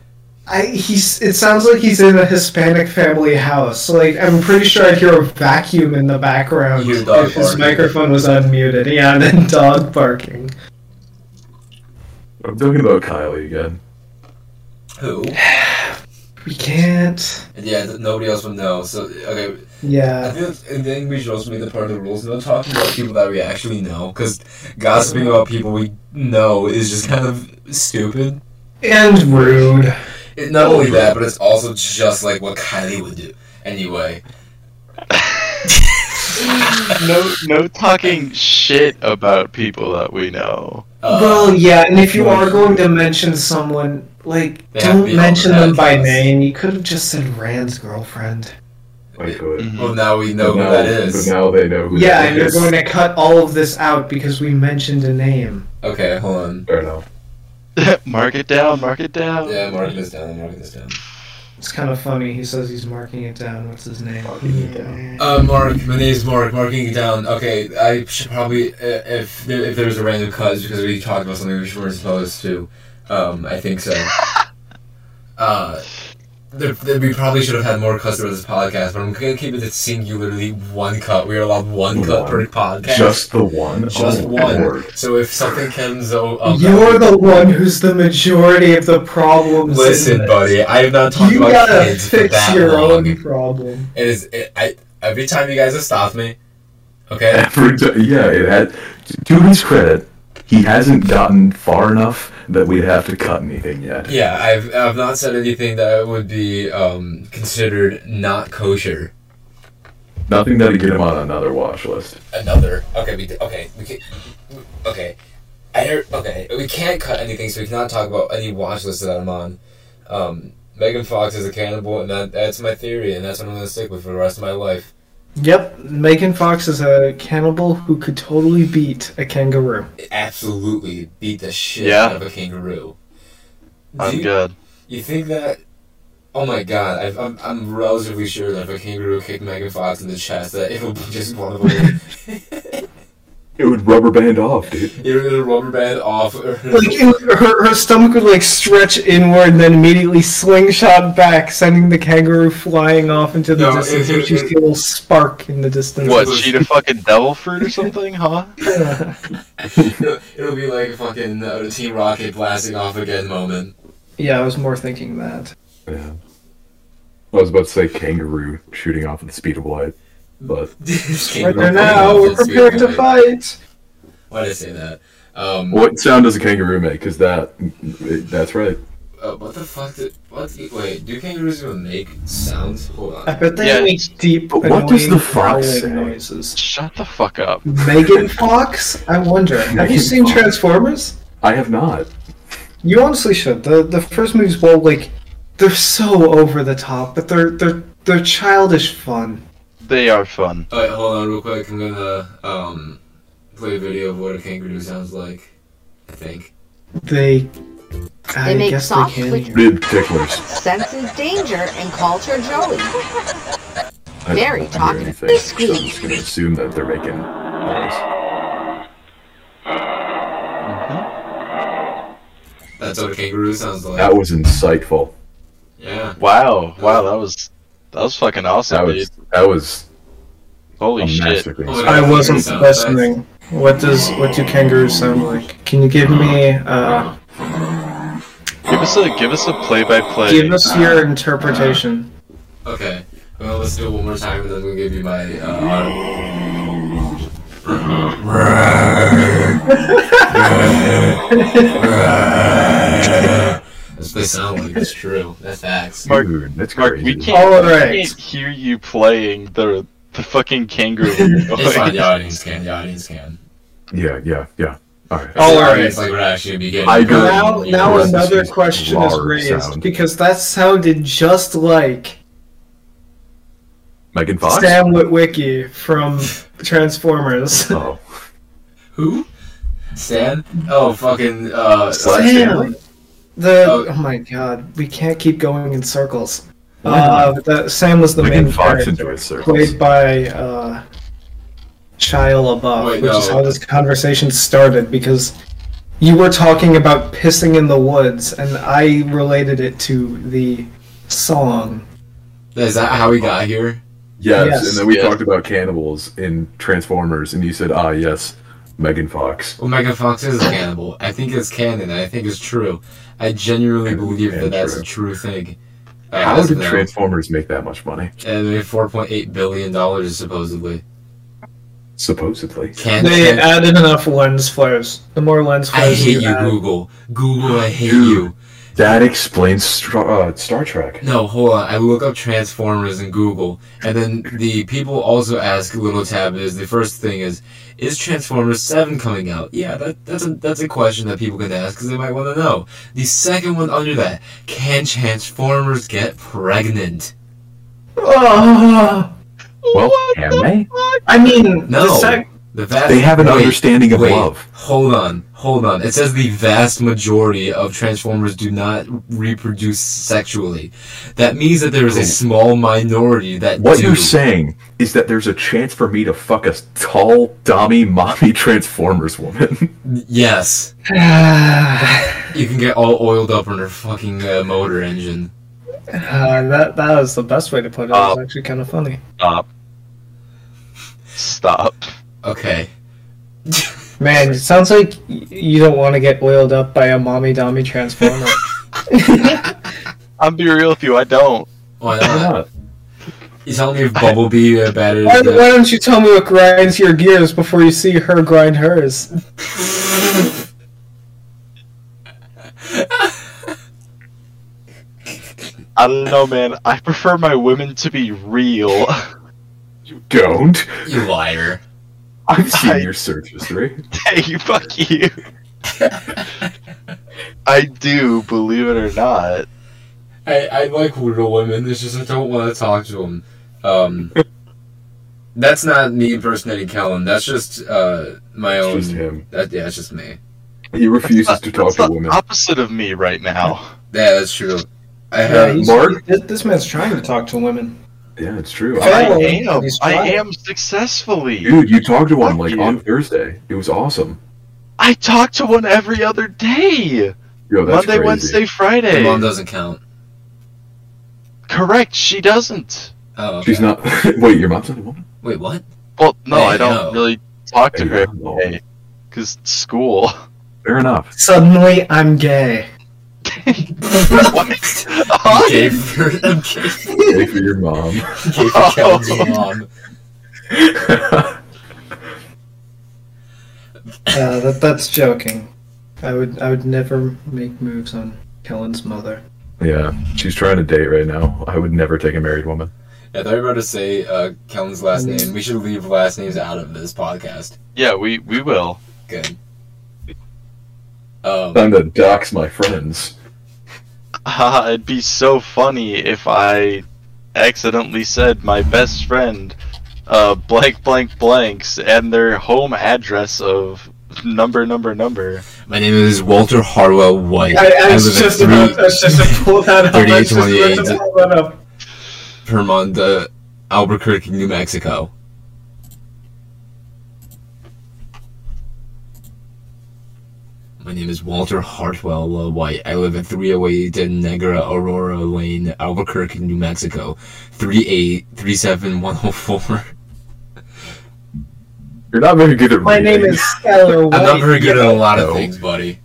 Speaker 4: I he's. It sounds like he's in a Hispanic family house. Like I'm pretty sure I'd hear a vacuum in the background
Speaker 1: You
Speaker 4: if
Speaker 1: dog
Speaker 4: his
Speaker 1: barking.
Speaker 4: microphone was unmuted. Yeah, and then dog barking.
Speaker 2: I'm talking about Kylie again.
Speaker 1: Who?
Speaker 4: We can't.
Speaker 1: Yeah, th- nobody else would know. So okay, I
Speaker 4: Yeah.
Speaker 1: think, that's- I think we should also make that part of the rules. No talking about people that we actually know, because gossiping about people we know is just kind of stupid.
Speaker 4: And rude.
Speaker 1: It, not only that, but it's also just like what Kylie would do. Anyway,
Speaker 3: No, no talking shit about people that we know.
Speaker 1: uh,
Speaker 4: well, yeah, and if you
Speaker 1: well,
Speaker 4: are going to mention someone, like,
Speaker 1: They have to
Speaker 4: don't
Speaker 1: be
Speaker 4: mention them by
Speaker 1: all
Speaker 4: name. You could have just said Rand's girlfriend.
Speaker 2: I could.
Speaker 1: well, now we know who
Speaker 2: But now,
Speaker 1: that is.
Speaker 2: but now they know who
Speaker 4: Yeah,
Speaker 2: that
Speaker 4: and you're
Speaker 2: is.
Speaker 4: going to cut all of this out because we mentioned a name.
Speaker 1: Okay, hold on.
Speaker 2: Fair enough.
Speaker 3: mark it down. Mark it down.
Speaker 1: Yeah, I'm marking this down. I'm marking this down.
Speaker 4: It's kind of funny. He says he's marking it down. What's his name?
Speaker 1: Uh, Mark, my name's Mark. Marking it down. Okay, I should probably uh, if there, if there's a random cut it's because we talked about something we weren't supposed to. Um, I think so. uh, there, there- we probably should have had more cuts throughout this podcast, but I'm gonna keep it to singularly one cut. We are allowed one cut per podcast.
Speaker 2: Just the one.
Speaker 1: Just
Speaker 2: Oh,
Speaker 1: one.
Speaker 2: Lord.
Speaker 1: So if something comes o- up,
Speaker 4: You're the one who's the majority of the problems. in
Speaker 1: listen,
Speaker 4: this.
Speaker 1: buddy. I have not talked
Speaker 4: You
Speaker 1: about
Speaker 4: gotta
Speaker 1: kids for
Speaker 4: fix
Speaker 1: that
Speaker 4: your
Speaker 1: long.
Speaker 4: own problem.
Speaker 1: It is. It, I every time you guys have stopped me. Okay.
Speaker 2: Every ti- yeah, it had. To his credit, he hasn't gotten far enough that we'd have to cut anything yet.
Speaker 1: Yeah, I've I've not said anything that would be um, considered not kosher.
Speaker 2: Nothing that'd get him on another watch list.
Speaker 1: Another. Okay. We, okay. We can, Okay. I heard. Okay. We can't cut anything, so we cannot talk about any watch lists that I'm on. Um, Megan Fox is a cannibal, and that, that's my theory, and that's what I'm gonna stick with for the rest of my life.
Speaker 4: Yep, Megan Fox is a cannibal who could totally beat a kangaroo.
Speaker 1: Absolutely beat the shit
Speaker 3: Yeah.
Speaker 1: out of a kangaroo. Do
Speaker 3: I'm
Speaker 1: you-
Speaker 3: good.
Speaker 1: You think that? Oh my god! I've, I'm I'm relatively sure that if a kangaroo kicked Megan Fox in the chest, that it would be just one of them.
Speaker 2: It would rubber band off, dude.
Speaker 1: it would a rubber band off. her-
Speaker 4: Like it- her, her stomach would like stretch inward and then immediately slingshot back, sending the kangaroo flying off into the
Speaker 1: No,
Speaker 4: distance.
Speaker 1: it- it-
Speaker 4: which you
Speaker 1: it-
Speaker 4: see a little spark in the distance.
Speaker 3: What? She a fucking devil fruit or something, huh?
Speaker 1: it'll, it'll be like a fucking uh, Team Rocket blasting off again moment.
Speaker 4: Yeah, I was more thinking that.
Speaker 2: Yeah. I was about to say kangaroo shooting off at the speed of light, but
Speaker 4: Right
Speaker 1: Kangaroo
Speaker 4: there now,
Speaker 1: fucking
Speaker 4: we're
Speaker 1: does it,
Speaker 4: prepared to
Speaker 1: right?
Speaker 4: fight.
Speaker 1: Why did I say that? Um,
Speaker 2: what sound does a kangaroo make? Is that that's right?
Speaker 1: Uh, what the fuck? Did, what? Wait, do kangaroos even make sounds? Hold
Speaker 4: I
Speaker 1: on.
Speaker 4: bet they
Speaker 3: Yeah.
Speaker 4: make deep,
Speaker 2: But what does
Speaker 4: annoying
Speaker 2: the fox
Speaker 4: growling
Speaker 2: say?
Speaker 4: noises.
Speaker 3: Shut the fuck up.
Speaker 4: Megan Fox? I wonder. Have
Speaker 2: Megan
Speaker 4: you seen
Speaker 2: Fox.
Speaker 4: Transformers?
Speaker 2: I have not.
Speaker 4: You honestly should. The the first movies, well, like they're so over the top, but they're they're they're childish fun.
Speaker 3: They are fun.
Speaker 1: Alright, hold on real quick. I'm gonna um play a video of what a kangaroo sounds like. I think.
Speaker 4: They, I
Speaker 7: They make
Speaker 4: guess
Speaker 7: soft
Speaker 4: they can.
Speaker 7: click-
Speaker 2: Bib ticklers.
Speaker 7: senses danger and calls her Joey.
Speaker 2: I
Speaker 7: Very
Speaker 2: don't hear
Speaker 7: talkative.
Speaker 2: anything,
Speaker 7: They
Speaker 2: so I'm just gonna assume that they're making noise.
Speaker 1: That's what a kangaroo sounds like.
Speaker 2: That was insightful.
Speaker 1: yeah.
Speaker 3: Wow, wow, that was that was fucking
Speaker 2: That
Speaker 3: awesome, dude.
Speaker 2: was that was
Speaker 3: Holy
Speaker 2: a
Speaker 3: shit.
Speaker 2: masterpiece.
Speaker 1: Oh,
Speaker 4: I wasn't
Speaker 1: Sounds nice.
Speaker 4: listening. What does what do kangaroos sound like? Can you give me uh,
Speaker 3: Give us a give us a play by play.
Speaker 4: give us your interpretation?
Speaker 1: Okay. Well, let's do it one more time, and then we'll give you my uh, audio. Let's play sound like it's true. That's facts.
Speaker 3: Mark-
Speaker 2: Dude, that's
Speaker 3: Mark,
Speaker 2: crazy.
Speaker 3: we can't,
Speaker 4: All
Speaker 3: we
Speaker 4: right.
Speaker 3: can't hear you playing the the fucking kangaroo.
Speaker 1: It's fine. The
Speaker 3: noise.
Speaker 1: audience can. The audience can.
Speaker 2: Yeah, yeah, yeah. All right.
Speaker 4: Oh,
Speaker 1: The
Speaker 4: all
Speaker 1: audience,
Speaker 4: right.
Speaker 1: Like we're actually be getting.
Speaker 2: I do-
Speaker 4: Now
Speaker 1: Yeah.
Speaker 4: now
Speaker 2: This is
Speaker 4: another
Speaker 2: just
Speaker 4: question is
Speaker 2: lar
Speaker 4: raised
Speaker 2: sound.
Speaker 4: because that sounded just like
Speaker 2: Megan Fox.
Speaker 4: Sam Witwicky from Transformers.
Speaker 2: Oh,
Speaker 1: Who? Stan? Oh, fucking. Uh,
Speaker 2: Stan.
Speaker 4: Sam, the
Speaker 1: Oh.
Speaker 4: oh. my god, we can't keep going in circles. Uh, the, Sam was the
Speaker 2: Megan
Speaker 4: main
Speaker 2: Fox
Speaker 4: character,
Speaker 2: enjoys circles.
Speaker 4: played by uh, Shia LaBeouf,
Speaker 1: Wait,
Speaker 4: which
Speaker 1: no.
Speaker 4: is how this conversation started because you were talking about pissing in the woods, and I related it to the song.
Speaker 1: Is that how we got here?
Speaker 2: Yes,
Speaker 4: Yes.
Speaker 2: and then we
Speaker 3: Yes.
Speaker 2: talked about cannibals in Transformers, and you said, ah, yes, Megan Fox.
Speaker 1: Well, Megan Fox is a cannibal. I think it's canon. and I think it's true. I genuinely
Speaker 2: And-
Speaker 1: believe that
Speaker 2: and
Speaker 1: that's
Speaker 2: true.
Speaker 1: a true thing.
Speaker 3: Ah,
Speaker 1: Uh,
Speaker 2: How
Speaker 1: as
Speaker 2: did
Speaker 1: of now.
Speaker 2: Transformers make that much money?
Speaker 1: And they made four point eight billion dollars supposedly.
Speaker 2: Supposedly.
Speaker 1: Can
Speaker 4: They
Speaker 1: can-
Speaker 4: added enough lens flares. The more lens
Speaker 1: I
Speaker 4: flares
Speaker 1: hate
Speaker 4: you
Speaker 1: you,
Speaker 4: add-
Speaker 1: Google. Google, I hate
Speaker 2: Dude.
Speaker 1: you.
Speaker 2: That explains Star, uh, Star Trek.
Speaker 1: No, hold on. I look up Transformers in Google, and then the people also ask Little Tab is the first thing is is Transformers Seven coming out? Yeah, that, that's a that's a question that people can ask because they might want to know. The second one under that, can Transformers get pregnant?
Speaker 4: Ah,
Speaker 2: Well, can they?
Speaker 4: I mean,
Speaker 1: No.
Speaker 4: the sec-
Speaker 1: The vast
Speaker 2: They have an
Speaker 1: wait,
Speaker 2: understanding of
Speaker 1: wait,
Speaker 2: love.
Speaker 1: Hold on, hold on. It says the vast majority of Transformers do not reproduce sexually. That means that there is a small minority that
Speaker 2: What
Speaker 1: do.
Speaker 2: you're saying is that there's a chance for me to fuck a tall, dommy, mommy Transformers woman.
Speaker 1: Yes.
Speaker 4: Ah,
Speaker 1: You can get all oiled up on her fucking uh, motor engine.
Speaker 4: that that was the best way to put it. It was
Speaker 1: Oh.
Speaker 4: actually kind of funny.
Speaker 3: Stop. Stop.
Speaker 1: Okay.
Speaker 4: Man, it sounds like y- you don't want to get oiled up by a mommy dommy transformer.
Speaker 3: I'll be real with you, I don't.
Speaker 1: Why not? You telling me if Bumblebee uh, battered
Speaker 4: why,
Speaker 1: the-
Speaker 4: why don't you tell me what grinds your gears before you see her grind hers?
Speaker 1: Uh,
Speaker 3: I don't know, man. I prefer my women to be real.
Speaker 2: You don't.
Speaker 1: You liar.
Speaker 2: I've seen
Speaker 3: I-
Speaker 2: your search history.
Speaker 3: hey, fuck you. I do, believe it or not.
Speaker 1: I, I like real women, it's just I don't want to talk to them. Um, that's not me impersonating Kellen, that's just uh, my
Speaker 2: It's
Speaker 1: own...
Speaker 2: just him.
Speaker 1: That, yeah, it's just me.
Speaker 2: He refuses to talk
Speaker 3: That's
Speaker 2: to
Speaker 3: the
Speaker 2: women.
Speaker 3: opposite of me right now.
Speaker 1: Yeah, that's true. I
Speaker 4: Yeah,
Speaker 1: have...
Speaker 4: he's-
Speaker 2: Mark?
Speaker 4: This, this man's trying to talk to women.
Speaker 2: Yeah, it's true.
Speaker 3: I
Speaker 4: Fail.
Speaker 3: am.
Speaker 4: He's
Speaker 3: I
Speaker 4: trying.
Speaker 3: am successfully.
Speaker 2: Dude, you talked to one
Speaker 3: Fuck
Speaker 2: like
Speaker 3: you.
Speaker 2: on Thursday. It was awesome.
Speaker 3: I talk to one every other day.
Speaker 2: Yo, that's
Speaker 3: Monday,
Speaker 2: crazy.
Speaker 3: Wednesday,
Speaker 1: Your
Speaker 3: Friday.
Speaker 1: mom doesn't count.
Speaker 3: Correct. She doesn't.
Speaker 1: Oh, okay.
Speaker 2: She's not. Wait, your mom's not a woman.
Speaker 1: Wait, what?
Speaker 3: Well, no,
Speaker 1: Hey,
Speaker 3: I don't
Speaker 1: no.
Speaker 3: really talk to
Speaker 2: Hey,
Speaker 3: her
Speaker 2: no.
Speaker 3: every day because school.
Speaker 2: Fair enough.
Speaker 4: Suddenly, I'm gay.
Speaker 3: What? Huh?
Speaker 1: Gay for, gay for,
Speaker 2: Wait for your mom.
Speaker 1: gay for Kellen's mom.
Speaker 4: Uh, that that's joking. I would I would never make moves on Kellen's mother.
Speaker 2: Yeah, she's trying to date right now. I would never take a married woman.
Speaker 1: Yeah, I thought you were about to say uh, Kellen's last name. We should leave last names out of this podcast.
Speaker 3: Yeah, we we will.
Speaker 1: Good. Um,
Speaker 2: Time to dox my friends.
Speaker 3: Ah, it'd be so funny if I accidentally said my best friend, uh, blank blank blanks, and their home address of number number number.
Speaker 1: my name is Walter Harwell White.
Speaker 4: I, I was
Speaker 1: live at
Speaker 4: just about, I was just
Speaker 1: three
Speaker 4: to pull that up. I was just about
Speaker 1: 38.
Speaker 4: to pull that up.
Speaker 1: Permonda, Albuquerque, New Mexico. My name is Walter Hartwell uh, White. I live at 308 Negra Aurora Lane, Albuquerque, New Mexico, 3837104.
Speaker 2: You're not very good at
Speaker 4: My name
Speaker 2: reading.
Speaker 4: is Skylar White.
Speaker 1: I'm not very good at a lot of
Speaker 2: No.
Speaker 1: things, buddy.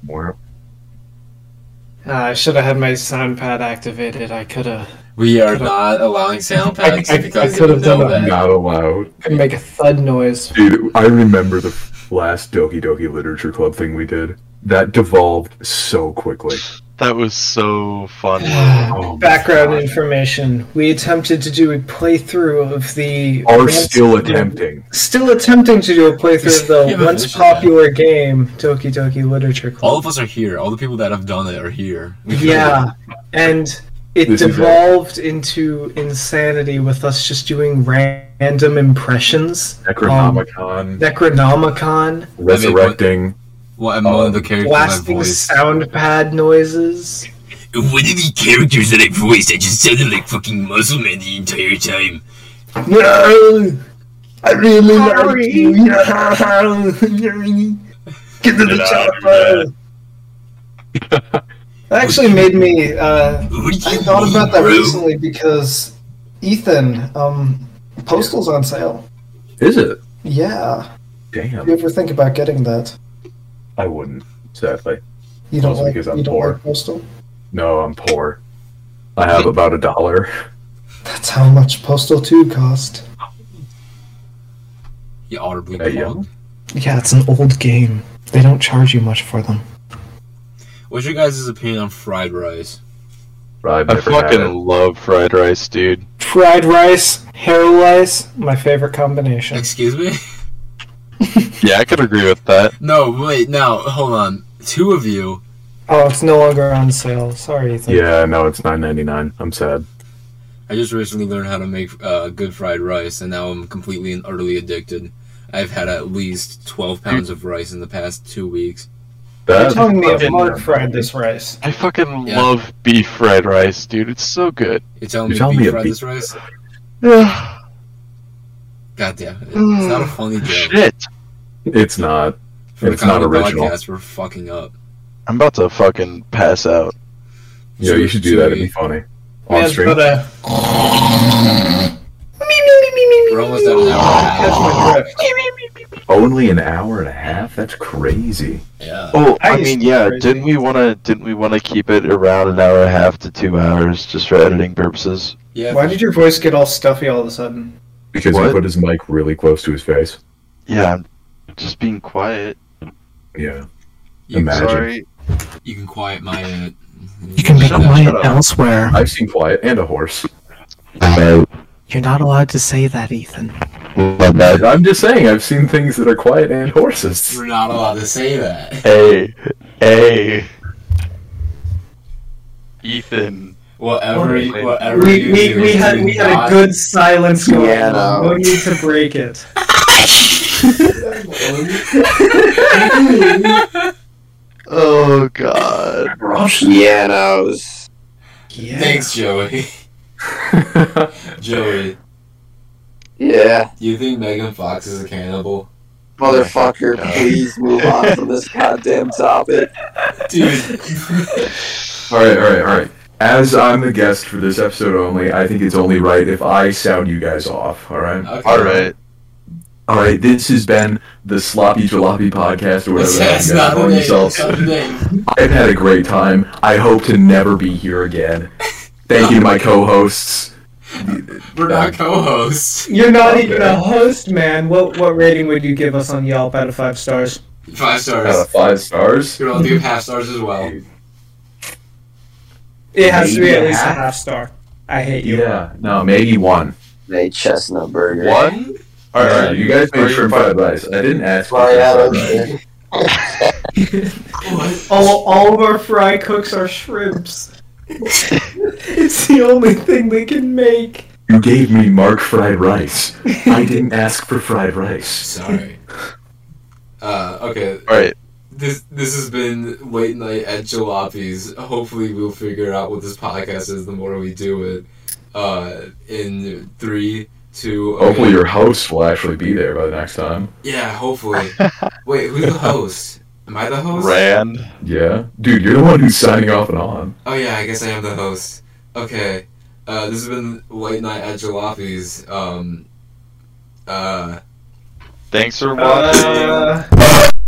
Speaker 4: Ah, I should have had my sound pad activated. I could have.
Speaker 1: We are
Speaker 4: Could've-
Speaker 1: not allowing sound packs
Speaker 4: I- I- I
Speaker 1: because they
Speaker 4: could've
Speaker 1: know
Speaker 4: done that.
Speaker 1: that.
Speaker 2: Not allowed.
Speaker 4: Couldn't make a thud noise.
Speaker 2: Dude, I remember the f- last Doki Doki Literature Club thing we did. That devolved so quickly.
Speaker 3: That was so funny.
Speaker 2: Oh my
Speaker 4: Background
Speaker 2: God.
Speaker 4: information. We attempted to do a playthrough of the.
Speaker 2: Are
Speaker 4: once-
Speaker 2: still attempting.
Speaker 4: Still attempting to do a playthrough of the
Speaker 1: You haven't
Speaker 4: once
Speaker 1: finished it yet.
Speaker 4: popular game, Doki Doki Literature Club.
Speaker 1: All of us are here. All the people that have done it are here. We can-
Speaker 4: Yeah, and it
Speaker 2: This is it.
Speaker 4: devolved into insanity with us just doing random impressions.
Speaker 2: Necronomicon,
Speaker 4: Necronomicon,
Speaker 2: resurrecting.
Speaker 1: Well, I'm one of the characters I
Speaker 4: blasting
Speaker 1: voiced.
Speaker 4: sound pad noises.
Speaker 1: One of the characters that I voiced, I just sounded like fucking muscle man the entire time.
Speaker 4: No, I really love
Speaker 7: Sorry.
Speaker 4: you. No. Get to the chopper. That actually made me. Uh,
Speaker 1: What do
Speaker 4: I
Speaker 1: you
Speaker 4: thought
Speaker 1: mean,
Speaker 4: about that
Speaker 1: bro?
Speaker 4: recently because Ethan, um, Postal's on sale.
Speaker 2: Is it?
Speaker 4: Yeah.
Speaker 2: Damn.
Speaker 4: You ever think about getting that?
Speaker 2: I wouldn't, sadly.
Speaker 4: You don't
Speaker 2: Also
Speaker 4: like
Speaker 2: because I'm
Speaker 4: you don't
Speaker 2: poor.
Speaker 4: like postal.
Speaker 2: No, I'm poor. I have about a dollar.
Speaker 4: That's how much postal two cost.
Speaker 1: You audibly
Speaker 2: Hey, yo.
Speaker 1: clogged.
Speaker 4: Yeah, it's an old game. They don't charge you much for them.
Speaker 1: What's your guys' opinion on fried rice?
Speaker 2: I've
Speaker 3: I
Speaker 2: never had
Speaker 3: fucking
Speaker 2: it.
Speaker 3: love fried rice, dude.
Speaker 4: Fried rice, hair rice, my favorite combination.
Speaker 1: Excuse me?
Speaker 3: Yeah, I could agree with that.
Speaker 1: No, wait, now, hold on. Two of you.
Speaker 4: Oh, it's no longer on sale. Sorry, Ethan.
Speaker 2: Yeah, no, it's nine ninety nine. I'm sad.
Speaker 1: I just recently learned how to make uh, good fried rice, and now I'm completely and utterly addicted. I've had at least 12 pounds of rice in the past two weeks.
Speaker 4: You're
Speaker 2: That
Speaker 4: telling me if
Speaker 3: fucking-
Speaker 4: Mark fried this rice.
Speaker 3: I fucking
Speaker 1: Yeah.
Speaker 3: love beef fried rice, dude. It's so good.
Speaker 1: You're telling
Speaker 2: You're
Speaker 1: me
Speaker 2: telling
Speaker 1: beef
Speaker 2: me a
Speaker 1: fried
Speaker 2: beef-
Speaker 1: this rice?
Speaker 3: Yeah.
Speaker 1: Goddamn. It's
Speaker 4: Mm.
Speaker 1: not a funny joke.
Speaker 3: Shit.
Speaker 2: it's not.
Speaker 1: For
Speaker 2: It's not
Speaker 1: comedy
Speaker 2: original.
Speaker 1: Podcast, we're fucking up.
Speaker 3: I'm about to fucking pass out.
Speaker 2: Yeah, you should do that. It'd be funny. On
Speaker 4: Man's
Speaker 2: stream.
Speaker 4: got a-
Speaker 1: We're almost at an hour and a
Speaker 4: Catch
Speaker 1: half.
Speaker 4: my drift.
Speaker 2: Only an hour and a half. That's crazy.
Speaker 1: Yeah.
Speaker 3: Oh,
Speaker 4: I
Speaker 3: I,
Speaker 4: used
Speaker 3: mean,
Speaker 4: to be
Speaker 3: yeah.
Speaker 4: crazy.
Speaker 3: Didn't we wanna? Didn't we wanna keep it around an hour and a half to two hours just for editing purposes?
Speaker 1: Yeah.
Speaker 4: Why did your voice get all stuffy all of a sudden?
Speaker 2: Because he
Speaker 3: What?
Speaker 2: put his mic really close to his face.
Speaker 3: Yeah, I'm just being quiet.
Speaker 2: Yeah.
Speaker 1: you,
Speaker 2: imagine.
Speaker 3: Sorry.
Speaker 1: you can quiet my. Uh,
Speaker 8: You can be
Speaker 3: Shut up,
Speaker 8: quiet
Speaker 3: shut up.
Speaker 8: elsewhere.
Speaker 2: I've seen Quiet and a horse.
Speaker 8: You're not allowed to say that, Ethan.
Speaker 2: I'm just saying, I've seen things that are quiet and horses.
Speaker 1: You're not allowed to say that.
Speaker 3: Hey, hey. Ethan.
Speaker 1: Whatever, you- whatever
Speaker 4: We,
Speaker 1: you
Speaker 4: we,
Speaker 1: do,
Speaker 4: we had
Speaker 1: do
Speaker 4: we had a
Speaker 1: not-
Speaker 4: good silence going
Speaker 6: Yeah,
Speaker 4: on.
Speaker 6: no.
Speaker 4: No need to break it.
Speaker 3: Oh God.
Speaker 6: Yeah, knows.
Speaker 1: Thanks, Joey. Joey,
Speaker 6: Yeah,
Speaker 1: you think Megan Fox is a cannibal?
Speaker 6: motherfucker,
Speaker 3: God.
Speaker 6: please move on from this goddamn topic.
Speaker 1: Dude,
Speaker 2: Alright, alright, alright. As I'm the guest for this episode only, I think it's only right if I sound you guys off, alright?
Speaker 1: Okay.
Speaker 3: All right.
Speaker 2: Alright, this has been the Sloppy Jalopy Podcast or whatever the hell
Speaker 1: that's
Speaker 2: you guys
Speaker 1: not
Speaker 2: call
Speaker 1: a name.
Speaker 2: yourselves.
Speaker 1: That's not a name.
Speaker 2: I've had a great time. I hope to never be here again. Thank you to my co hosts.
Speaker 1: We're not co-hosts.
Speaker 4: You're not even a host, man. What what rating would you give us on Yelp out of five stars?
Speaker 1: Five stars.
Speaker 2: Uh, five stars.
Speaker 1: Dude, I'll give half stars as well.
Speaker 4: It has to be at
Speaker 2: Maybe a
Speaker 4: least a
Speaker 2: half?
Speaker 4: half star. I hate you.
Speaker 2: Yeah, no, maybe one.
Speaker 6: They chestnut burger.
Speaker 3: One?
Speaker 2: All right, you guys make sure and fried rice. I didn't ask. for
Speaker 6: Sorry,
Speaker 2: fried
Speaker 6: Alex.
Speaker 2: rice.
Speaker 4: All, all of our fry cooks are shrimps. it's the only thing they can make.
Speaker 2: You gave me Mark fried rice. I didn't ask for fried rice.
Speaker 1: Sorry. Uh, okay.
Speaker 3: All right.
Speaker 1: This this has been late night at Jalopies. Hopefully, we'll figure out what this podcast is the more we do it. Uh, in three, two. okay.
Speaker 2: Hopefully, your host will actually be there by the next time.
Speaker 1: Yeah, hopefully. Wait, who's the host? Am I the host?
Speaker 3: Rand.
Speaker 2: Yeah, dude, you're the one who's signing off and on.
Speaker 1: Oh yeah, I guess I am the host. Okay. Uh, this has been late night at Jalopies. Um. Uh.
Speaker 3: Thanks for watching.
Speaker 4: Uh,